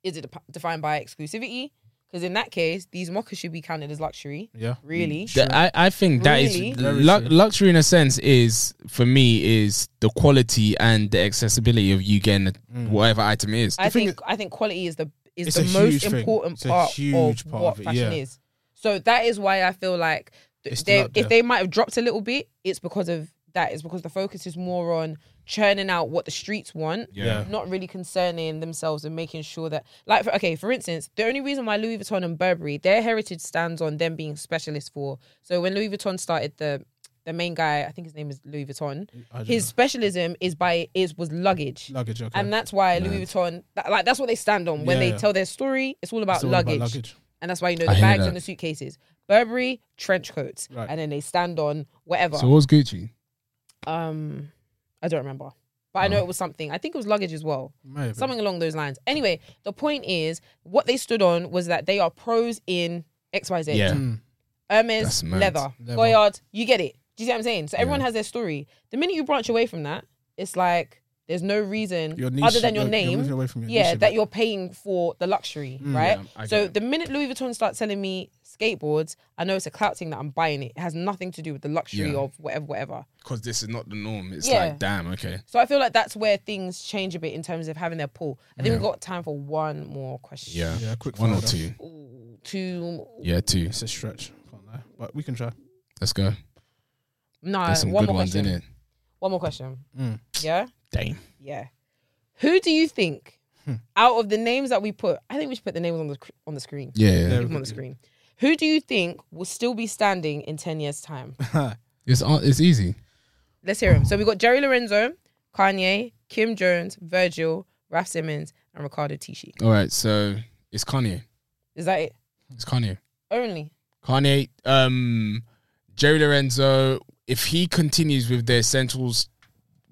Speaker 1: Is it de- defined by exclusivity? Because in that case, these mockers should be counted as luxury.
Speaker 2: Yeah.
Speaker 1: Really?
Speaker 3: Th- I, I think that is
Speaker 1: Really?
Speaker 2: Very
Speaker 3: lu-
Speaker 2: true.
Speaker 3: luxury in a sense is for me is the quality and the accessibility of you getting whatever item is.
Speaker 1: I
Speaker 2: thing
Speaker 1: think I think quality is the is
Speaker 2: It's
Speaker 1: the
Speaker 2: a huge
Speaker 1: most
Speaker 2: thing.
Speaker 1: important
Speaker 2: It's a
Speaker 1: part,
Speaker 2: huge
Speaker 1: of
Speaker 2: part
Speaker 1: what
Speaker 2: of it,
Speaker 1: fashion
Speaker 2: yeah.
Speaker 1: is. So that is why I feel like th-
Speaker 2: It's still
Speaker 1: they,
Speaker 2: up there.
Speaker 1: if they might have dropped a little bit, it's because of that. It's because the focus is more on churning out what the streets want,
Speaker 2: Yeah.
Speaker 1: not really concerning themselves and making sure that, like, for, okay, for instance, the only reason why Louis Vuitton and Burberry, their heritage stands on them being specialists for. So when Louis Vuitton started the the main guy, I think his name is Louis Vuitton.
Speaker 2: I don't
Speaker 1: His specialism is by is was luggage.
Speaker 2: Luggage, okay.
Speaker 1: And that's why Louis Vuitton, that, like that's what they stand on. When
Speaker 2: Yeah,
Speaker 1: they
Speaker 2: yeah.
Speaker 1: tell their story, it's all about,
Speaker 2: It's all about
Speaker 1: luggage.
Speaker 2: luggage.
Speaker 1: and that's why you know the
Speaker 3: I hear
Speaker 1: bags
Speaker 3: that.
Speaker 1: and the suitcases. Burberry trench coats,
Speaker 2: Right.
Speaker 1: and then they stand on whatever.
Speaker 3: So what's Gucci?
Speaker 1: um, I don't remember, but I know it was something. I think it was luggage as well,
Speaker 2: Maybe.
Speaker 3: Mm-hmm.
Speaker 1: something along those lines. Anyway, the point is, what they stood on was that they are pros in X Y Z.
Speaker 3: Yeah.
Speaker 2: Hmm.
Speaker 3: That's
Speaker 1: Hermes,
Speaker 3: mad.
Speaker 1: leather,
Speaker 2: Leather.
Speaker 1: Goyard, you get it. Do you see what I'm saying? So everyone has their story. The minute you branch away from that, it's like there's no reason
Speaker 2: Your niche-
Speaker 1: other than your,
Speaker 2: you're- you're
Speaker 1: name,
Speaker 2: moving away from your niche
Speaker 1: yeah,
Speaker 2: a
Speaker 1: that
Speaker 2: bit.
Speaker 1: you're paying for the luxury, right?
Speaker 3: Mm. yeah, I
Speaker 1: so
Speaker 3: get it.
Speaker 1: the minute Louis Vuitton starts selling me skateboards, I know it's a clout thing that I'm buying it. It has nothing to do with the luxury
Speaker 3: Yeah.
Speaker 1: of whatever, whatever.
Speaker 3: Because this is not the norm. It's
Speaker 1: Yeah.
Speaker 3: like damn. Okay.
Speaker 1: So I feel like that's where things change a bit in terms of having their pull. I think we've got time for one more question.
Speaker 3: Yeah.
Speaker 2: Yeah, quick
Speaker 3: One or
Speaker 2: fire.
Speaker 3: two.
Speaker 1: Ooh, Two,
Speaker 3: Yeah, two.
Speaker 2: It's a stretch, can't lie. But we can try.
Speaker 3: Let's go.
Speaker 1: no,
Speaker 3: There's some
Speaker 1: one
Speaker 3: good
Speaker 1: more
Speaker 3: ones in
Speaker 1: question.
Speaker 3: it.
Speaker 1: One more question.
Speaker 2: Mm.
Speaker 1: Yeah?
Speaker 3: Damn.
Speaker 1: Yeah. Who do you think out of the names that we put? I think we should put the names on the cr- on the screen.
Speaker 3: Yeah.
Speaker 2: Yeah.
Speaker 1: Leave them on the screen. Who do you think will still be standing in ten years' time?
Speaker 3: It's uh, it's easy.
Speaker 1: Let's hear them. So we got Jerry Lorenzo, Kanye, Kim Jones, Virgil, Raf Simmons, and Ricardo Tisci.
Speaker 3: All right. So it's Kanye.
Speaker 1: Is that it?
Speaker 3: It's Kanye.
Speaker 1: Only.
Speaker 3: Kanye. Um, Jerry Lorenzo. If he continues with the essentials,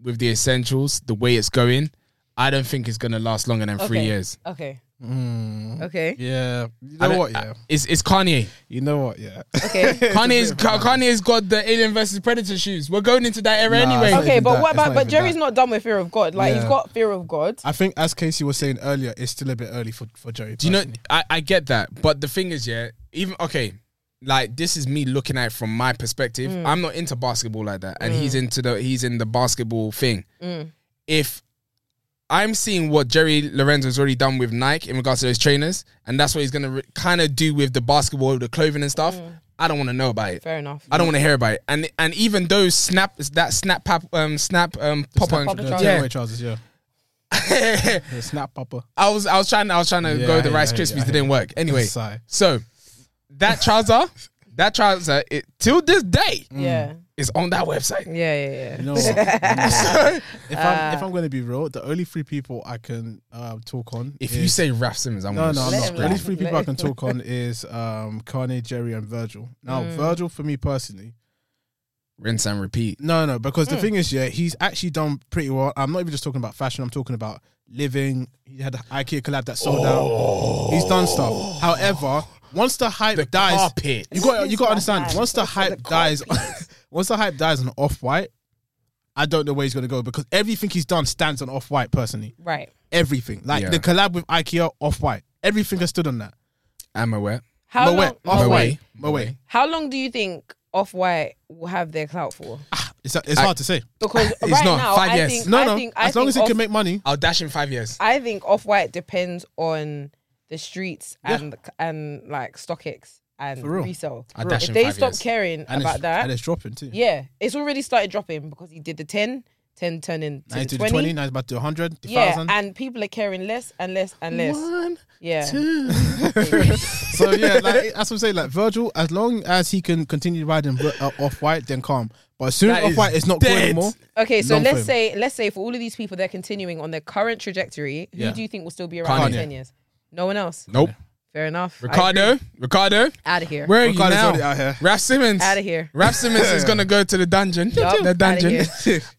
Speaker 3: with the essentials, the way it's going, I don't think it's gonna last longer than three
Speaker 1: Okay.
Speaker 3: years.
Speaker 1: Okay.
Speaker 3: Hmm.
Speaker 2: Mm.
Speaker 1: Okay.
Speaker 2: Yeah. You
Speaker 3: I
Speaker 2: know
Speaker 3: don't-
Speaker 2: what? Yeah.
Speaker 3: It's
Speaker 2: (laughs)
Speaker 3: it's Kanye.
Speaker 2: You know what? Yeah.
Speaker 1: (laughs) Okay.
Speaker 3: Kanye's Ka- Kanye's got the Alien versus Predator shoes. We're going into that era
Speaker 2: Nah,
Speaker 3: anyway.
Speaker 2: it's not
Speaker 1: okay,
Speaker 2: even
Speaker 1: but
Speaker 2: that.
Speaker 1: what
Speaker 2: It's not
Speaker 1: about? But
Speaker 2: even
Speaker 1: Jerry's
Speaker 2: that.
Speaker 1: not done with fear of God. Like he's
Speaker 2: Yeah.
Speaker 1: got fear of God.
Speaker 2: I think, as Casey was saying earlier, it's still a bit early for for Joey.
Speaker 3: Do you know? I, I get that, but the thing is, yeah, even okay, like this is me looking at it from my perspective.
Speaker 1: Mm.
Speaker 3: I'm not into basketball like that, and he's into the he's in the basketball thing.
Speaker 1: Mm.
Speaker 3: If I'm seeing what Jerry Lorenzo's already done with Nike in regards to those trainers, and that's what he's gonna re- kind of do with the basketball, the clothing and stuff. I don't want to know about it.
Speaker 1: Mm. Fair enough.
Speaker 3: I don't want to hear about it. And and even though snap that snap pop um snap um pop
Speaker 1: snap
Speaker 3: on
Speaker 1: papa
Speaker 2: Yeah,
Speaker 1: trousers.
Speaker 2: tearaway trousers,
Speaker 3: (laughs)
Speaker 2: yeah.
Speaker 3: yeah.
Speaker 2: The snap popper.
Speaker 3: I was I was trying I was trying to
Speaker 2: Yeah,
Speaker 3: go the
Speaker 2: yeah,
Speaker 3: Rice
Speaker 2: yeah,
Speaker 3: Krispies.
Speaker 2: yeah.
Speaker 3: It didn't work. Anyway,
Speaker 2: Sigh.
Speaker 3: so that trouser, that trouser, it, till this day
Speaker 1: Yeah.
Speaker 3: is on that website.
Speaker 1: Yeah, yeah,
Speaker 2: You
Speaker 3: (laughs)
Speaker 1: yeah.
Speaker 2: know what? You know what? if I'm if
Speaker 1: Uh.
Speaker 2: I'm going to be real, the only three people I can uh, talk on.
Speaker 3: If
Speaker 2: is,
Speaker 3: you say Raph Simmons, I'm
Speaker 2: no,
Speaker 3: gonna
Speaker 2: no, I'm
Speaker 1: Let
Speaker 2: not.
Speaker 1: him
Speaker 2: The only
Speaker 1: laugh. Mm.
Speaker 2: three
Speaker 1: Let
Speaker 2: people I
Speaker 1: him-
Speaker 2: can talk on is um, Kanye, Jerry, and Virgil. Now, Virgil for me personally,
Speaker 3: rinse and repeat.
Speaker 2: No, no, because
Speaker 1: Mm.
Speaker 2: the thing is, yeah, he's actually done pretty well. I'm not even just talking about fashion. I'm talking about living. He had the IKEA collab that sold out. He's done
Speaker 1: Oh.
Speaker 2: stuff. However, once the hype
Speaker 3: The
Speaker 2: dies,
Speaker 3: carpet.
Speaker 2: you got you got to understand.
Speaker 5: Nice.
Speaker 2: Once the
Speaker 5: That's
Speaker 2: hype
Speaker 5: the
Speaker 2: dies, (laughs) once the hype dies on off white, I don't know where he's gonna go because everything he's done stands on off white. Personally,
Speaker 1: Right.
Speaker 2: everything like
Speaker 3: Yeah.
Speaker 2: the collab with IKEA, off white, everything has stood on that.
Speaker 3: I'm aware.
Speaker 1: How
Speaker 2: Moet,
Speaker 1: long?
Speaker 2: off
Speaker 1: Moet.
Speaker 2: white, Moet.
Speaker 1: How long do you think Off White will have their clout for?
Speaker 2: It's it's hard to say.
Speaker 1: Because right
Speaker 3: not.
Speaker 1: now,
Speaker 3: Five
Speaker 1: I
Speaker 3: years.
Speaker 1: think
Speaker 2: No,
Speaker 1: I
Speaker 2: no.
Speaker 1: think I
Speaker 2: As long
Speaker 1: think
Speaker 2: as he
Speaker 1: Off-
Speaker 2: can make money,
Speaker 3: I'll dash in five years.
Speaker 1: I think Off White depends on the streets and and like StockX and
Speaker 2: For real.
Speaker 1: resale.
Speaker 3: I'll dash
Speaker 1: If
Speaker 3: in
Speaker 1: they
Speaker 3: five
Speaker 1: stop
Speaker 3: years.
Speaker 1: caring
Speaker 2: and
Speaker 1: about
Speaker 2: it's,
Speaker 1: that,
Speaker 2: and it's dropping too.
Speaker 1: yeah, it's already started dropping because he did the 10, 10 turning to
Speaker 2: Now
Speaker 1: the
Speaker 2: he's to
Speaker 1: 20.
Speaker 2: the 20, now he's about to 100, the
Speaker 1: yeah,
Speaker 2: 1,000.
Speaker 1: and people are caring less and less and less.
Speaker 3: One,
Speaker 1: yeah.
Speaker 2: So yeah, like, (laughs) that's what I'm saying. Like Virgil, as long as he can continue riding uh, off white, then calm. But as soon as
Speaker 3: That is
Speaker 2: off white is not going
Speaker 3: dead.
Speaker 2: anymore,
Speaker 1: Okay, so
Speaker 2: Long
Speaker 1: let's
Speaker 2: fame.
Speaker 1: say let's say for all of these people they're continuing on their current trajectory, who
Speaker 2: Yeah.
Speaker 1: do you think will still be around in
Speaker 3: Kanye.
Speaker 1: ten years? No one else.
Speaker 3: Nope.
Speaker 1: Fair enough.
Speaker 3: (laughs) Ricardo, Ricardo,
Speaker 1: out of here.
Speaker 3: where are
Speaker 2: Ricardo's
Speaker 3: you
Speaker 2: already
Speaker 3: now?
Speaker 2: out here.
Speaker 3: Raph Simmons.
Speaker 1: Out of here.
Speaker 3: Raph
Speaker 2: (laughs)
Speaker 3: Simmons is gonna go to the dungeon.
Speaker 1: Yup,
Speaker 3: the
Speaker 1: outta
Speaker 3: dungeon.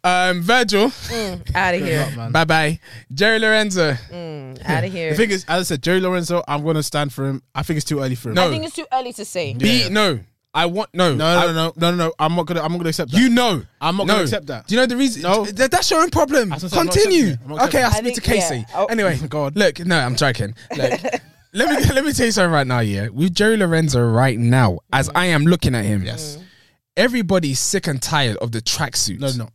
Speaker 3: um, Virgil,
Speaker 2: Mm.
Speaker 1: Out of here.
Speaker 2: man.
Speaker 3: bye bye. Jerry Lorenzo.
Speaker 1: Mm. Out of here.
Speaker 2: The thing is, as I said, Jerry Lorenzo, I'm gonna stand for him. I think it's too early for him.
Speaker 1: I
Speaker 3: No.
Speaker 1: think it's too early to say.
Speaker 3: B no. I want no.
Speaker 2: no, no, no, no, no, no, no. I'm not gonna. I'm not gonna accept that.
Speaker 3: You know,
Speaker 2: I'm not
Speaker 3: no.
Speaker 2: gonna accept that.
Speaker 3: Do you know the reason?
Speaker 2: No.
Speaker 3: Th- that's your own problem.
Speaker 2: That's what I'm saying, I'm not
Speaker 3: Continue.
Speaker 2: accepting it. I'm not accepting
Speaker 3: Okay, I'll
Speaker 2: it.
Speaker 3: speak
Speaker 1: I
Speaker 3: to
Speaker 1: think- yeah.
Speaker 3: Casey.
Speaker 1: Oh.
Speaker 3: Anyway,
Speaker 2: (laughs) God.
Speaker 3: look, no, I'm joking. Look,
Speaker 1: (laughs)
Speaker 3: let me let me tell you something right now. Yeah, with Jerry Lorenzo right now,
Speaker 2: Mm.
Speaker 3: as I am looking at him,
Speaker 1: Mm.
Speaker 3: yes, everybody's sick and tired of the tracksuit.
Speaker 2: no, no.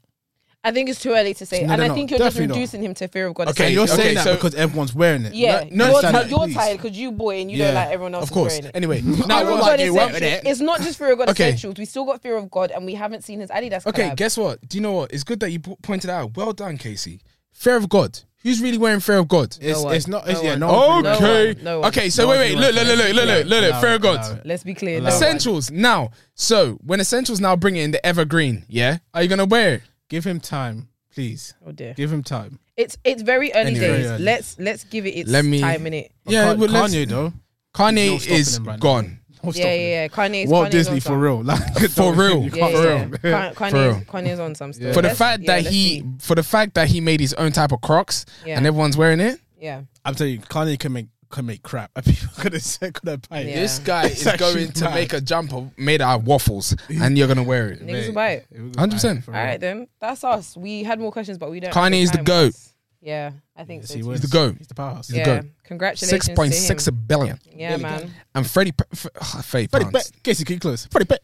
Speaker 1: I think it's too early to say,
Speaker 2: No,
Speaker 1: and
Speaker 2: no,
Speaker 1: I
Speaker 2: no,
Speaker 1: think you're just
Speaker 2: definitely not.
Speaker 1: reducing him to fear of God.
Speaker 3: Okay,
Speaker 2: And you're
Speaker 3: okay,
Speaker 2: saying that
Speaker 3: so-
Speaker 2: because everyone's wearing it.
Speaker 1: yeah,
Speaker 2: No,
Speaker 1: you're,
Speaker 2: understand
Speaker 1: ti-
Speaker 2: that,
Speaker 1: you're
Speaker 2: please.
Speaker 1: tired because you boy and you
Speaker 2: Yeah,
Speaker 1: don't like everyone else
Speaker 3: of
Speaker 1: is
Speaker 3: course.
Speaker 1: wearing it. (laughs)
Speaker 3: Anyway, now
Speaker 2: I
Speaker 3: we're
Speaker 2: don't
Speaker 3: like,
Speaker 1: God
Speaker 2: you
Speaker 3: you
Speaker 1: essentials.
Speaker 3: went with it.
Speaker 1: It's not just fear of God
Speaker 3: Okay.
Speaker 1: essentials. We still got fear of God, and we haven't seen his Adidas.
Speaker 3: Okay,
Speaker 1: collab.
Speaker 3: guess what? Do you know what? It's good that you po- pointed that out. Well done, Casey. Fear of God. Who's really wearing fear of God?
Speaker 2: It's,
Speaker 1: one.
Speaker 2: it's not. It's,
Speaker 1: No
Speaker 2: yeah,
Speaker 1: one.
Speaker 2: no. one's really wearing
Speaker 3: Okay.
Speaker 2: it.
Speaker 1: No one.
Speaker 3: Okay, so
Speaker 2: No
Speaker 3: wait,
Speaker 2: one's
Speaker 3: wait,
Speaker 2: really
Speaker 3: look, look,
Speaker 2: wearing
Speaker 3: look,
Speaker 2: it.
Speaker 3: look, look, look, look,
Speaker 2: Allow
Speaker 3: look,
Speaker 2: it,
Speaker 3: fear of
Speaker 2: allow
Speaker 3: God.
Speaker 2: it.
Speaker 1: Let's be clear.
Speaker 2: Allow
Speaker 1: no
Speaker 2: it.
Speaker 1: one.
Speaker 3: Essentials now. So when essentials now bring it in the evergreen, yeah, are you gonna wear it?
Speaker 2: Give him time, please.
Speaker 1: Oh dear.
Speaker 2: Give him time.
Speaker 1: It's it's very early
Speaker 3: Anyway.
Speaker 1: days.
Speaker 2: Very early.
Speaker 1: Let's let's give it its
Speaker 3: Let me-
Speaker 1: time in it.
Speaker 2: But Ka-
Speaker 3: well, let's-
Speaker 2: Kanye though.
Speaker 3: Kanye
Speaker 2: no stopping
Speaker 3: is
Speaker 2: him right now.
Speaker 3: gone.
Speaker 1: Yeah,
Speaker 2: no
Speaker 1: yeah,
Speaker 2: stopping.
Speaker 1: yeah. Kanye's
Speaker 2: Walt
Speaker 1: Kanye's
Speaker 2: Disney
Speaker 1: on
Speaker 2: for
Speaker 1: some.
Speaker 2: real, (laughs) like
Speaker 3: For real.
Speaker 1: Yeah,
Speaker 2: For
Speaker 1: yeah.
Speaker 2: real.
Speaker 1: Kan- Kanye's, Kanye's on some stuff.
Speaker 3: For the
Speaker 1: Let's-
Speaker 3: fact
Speaker 1: yeah,
Speaker 3: that
Speaker 1: let's
Speaker 3: he
Speaker 1: see.
Speaker 3: for the fact that he made his own type of crocs
Speaker 1: Yeah.
Speaker 3: and everyone's wearing it.
Speaker 1: yeah,
Speaker 2: I'm telling you, Kanye can make can make crap. (laughs) And people are gonna say gonna buy
Speaker 1: Yeah.
Speaker 2: it.
Speaker 3: This guy
Speaker 2: It's
Speaker 3: is
Speaker 2: actually
Speaker 3: going to
Speaker 2: mad.
Speaker 3: make a jumper made out of waffles and you're gonna wear it.
Speaker 1: niggas will buy it.
Speaker 3: Hundred percent.
Speaker 1: All right, then that's us. We had more questions, but we don't.
Speaker 3: Kanye's
Speaker 1: have time.
Speaker 3: the goat.
Speaker 1: Yeah, I think so.
Speaker 2: He's
Speaker 1: too.
Speaker 3: the goat.
Speaker 2: He's the powerhouse.
Speaker 3: the
Speaker 1: yeah,
Speaker 3: goat.
Speaker 1: congratulations.
Speaker 3: Six
Speaker 1: to
Speaker 3: point
Speaker 1: him.
Speaker 3: six billion.
Speaker 1: Yeah, man.
Speaker 3: And Freddie P- F- oh, Freddie
Speaker 2: Freddie
Speaker 3: Pounds.
Speaker 2: Bet. Casey, keep close. Freddie Bet.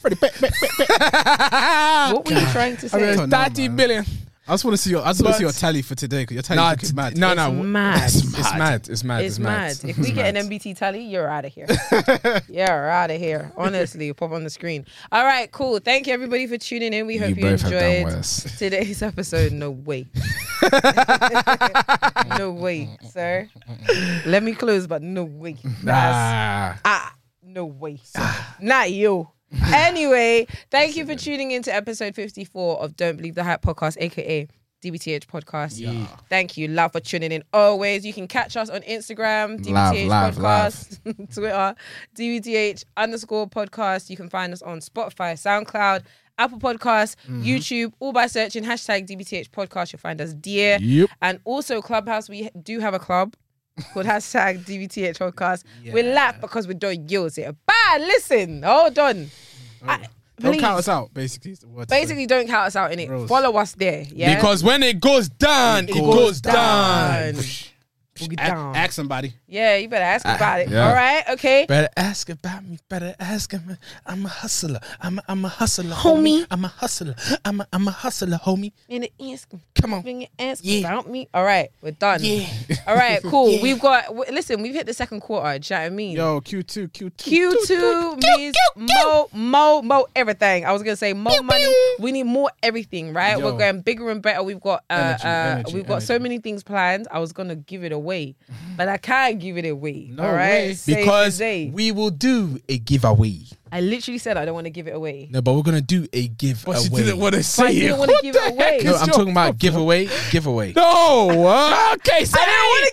Speaker 2: Freddie Bet. Bet. Bet. Bet.
Speaker 1: What
Speaker 3: Ah,
Speaker 1: were you trying to say?
Speaker 2: mean,
Speaker 1: It's
Speaker 2: don't know,
Speaker 3: Thirty
Speaker 2: man.
Speaker 3: billion.
Speaker 2: I just want to see your. I just want
Speaker 3: But-
Speaker 2: to see your tally for today because your tally
Speaker 3: Nah,
Speaker 2: is
Speaker 3: t-
Speaker 2: mad.
Speaker 3: No, no,
Speaker 1: mad.
Speaker 3: It's mad. It's mad. It's mad.
Speaker 1: mad. If we get an MBT tally, you're out of
Speaker 3: (laughs)
Speaker 1: here. you're out of here. Honestly, pop on the screen. All right, cool. Thank you everybody for tuning in. We hope you,
Speaker 3: both have done
Speaker 1: enjoyed (laughs)
Speaker 3: worse.
Speaker 1: today's episode. No
Speaker 3: (laughs)
Speaker 1: way. (laughs) no way, sir. Let me close, but no way. That's-
Speaker 3: Nah.
Speaker 1: ah, no way. Not you. anyway, thank you for tuning in to episode 54 of Don't Believe the Hype podcast, aka DBTH podcast. Thank you, love, for tuning in always. You can catch us on Instagram, DBTH
Speaker 3: Live, live,
Speaker 1: podcast, (laughs) Twitter, DBTH underscore podcast. You can find us on Spotify, SoundCloud, Apple Podcasts, YouTube, all by searching hashtag DBTH podcast. You'll find us dear.
Speaker 3: Yep.
Speaker 1: And also Clubhouse, we do have a club called hashtag DBTH podcast. We laugh because we don't use it. But listen, hold on. I-
Speaker 2: Don't
Speaker 1: please,
Speaker 2: count us out. Basically, is the word to say.
Speaker 1: basically don't count us out in it.
Speaker 2: Rules.
Speaker 1: Follow us there. Yeah.
Speaker 3: Because when it goes down, it, goes, down.
Speaker 1: Boogie
Speaker 2: A-
Speaker 1: down.
Speaker 2: Ask somebody.
Speaker 1: Yeah, you better ask about it.
Speaker 3: Ah, yeah.
Speaker 1: All right, okay.
Speaker 3: Better ask about me. Better ask him. I'm a hustler. I'm a, I'm a hustler, homie. I'm a hustler. I'm a, I'm a hustler, homie.
Speaker 1: Gonna ask,
Speaker 3: Come on.
Speaker 1: gonna ask
Speaker 3: Yeah.
Speaker 1: about me. All right, we're done.
Speaker 3: Yeah.
Speaker 1: All right,
Speaker 3: (laughs)
Speaker 1: cool. We've got. W- listen, we've hit the second quarter. Do you know what I mean?
Speaker 2: Yo, Q2, Q2.
Speaker 1: Q2 means mo, mo, mo, everything. I was gonna say mo money. We need more everything, right?
Speaker 2: Yo.
Speaker 1: We're going bigger and better. We've got uh,
Speaker 2: Energy,
Speaker 1: uh
Speaker 2: energy,
Speaker 1: we've got so
Speaker 2: energy.
Speaker 1: many things planned. I was gonna give it away, but I can't give it away. all right,
Speaker 2: way.
Speaker 1: Save the
Speaker 3: Because
Speaker 1: day.
Speaker 3: we will do a giveaway.
Speaker 1: I literally said I don't want to give it away.
Speaker 3: No, but we're gonna do a giveaway.
Speaker 2: But you didn't want
Speaker 1: But
Speaker 2: to
Speaker 1: I
Speaker 2: say
Speaker 1: didn't
Speaker 2: it.
Speaker 1: want to
Speaker 3: (laughs)
Speaker 1: give it away.
Speaker 3: no,
Speaker 2: your
Speaker 3: I'm talking about giveaway. Giveaway.
Speaker 2: (laughs) No. uh,
Speaker 3: Okay, say
Speaker 1: I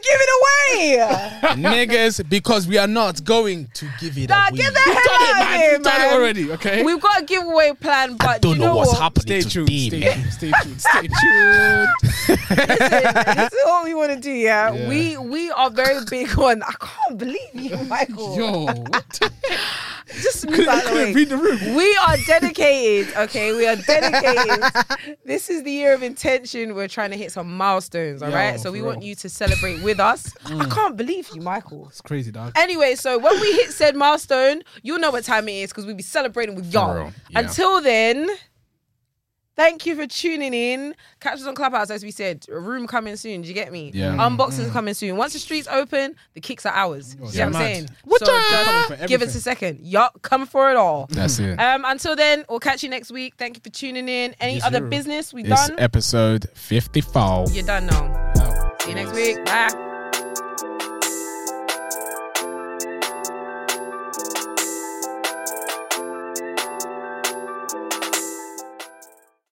Speaker 1: didn't want to give it away.
Speaker 3: (laughs) niggas, because we are not going to give it
Speaker 1: Nah,
Speaker 3: away.
Speaker 1: get the hell out of here,
Speaker 2: You've done it
Speaker 1: man.
Speaker 2: already, okay?
Speaker 1: We've got a giveaway plan, but
Speaker 3: I don't
Speaker 1: you know,
Speaker 3: know what's
Speaker 1: what?
Speaker 2: Stay
Speaker 3: happening
Speaker 2: tuned,
Speaker 3: today,
Speaker 2: stay
Speaker 3: (laughs) man.
Speaker 2: tuned, stay tuned, stay tuned.
Speaker 1: this is what we want to do. Yeah? we we are very big (laughs) on. I can't believe you, Michael.
Speaker 2: Yo, what? (laughs)
Speaker 1: Just move out of the way.
Speaker 2: Read the room.
Speaker 1: We are dedicated, okay? We are
Speaker 2: (laughs)
Speaker 1: dedicated. this is the year of intention. We're trying to hit some milestones, all right?
Speaker 2: Yo,
Speaker 1: So
Speaker 2: for
Speaker 1: we
Speaker 2: real. Mm.
Speaker 1: want you to celebrate with us. I can't believe you, Michael.
Speaker 2: It's crazy, dog.
Speaker 1: Anyway, so when we hit said milestone, you'll know what time it is because we'll be celebrating with y'all.
Speaker 3: real, yeah.
Speaker 1: Until then, thank you for tuning in. Catch us on Clubhouse, as we said. A room coming soon. Do you get me? Mm-hmm.
Speaker 3: Yeah.
Speaker 1: Unboxings coming soon. Once the streets open, the kicks are ours. Do you
Speaker 2: Mm-hmm. yeah.
Speaker 1: know what I'm
Speaker 2: Mad.
Speaker 1: saying? What so
Speaker 2: Coming for
Speaker 1: just give us
Speaker 2: everything.
Speaker 1: a second. Y'all come for it all.
Speaker 3: That's it.
Speaker 1: Um, until then, we'll catch you next week. Thank you for tuning in. Any
Speaker 2: Yes,
Speaker 1: other
Speaker 2: sir.
Speaker 1: business? We
Speaker 3: It's
Speaker 1: done?
Speaker 3: episode 54.
Speaker 1: You're done now.
Speaker 2: Out.
Speaker 1: See you next week. Bye.